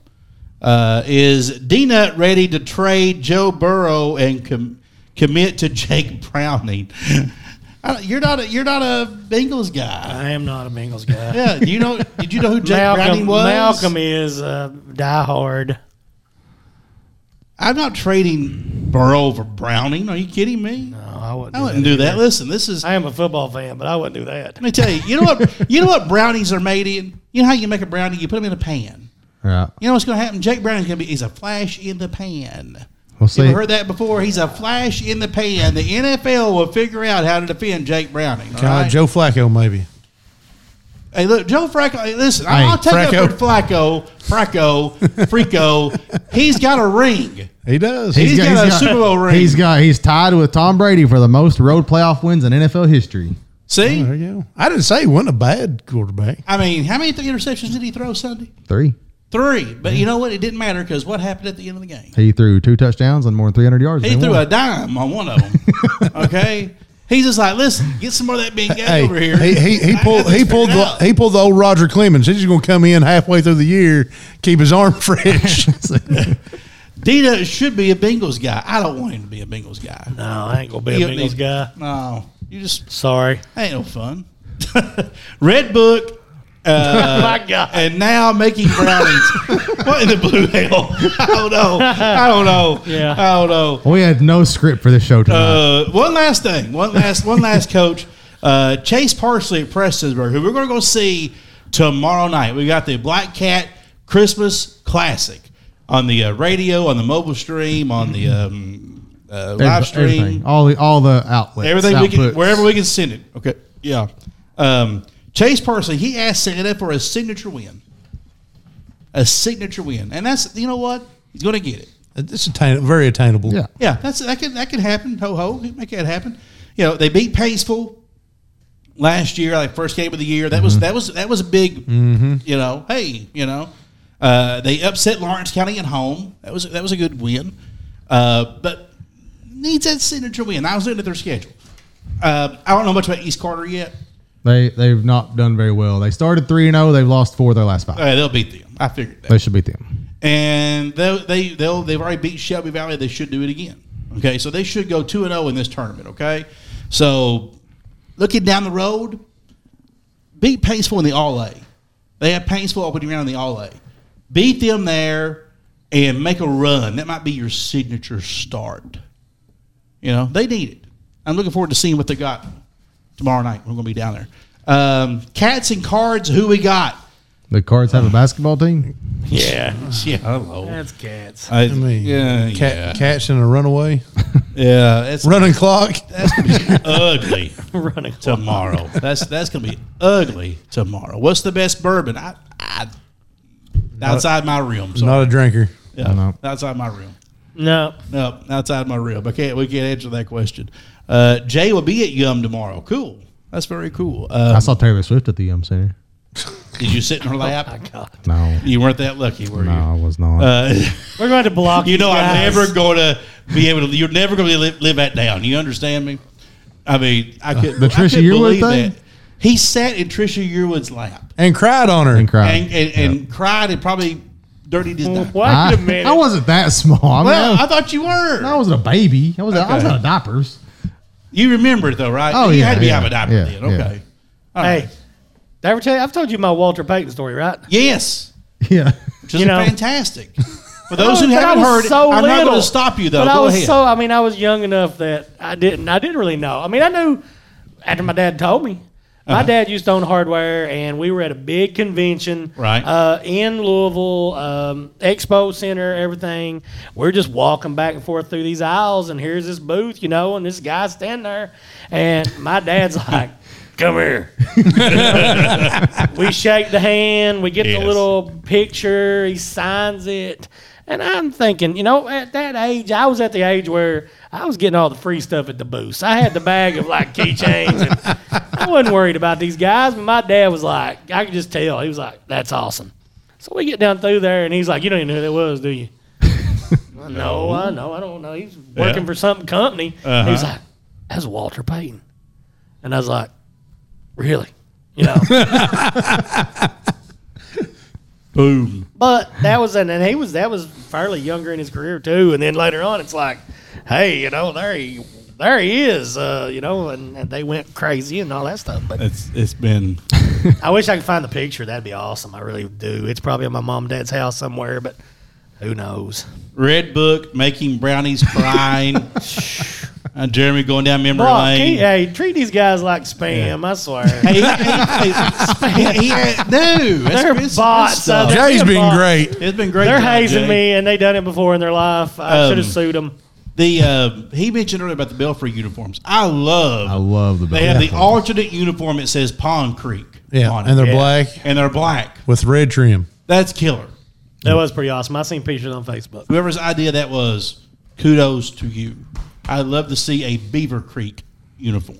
[SPEAKER 2] Uh, is D-Nut ready to trade Joe Burrow and com- commit to Jake Browning? [laughs] I don't, you're not a, you're not a Bengals guy.
[SPEAKER 8] I am not a Bengals guy.
[SPEAKER 2] Yeah, do you know? Did you know who Jake
[SPEAKER 8] [laughs] Malcolm,
[SPEAKER 2] Browning was?
[SPEAKER 8] Malcolm is a diehard.
[SPEAKER 2] I'm not trading Burrow for Browning. Are you kidding me?
[SPEAKER 8] No, I wouldn't.
[SPEAKER 2] I
[SPEAKER 8] do
[SPEAKER 2] wouldn't
[SPEAKER 8] that.
[SPEAKER 2] do that. Listen, this is
[SPEAKER 8] I am a football fan, but I wouldn't do that.
[SPEAKER 2] Let me tell you, you know what you know what brownies are made in? You know how you make a brownie? You put them in a pan.
[SPEAKER 6] Right.
[SPEAKER 2] You know what's gonna happen? Jake Browning's gonna be he's a flash in the pan.
[SPEAKER 6] We'll
[SPEAKER 2] You
[SPEAKER 6] see.
[SPEAKER 2] ever heard that before? He's a flash in the pan. The NFL will figure out how to defend Jake Browning. all
[SPEAKER 7] God,
[SPEAKER 2] right?
[SPEAKER 7] Joe Flacco maybe.
[SPEAKER 2] Hey, look, Joe Flacco. Hey, listen, I-
[SPEAKER 6] Hey,
[SPEAKER 2] I'll take
[SPEAKER 7] Fracco.
[SPEAKER 2] up for Flacco, Fracco, Frico. he's got a ring.
[SPEAKER 7] He does.
[SPEAKER 2] He's got a Super Bowl ring.
[SPEAKER 6] He's got he's tied with Tom Brady for the most road playoff wins in NFL history.
[SPEAKER 2] See,
[SPEAKER 7] There you go. I didn't say he wasn't a bad quarterback.
[SPEAKER 2] I mean, how many th- interceptions did he throw Sunday?
[SPEAKER 6] Three.
[SPEAKER 2] Three. But you know what? It didn't matter because what happened at the end of the game?
[SPEAKER 6] He threw two touchdowns and more than 300 yards.
[SPEAKER 2] He
[SPEAKER 6] They
[SPEAKER 2] threw
[SPEAKER 6] won.
[SPEAKER 2] a dime on one of
[SPEAKER 7] [laughs]
[SPEAKER 2] them. okay, he's just like, listen, get some more of that big guy
[SPEAKER 7] Hey,
[SPEAKER 2] over here.
[SPEAKER 7] he he, he
[SPEAKER 2] I
[SPEAKER 7] pulled
[SPEAKER 2] got this
[SPEAKER 7] he pulled
[SPEAKER 2] figured
[SPEAKER 7] the,
[SPEAKER 2] out.
[SPEAKER 7] he pulled the old Roger Clemens. He's just going to come in halfway through the year, keep his arm [laughs]
[SPEAKER 6] [laughs]
[SPEAKER 7] fresh.
[SPEAKER 2] Dita should be a Bengals guy. I don't want him to be a Bengals guy.
[SPEAKER 8] No, I ain't gonna be a
[SPEAKER 2] He-
[SPEAKER 8] Bengals guy.
[SPEAKER 2] No, you just
[SPEAKER 8] Sorry.
[SPEAKER 2] ain't no fun. Red book. [laughs] Uh,
[SPEAKER 8] My God.
[SPEAKER 2] and now making brownies.
[SPEAKER 7] [laughs]
[SPEAKER 2] what in the blue hell? [laughs] I don't know. I don't know.
[SPEAKER 8] Yeah.
[SPEAKER 2] I don't know.
[SPEAKER 6] We had no script for this show tonight.
[SPEAKER 2] Uh, one last thing. One last one last coach. Uh, Chase Parsley at Prestonsburg, who we're going to go see tomorrow night. We got the Black Cat Christmas Classic on the uh, radio, on the mobile stream, on the um, uh, live
[SPEAKER 6] Everyth-
[SPEAKER 2] stream,
[SPEAKER 6] everything. all the all the outlets,
[SPEAKER 2] everything we can,
[SPEAKER 6] outputs.
[SPEAKER 2] wherever we can send it. Okay, yeah. Um, Chase Parsley, he asked Santa for a signature win, a signature win, and that's you know what he's going to get it.
[SPEAKER 7] it's attain, very attainable.
[SPEAKER 6] Yeah.
[SPEAKER 2] Yeah, that's that could that could happen. Ho ho, make that happen. You know, they beat Paintsville last year, like first game of the year. That was that was that was a big. You know, hey, you know, uh, they upset Lawrence County at home. That was that was a good win, uh, but needs that signature win. I was looking at their schedule. Uh, I don't know much about East Carter yet.
[SPEAKER 6] They they've not done very well. They started three and zero. They've lost four of their last five.
[SPEAKER 2] Uh, they'll beat them. I figured that.
[SPEAKER 6] They should beat them.
[SPEAKER 2] and they they they'll, they've already beat Shelby Valley. They should do it again. Okay, so they should go two and zero in this oh tournament. Okay, So looking down the road, beat Paintsville in the All A. They have Paintsville opening round in the All A. Beat them there and make a run. That might be your signature start. You know, they need it. I'm looking forward to seeing what they got tomorrow night. We're going to be down there. Um, cats and cards, who we got?
[SPEAKER 6] The Cards have a basketball team.
[SPEAKER 8] Yeah, Uh,
[SPEAKER 2] Yeah, hello.
[SPEAKER 8] that's cats.
[SPEAKER 2] I,
[SPEAKER 7] I mean,
[SPEAKER 2] yeah,
[SPEAKER 7] cat,
[SPEAKER 2] yeah,
[SPEAKER 7] cats in a runaway,
[SPEAKER 2] yeah. It's
[SPEAKER 7] running clock.
[SPEAKER 6] [laughs]
[SPEAKER 2] ugly
[SPEAKER 8] Running
[SPEAKER 2] tomorrow. That's that's gonna be ugly tomorrow. What's the best bourbon? I, I outside my realm. So
[SPEAKER 7] Not a drinker.
[SPEAKER 2] yeah,
[SPEAKER 6] No.
[SPEAKER 2] outside my realm.
[SPEAKER 8] No,
[SPEAKER 2] No, outside my realm. I can't. We can't answer that question. Uh, Jay will be at Yum tomorrow. Cool. That's very cool.
[SPEAKER 6] I
[SPEAKER 2] Uh,
[SPEAKER 6] saw Taylor Swift at the Yum Center.
[SPEAKER 2] did you sit in her lap?
[SPEAKER 6] No,
[SPEAKER 2] You weren't that lucky, were
[SPEAKER 6] no, I
[SPEAKER 2] you?
[SPEAKER 6] was not.
[SPEAKER 2] Uh,
[SPEAKER 8] we're going to block.
[SPEAKER 2] you know, I'm
[SPEAKER 8] guys.
[SPEAKER 2] never going to be able to. You're never going to live, live that down. You understand me? I mean, I could.
[SPEAKER 6] the
[SPEAKER 2] I
[SPEAKER 6] Trisha
[SPEAKER 2] couldn't
[SPEAKER 6] Yearwood
[SPEAKER 2] believe
[SPEAKER 6] thing?
[SPEAKER 2] that. He sat in Trisha Yearwood's lap
[SPEAKER 7] And cried on her.
[SPEAKER 6] and cried.
[SPEAKER 2] and and, and cried and probably dirtied his diaper.
[SPEAKER 8] Wait
[SPEAKER 6] I,
[SPEAKER 8] a minute.
[SPEAKER 6] I wasn't that small. I, mean,
[SPEAKER 2] Well,
[SPEAKER 6] I,
[SPEAKER 2] I thought you were.
[SPEAKER 6] was, I was a baby. I was, I was
[SPEAKER 2] Okay.
[SPEAKER 6] out of diapers. [laughs]
[SPEAKER 2] You remember it though, right?
[SPEAKER 6] Oh,
[SPEAKER 2] you
[SPEAKER 6] yeah,
[SPEAKER 2] had to be
[SPEAKER 6] yeah,
[SPEAKER 2] out of a diaper
[SPEAKER 6] yeah,
[SPEAKER 2] then.
[SPEAKER 6] yeah.
[SPEAKER 2] Okay. All right.
[SPEAKER 8] Hey, did I ever tell you? I've told you my Walter Payton story, right?
[SPEAKER 2] Yes,
[SPEAKER 6] Yeah.
[SPEAKER 2] which is
[SPEAKER 8] You know-
[SPEAKER 2] fantastic. For those who
[SPEAKER 8] [laughs] Oh, But I
[SPEAKER 2] haven't
[SPEAKER 8] was
[SPEAKER 2] heard,
[SPEAKER 8] so
[SPEAKER 2] I'm not going
[SPEAKER 8] little.
[SPEAKER 2] to stop you though.
[SPEAKER 8] But I
[SPEAKER 2] Go
[SPEAKER 8] was
[SPEAKER 2] ahead.
[SPEAKER 8] so. I mean, I was young enough that I didn't. I didn't really know. I mean, I knew after my dad told me. My
[SPEAKER 2] Uh-huh.
[SPEAKER 8] dad used to own hardware, and we were at a big convention
[SPEAKER 2] Right.
[SPEAKER 8] uh, in Louisville, um, Expo Center, everything. We're just walking back and forth through these aisles, and here's this booth, you know, and this guy's standing there, and my dad's [laughs] like, "Come here."
[SPEAKER 2] [laughs]
[SPEAKER 8] we shake the hand, we get
[SPEAKER 2] Yes.
[SPEAKER 8] the little picture, he signs it. And I'm thinking, you know, at that age, I was at the age where I was getting all the free stuff at the booths. I had the bag of like keychains. And I wasn't worried about these guys, but my dad was like, I could just tell. He was like, that's awesome. So we get down through there, and he's like, you don't even know who that was,
[SPEAKER 2] [laughs]
[SPEAKER 8] do you? no, I know. I don't know. He's working
[SPEAKER 2] Yeah.
[SPEAKER 8] for some company.
[SPEAKER 2] Uh-huh.
[SPEAKER 8] He was like, that's Walter Payton. And I was like, really? You know?
[SPEAKER 2] Boom.
[SPEAKER 8] But that was an, and he was that was fairly younger in his career too. And then later on, it's like, hey, you know, there he, there he is, uh, you know, and, and they went crazy and all that stuff. But
[SPEAKER 2] It's it's been
[SPEAKER 8] I wish I could find the picture. That'd be awesome. I really do. It's probably at my mom and dad's house somewhere, but who knows?
[SPEAKER 2] Red Book making brownies
[SPEAKER 8] [laughs]
[SPEAKER 2] crying. Uh, Jeremy going down memory
[SPEAKER 8] Brock,
[SPEAKER 2] lane.
[SPEAKER 8] he- hey, treat these guys like spam. I swear.
[SPEAKER 2] [laughs] Hey, he- he- he- he- no, that's
[SPEAKER 8] They're
[SPEAKER 2] good- good
[SPEAKER 8] bots,
[SPEAKER 2] stuff.
[SPEAKER 8] uh,
[SPEAKER 7] Jay's been
[SPEAKER 8] Inbox.
[SPEAKER 7] great.
[SPEAKER 2] It's been great.
[SPEAKER 8] They're
[SPEAKER 2] job,
[SPEAKER 8] hazing
[SPEAKER 2] Jay.
[SPEAKER 8] me, and they done it before in their life. I
[SPEAKER 2] Um,
[SPEAKER 8] should have sued them.
[SPEAKER 2] The uh, he mentioned earlier about the Belfry uniforms. I love.
[SPEAKER 6] I love the
[SPEAKER 2] They have the
[SPEAKER 6] Belfry.
[SPEAKER 2] alternate uniform. that says Pond Creek.
[SPEAKER 7] Yeah,
[SPEAKER 2] on
[SPEAKER 7] and
[SPEAKER 2] it.
[SPEAKER 7] they're black
[SPEAKER 2] and they're black.
[SPEAKER 7] with red trim.
[SPEAKER 2] That's killer.
[SPEAKER 8] That was pretty awesome. I seen pictures on Facebook.
[SPEAKER 2] Whoever's idea that was, kudos to you. I'd love to see a Beaver Creek uniform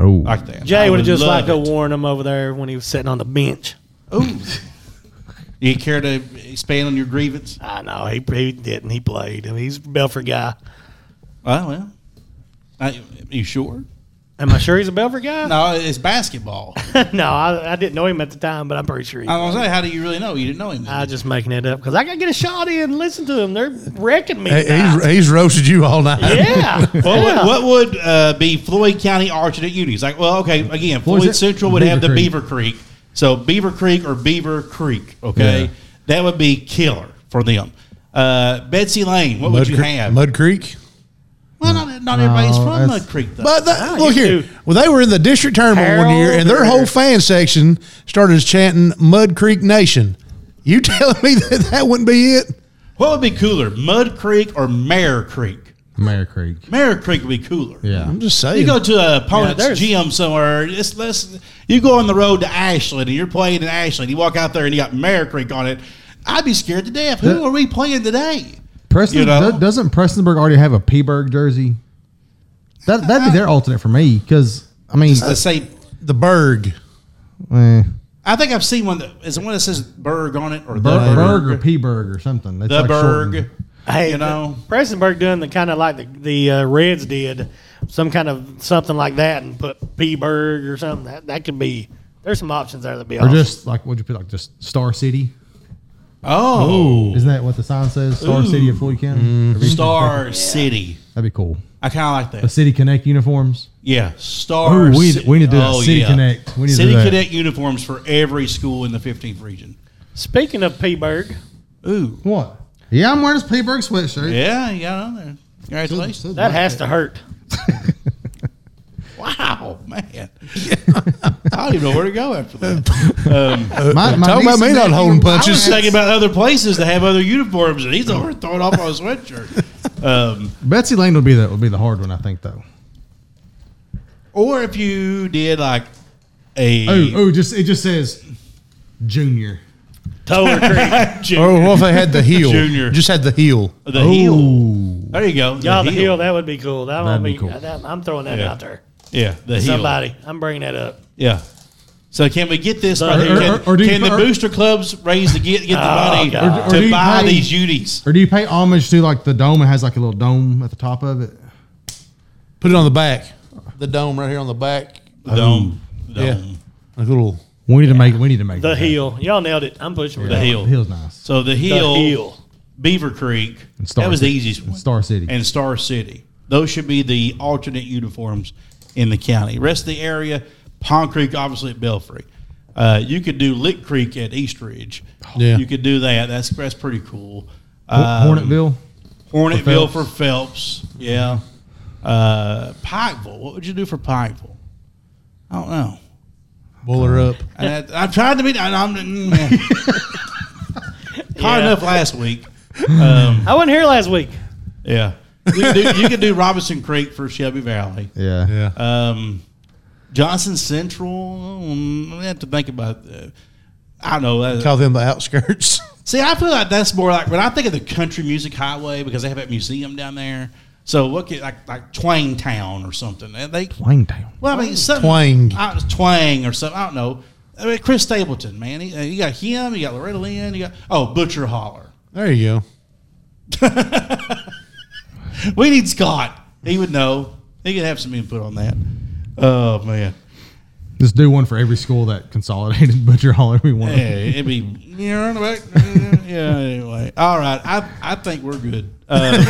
[SPEAKER 6] Oh,
[SPEAKER 2] like that. I
[SPEAKER 8] Jay would have just
[SPEAKER 2] love
[SPEAKER 8] liked to
[SPEAKER 2] it.
[SPEAKER 8] warn him over there when he was sitting on the bench.
[SPEAKER 2] Ooh. you care to expand on your grievance?
[SPEAKER 8] I know he, he didn't. He played. I mean, he's a Belford guy.
[SPEAKER 2] Oh well. I, you sure?
[SPEAKER 8] Am I sure he's a Belford guy?
[SPEAKER 2] No, it's basketball.
[SPEAKER 8] [laughs]
[SPEAKER 2] [laughs]
[SPEAKER 8] no, I, I didn't know him at the time, but I'm pretty sure. He,
[SPEAKER 2] I was gonna say, how do you really know? You didn't know him.
[SPEAKER 8] I was just making it up because I gotta get a shot in. and Listen to him. They're wrecking me.
[SPEAKER 7] He- He's,
[SPEAKER 8] tonight.
[SPEAKER 7] he's roasted you all night.
[SPEAKER 8] yeah.
[SPEAKER 2] Well, what,
[SPEAKER 8] yeah.
[SPEAKER 2] what would uh, be Floyd County alternate unities? Like, well, okay, again,
[SPEAKER 6] What was
[SPEAKER 2] Floyd
[SPEAKER 6] it?
[SPEAKER 2] Central would have the
[SPEAKER 6] Beaver Creek.
[SPEAKER 2] Beaver Creek. So Beaver Creek or Beaver Creek, okay?
[SPEAKER 6] Yeah.
[SPEAKER 2] That would be killer for them. Uh, Betsy Lane, what
[SPEAKER 7] Mud,
[SPEAKER 2] would you
[SPEAKER 7] Cre-
[SPEAKER 2] have?
[SPEAKER 7] Mud Creek.
[SPEAKER 2] well, not, not everybody's
[SPEAKER 6] No,
[SPEAKER 2] from
[SPEAKER 6] that's-
[SPEAKER 2] Mud Creek, though.
[SPEAKER 7] But the, look
[SPEAKER 8] you
[SPEAKER 7] here.
[SPEAKER 8] do.
[SPEAKER 7] Well, they were in the district tournament one year, and their whole
[SPEAKER 8] Harold.
[SPEAKER 7] fan section started chanting Mud Creek Nation. You [laughs] telling me that that wouldn't be it?
[SPEAKER 2] what would be cooler, Mud Creek or Mare Creek?
[SPEAKER 6] Mare Creek.
[SPEAKER 2] Mare Creek would be cooler.
[SPEAKER 6] Yeah.
[SPEAKER 7] I'm just
[SPEAKER 2] You
[SPEAKER 7] saying.
[SPEAKER 2] go to a opponent's
[SPEAKER 8] Yeah, there's-
[SPEAKER 2] gym somewhere. It's less, you go on the road to Ashland and you're playing in Ashland. You walk out there and you got Mare Creek on it. I'd be scared to death. Who
[SPEAKER 6] Yeah.
[SPEAKER 2] are we playing today?
[SPEAKER 6] Preston,
[SPEAKER 2] You know?
[SPEAKER 6] do- doesn't Prestonsburg already have a Peaburg jersey? That, that'd be their alternate for me because, I mean,
[SPEAKER 2] It's the same.
[SPEAKER 7] Uh, the Berg.
[SPEAKER 6] eh,
[SPEAKER 2] I think I've seen one. That, is it one that says Berg on it or
[SPEAKER 6] Bur-
[SPEAKER 2] the
[SPEAKER 6] Berg or Peaburg or something. That's
[SPEAKER 2] The
[SPEAKER 6] like
[SPEAKER 2] Berg.
[SPEAKER 6] shortened.
[SPEAKER 8] Hey,
[SPEAKER 2] you know.
[SPEAKER 8] Prestonburg doing the kind of like the the uh, Reds did, some kind of something like that, and put P Berg or something. That that could be. There's some options there that'd be
[SPEAKER 6] Or
[SPEAKER 8] awesome.
[SPEAKER 6] just like, what'd you put, like just Star City?
[SPEAKER 2] Oh,
[SPEAKER 6] Isn't that what the sign says? Star City of Floyd County? Or-
[SPEAKER 2] Star City.
[SPEAKER 6] That'd be cool.
[SPEAKER 2] I kind of like
[SPEAKER 6] The
[SPEAKER 2] that.
[SPEAKER 6] City Connect uniforms.
[SPEAKER 2] Yeah, stars.
[SPEAKER 6] Ooh, we- we need to do that. City Connect. We need to
[SPEAKER 2] City
[SPEAKER 6] do that.
[SPEAKER 2] Connect uniforms for every school in the 15th region.
[SPEAKER 8] Speaking of Peaberg,
[SPEAKER 2] Ooh,
[SPEAKER 6] What? Yeah, I'm wearing this Pittsburgh sweatshirt.
[SPEAKER 2] yeah, you got on there. Congratulations!
[SPEAKER 8] that has to hurt.
[SPEAKER 2] Wow, man, [laughs] I don't even know where to go after that.
[SPEAKER 6] My, my
[SPEAKER 7] Talk about
[SPEAKER 6] niece
[SPEAKER 7] me
[SPEAKER 6] and
[SPEAKER 7] not
[SPEAKER 6] nephew-
[SPEAKER 7] holding
[SPEAKER 6] I
[SPEAKER 7] punches.
[SPEAKER 6] was-
[SPEAKER 2] Just thinking about other places that have other uniforms, and he's over throwing off on a sweatshirt.
[SPEAKER 6] [laughs]
[SPEAKER 2] Um,
[SPEAKER 6] Betsy Lane would be the would be the hard one, I think, though.
[SPEAKER 2] Or if you did like a
[SPEAKER 6] Oh,
[SPEAKER 2] [laughs]
[SPEAKER 6] oh, just it just says junior.
[SPEAKER 8] Toller Creek.
[SPEAKER 6] [laughs]
[SPEAKER 7] Or
[SPEAKER 2] junior,
[SPEAKER 6] Oh,
[SPEAKER 7] what if they had the heel?
[SPEAKER 2] Junior.
[SPEAKER 7] Just had the heel.
[SPEAKER 2] the heel.
[SPEAKER 6] Oh.
[SPEAKER 2] There you go.
[SPEAKER 8] Y'all, the heel, that would be cool. That would
[SPEAKER 6] That'd
[SPEAKER 8] be,
[SPEAKER 6] be cool.
[SPEAKER 8] that- I'm throwing that
[SPEAKER 2] Yeah.
[SPEAKER 8] out there.
[SPEAKER 2] Yeah, the heel.
[SPEAKER 8] Somebody, I'm bringing that up.
[SPEAKER 2] Yeah. So can we get this?
[SPEAKER 8] Or-
[SPEAKER 2] right here?
[SPEAKER 6] or-
[SPEAKER 2] can
[SPEAKER 6] or- or do you-
[SPEAKER 2] can the
[SPEAKER 6] or-
[SPEAKER 2] booster clubs raise the get get the money
[SPEAKER 8] Oh,
[SPEAKER 6] Or do-
[SPEAKER 8] God.
[SPEAKER 6] or do
[SPEAKER 2] to
[SPEAKER 6] you
[SPEAKER 2] buy
[SPEAKER 6] pay-
[SPEAKER 2] these unis?
[SPEAKER 6] Or do you pay homage to like the dome? It has like a little dome at the top of it.
[SPEAKER 7] Put it on the back. The dome right here on the back.
[SPEAKER 6] Oh.
[SPEAKER 2] The dome, the
[SPEAKER 7] Yeah.
[SPEAKER 2] dome,
[SPEAKER 7] Like a little.
[SPEAKER 6] We need to make. We need to make
[SPEAKER 8] The
[SPEAKER 6] that.
[SPEAKER 8] heel. Y'all nailed it. I'm pushing for
[SPEAKER 2] the
[SPEAKER 8] that.
[SPEAKER 2] heel.
[SPEAKER 6] Heel's nice.
[SPEAKER 2] So the
[SPEAKER 8] The
[SPEAKER 2] heel,
[SPEAKER 8] heel.
[SPEAKER 2] Beaver Creek.
[SPEAKER 6] And Star
[SPEAKER 2] that was the
[SPEAKER 6] City.
[SPEAKER 2] easiest one.
[SPEAKER 6] Star City.
[SPEAKER 2] and Star City. Those should be the alternate uniforms in the county. Rest of the area, Pond Creek, obviously at Belfry. Uh, you could do Lick Creek at Eastridge.
[SPEAKER 7] Yeah.
[SPEAKER 2] You could do that. That's that's pretty cool.
[SPEAKER 6] Hor-
[SPEAKER 2] Um,
[SPEAKER 6] Hornetville.
[SPEAKER 2] Hornetville for
[SPEAKER 6] Phelps.
[SPEAKER 2] Phelps. Yeah. Uh, Pikeville. What would you do for Pikeville? I don't know.
[SPEAKER 7] Bowl her up.
[SPEAKER 2] And I, I've tried to be. and I'm mm, [laughs] yeah. hard
[SPEAKER 8] Yeah.
[SPEAKER 2] enough last week.
[SPEAKER 8] I wasn't here last week.
[SPEAKER 2] Yeah. You could, do, you could do Robinson Creek for Shelby Valley.
[SPEAKER 6] Yeah.
[SPEAKER 7] Yeah.
[SPEAKER 2] Um, Johnson Central. mm, I have to think about. Uh, I don't know. that-
[SPEAKER 7] Call them the outskirts. [laughs]
[SPEAKER 2] See, I feel like that's more like when I think of the country music highway because they have that museum down there. So what could like like Twang Town or something? And They
[SPEAKER 6] Langtown.
[SPEAKER 2] well, I mean something
[SPEAKER 7] Twang.
[SPEAKER 2] I, twang or something. I don't know. I mean Chris Stapleton, man. He, uh, you got him. You got Loretta Lynn. You got oh Butcher Holler.
[SPEAKER 7] there you go.
[SPEAKER 2] We need Scott. He would know. He could have some input on that. Oh man.
[SPEAKER 6] Just do one for every school that consolidated [laughs] butcher hall every one. of
[SPEAKER 2] Yeah,
[SPEAKER 6] them.
[SPEAKER 2] it'd be you know, right back. uh, yeah. Anyway, all right. I I think we're good. Uh,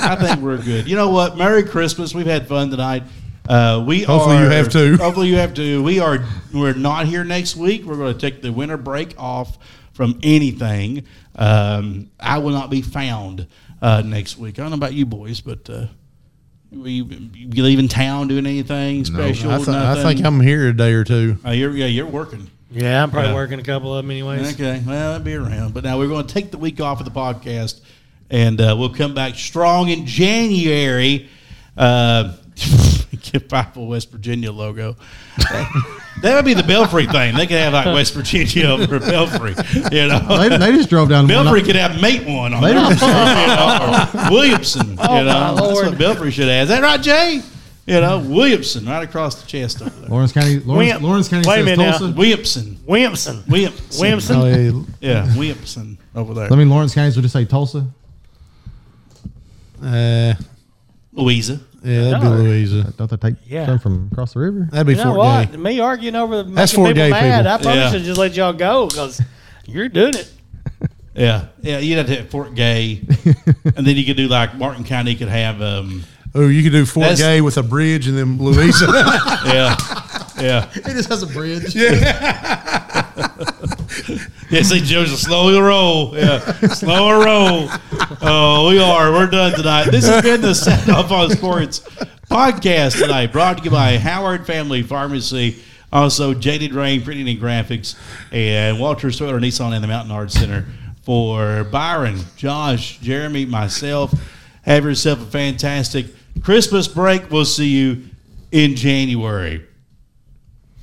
[SPEAKER 2] I think we're good. You know what? Merry Christmas. We've had fun tonight. Uh, we
[SPEAKER 7] Hopefully
[SPEAKER 2] are-
[SPEAKER 7] you have too.
[SPEAKER 2] Hopefully you have to. We are we're not here next week. We're going to take the winter break off from anything. Um, I will not be found uh, next week. I don't know about you boys, but. Uh, you, you leaving town doing anything special?
[SPEAKER 7] I, th- I
[SPEAKER 2] Nothing?
[SPEAKER 7] think I'm here a day or two.
[SPEAKER 2] Uh, you're, yeah, you're working.
[SPEAKER 8] Yeah, I'm probably
[SPEAKER 2] Yeah.
[SPEAKER 8] working a couple of them anyways.
[SPEAKER 2] Okay, well, that'd be around. But now we're going to take the week off of the podcast, and uh, we'll come back strong in January. Uh, [laughs] get Bible West Virginia logo. [laughs] that would be the Belfry thing. They could have like West Virginia or Belfry. You know,
[SPEAKER 6] They, they just drove down. to
[SPEAKER 2] Belfry
[SPEAKER 6] Winona-
[SPEAKER 2] could have mate one on
[SPEAKER 6] They
[SPEAKER 2] there,
[SPEAKER 6] just-
[SPEAKER 2] you know, or Williamson. You
[SPEAKER 6] Oh,
[SPEAKER 2] know, that's what Belfry should have. Is that right, Jay? You know, Williamson right across the chest over there.
[SPEAKER 6] Lawrence County. Lawrence,
[SPEAKER 8] Wimp.
[SPEAKER 6] Lawrence County
[SPEAKER 8] Wait a
[SPEAKER 6] says
[SPEAKER 8] minute now.
[SPEAKER 6] Tulsa.
[SPEAKER 2] Williamson.
[SPEAKER 8] Williamson.
[SPEAKER 2] Williamson.
[SPEAKER 8] Williamson.
[SPEAKER 7] Oh, yeah.
[SPEAKER 2] Yeah, [laughs] Williamson over there.
[SPEAKER 6] I mean, Lawrence County would just say Tulsa.
[SPEAKER 7] Uh,
[SPEAKER 2] Louisa.
[SPEAKER 7] yeah, that'd be
[SPEAKER 8] No.
[SPEAKER 7] Louisa.
[SPEAKER 6] Don't they take
[SPEAKER 8] Yeah.
[SPEAKER 6] some from across the river?
[SPEAKER 7] That'd be
[SPEAKER 8] You know
[SPEAKER 7] Fort
[SPEAKER 8] what?
[SPEAKER 7] Gay.
[SPEAKER 8] Me arguing over the
[SPEAKER 7] That's
[SPEAKER 8] making
[SPEAKER 7] Fort
[SPEAKER 8] people
[SPEAKER 7] Gay
[SPEAKER 8] mad.
[SPEAKER 7] people.
[SPEAKER 8] I probably
[SPEAKER 2] Yeah.
[SPEAKER 8] should just let y'all go because you're doing it.
[SPEAKER 2] Yeah, yeah. You'd have to have Fort Gay, and then you could do like Martin County could have. Um,
[SPEAKER 7] Oh, you could do Fort
[SPEAKER 2] That's-
[SPEAKER 7] Gay with a bridge and then Louisa. [laughs]
[SPEAKER 2] yeah, yeah.
[SPEAKER 6] It just has a bridge.
[SPEAKER 2] Yeah, see, Joe's a slow roll. Yeah, slower roll. Oh, we are. We're done tonight. This has been the Set Up on Sports podcast tonight, brought to you by Howard Family Pharmacy, also Jaded Rain Printing and Graphics, and Walter Sweater Nissan and the Mountain Arts Center for Byron, Josh, Jeremy, myself. Have yourself a fantastic Christmas break. We'll see you in January.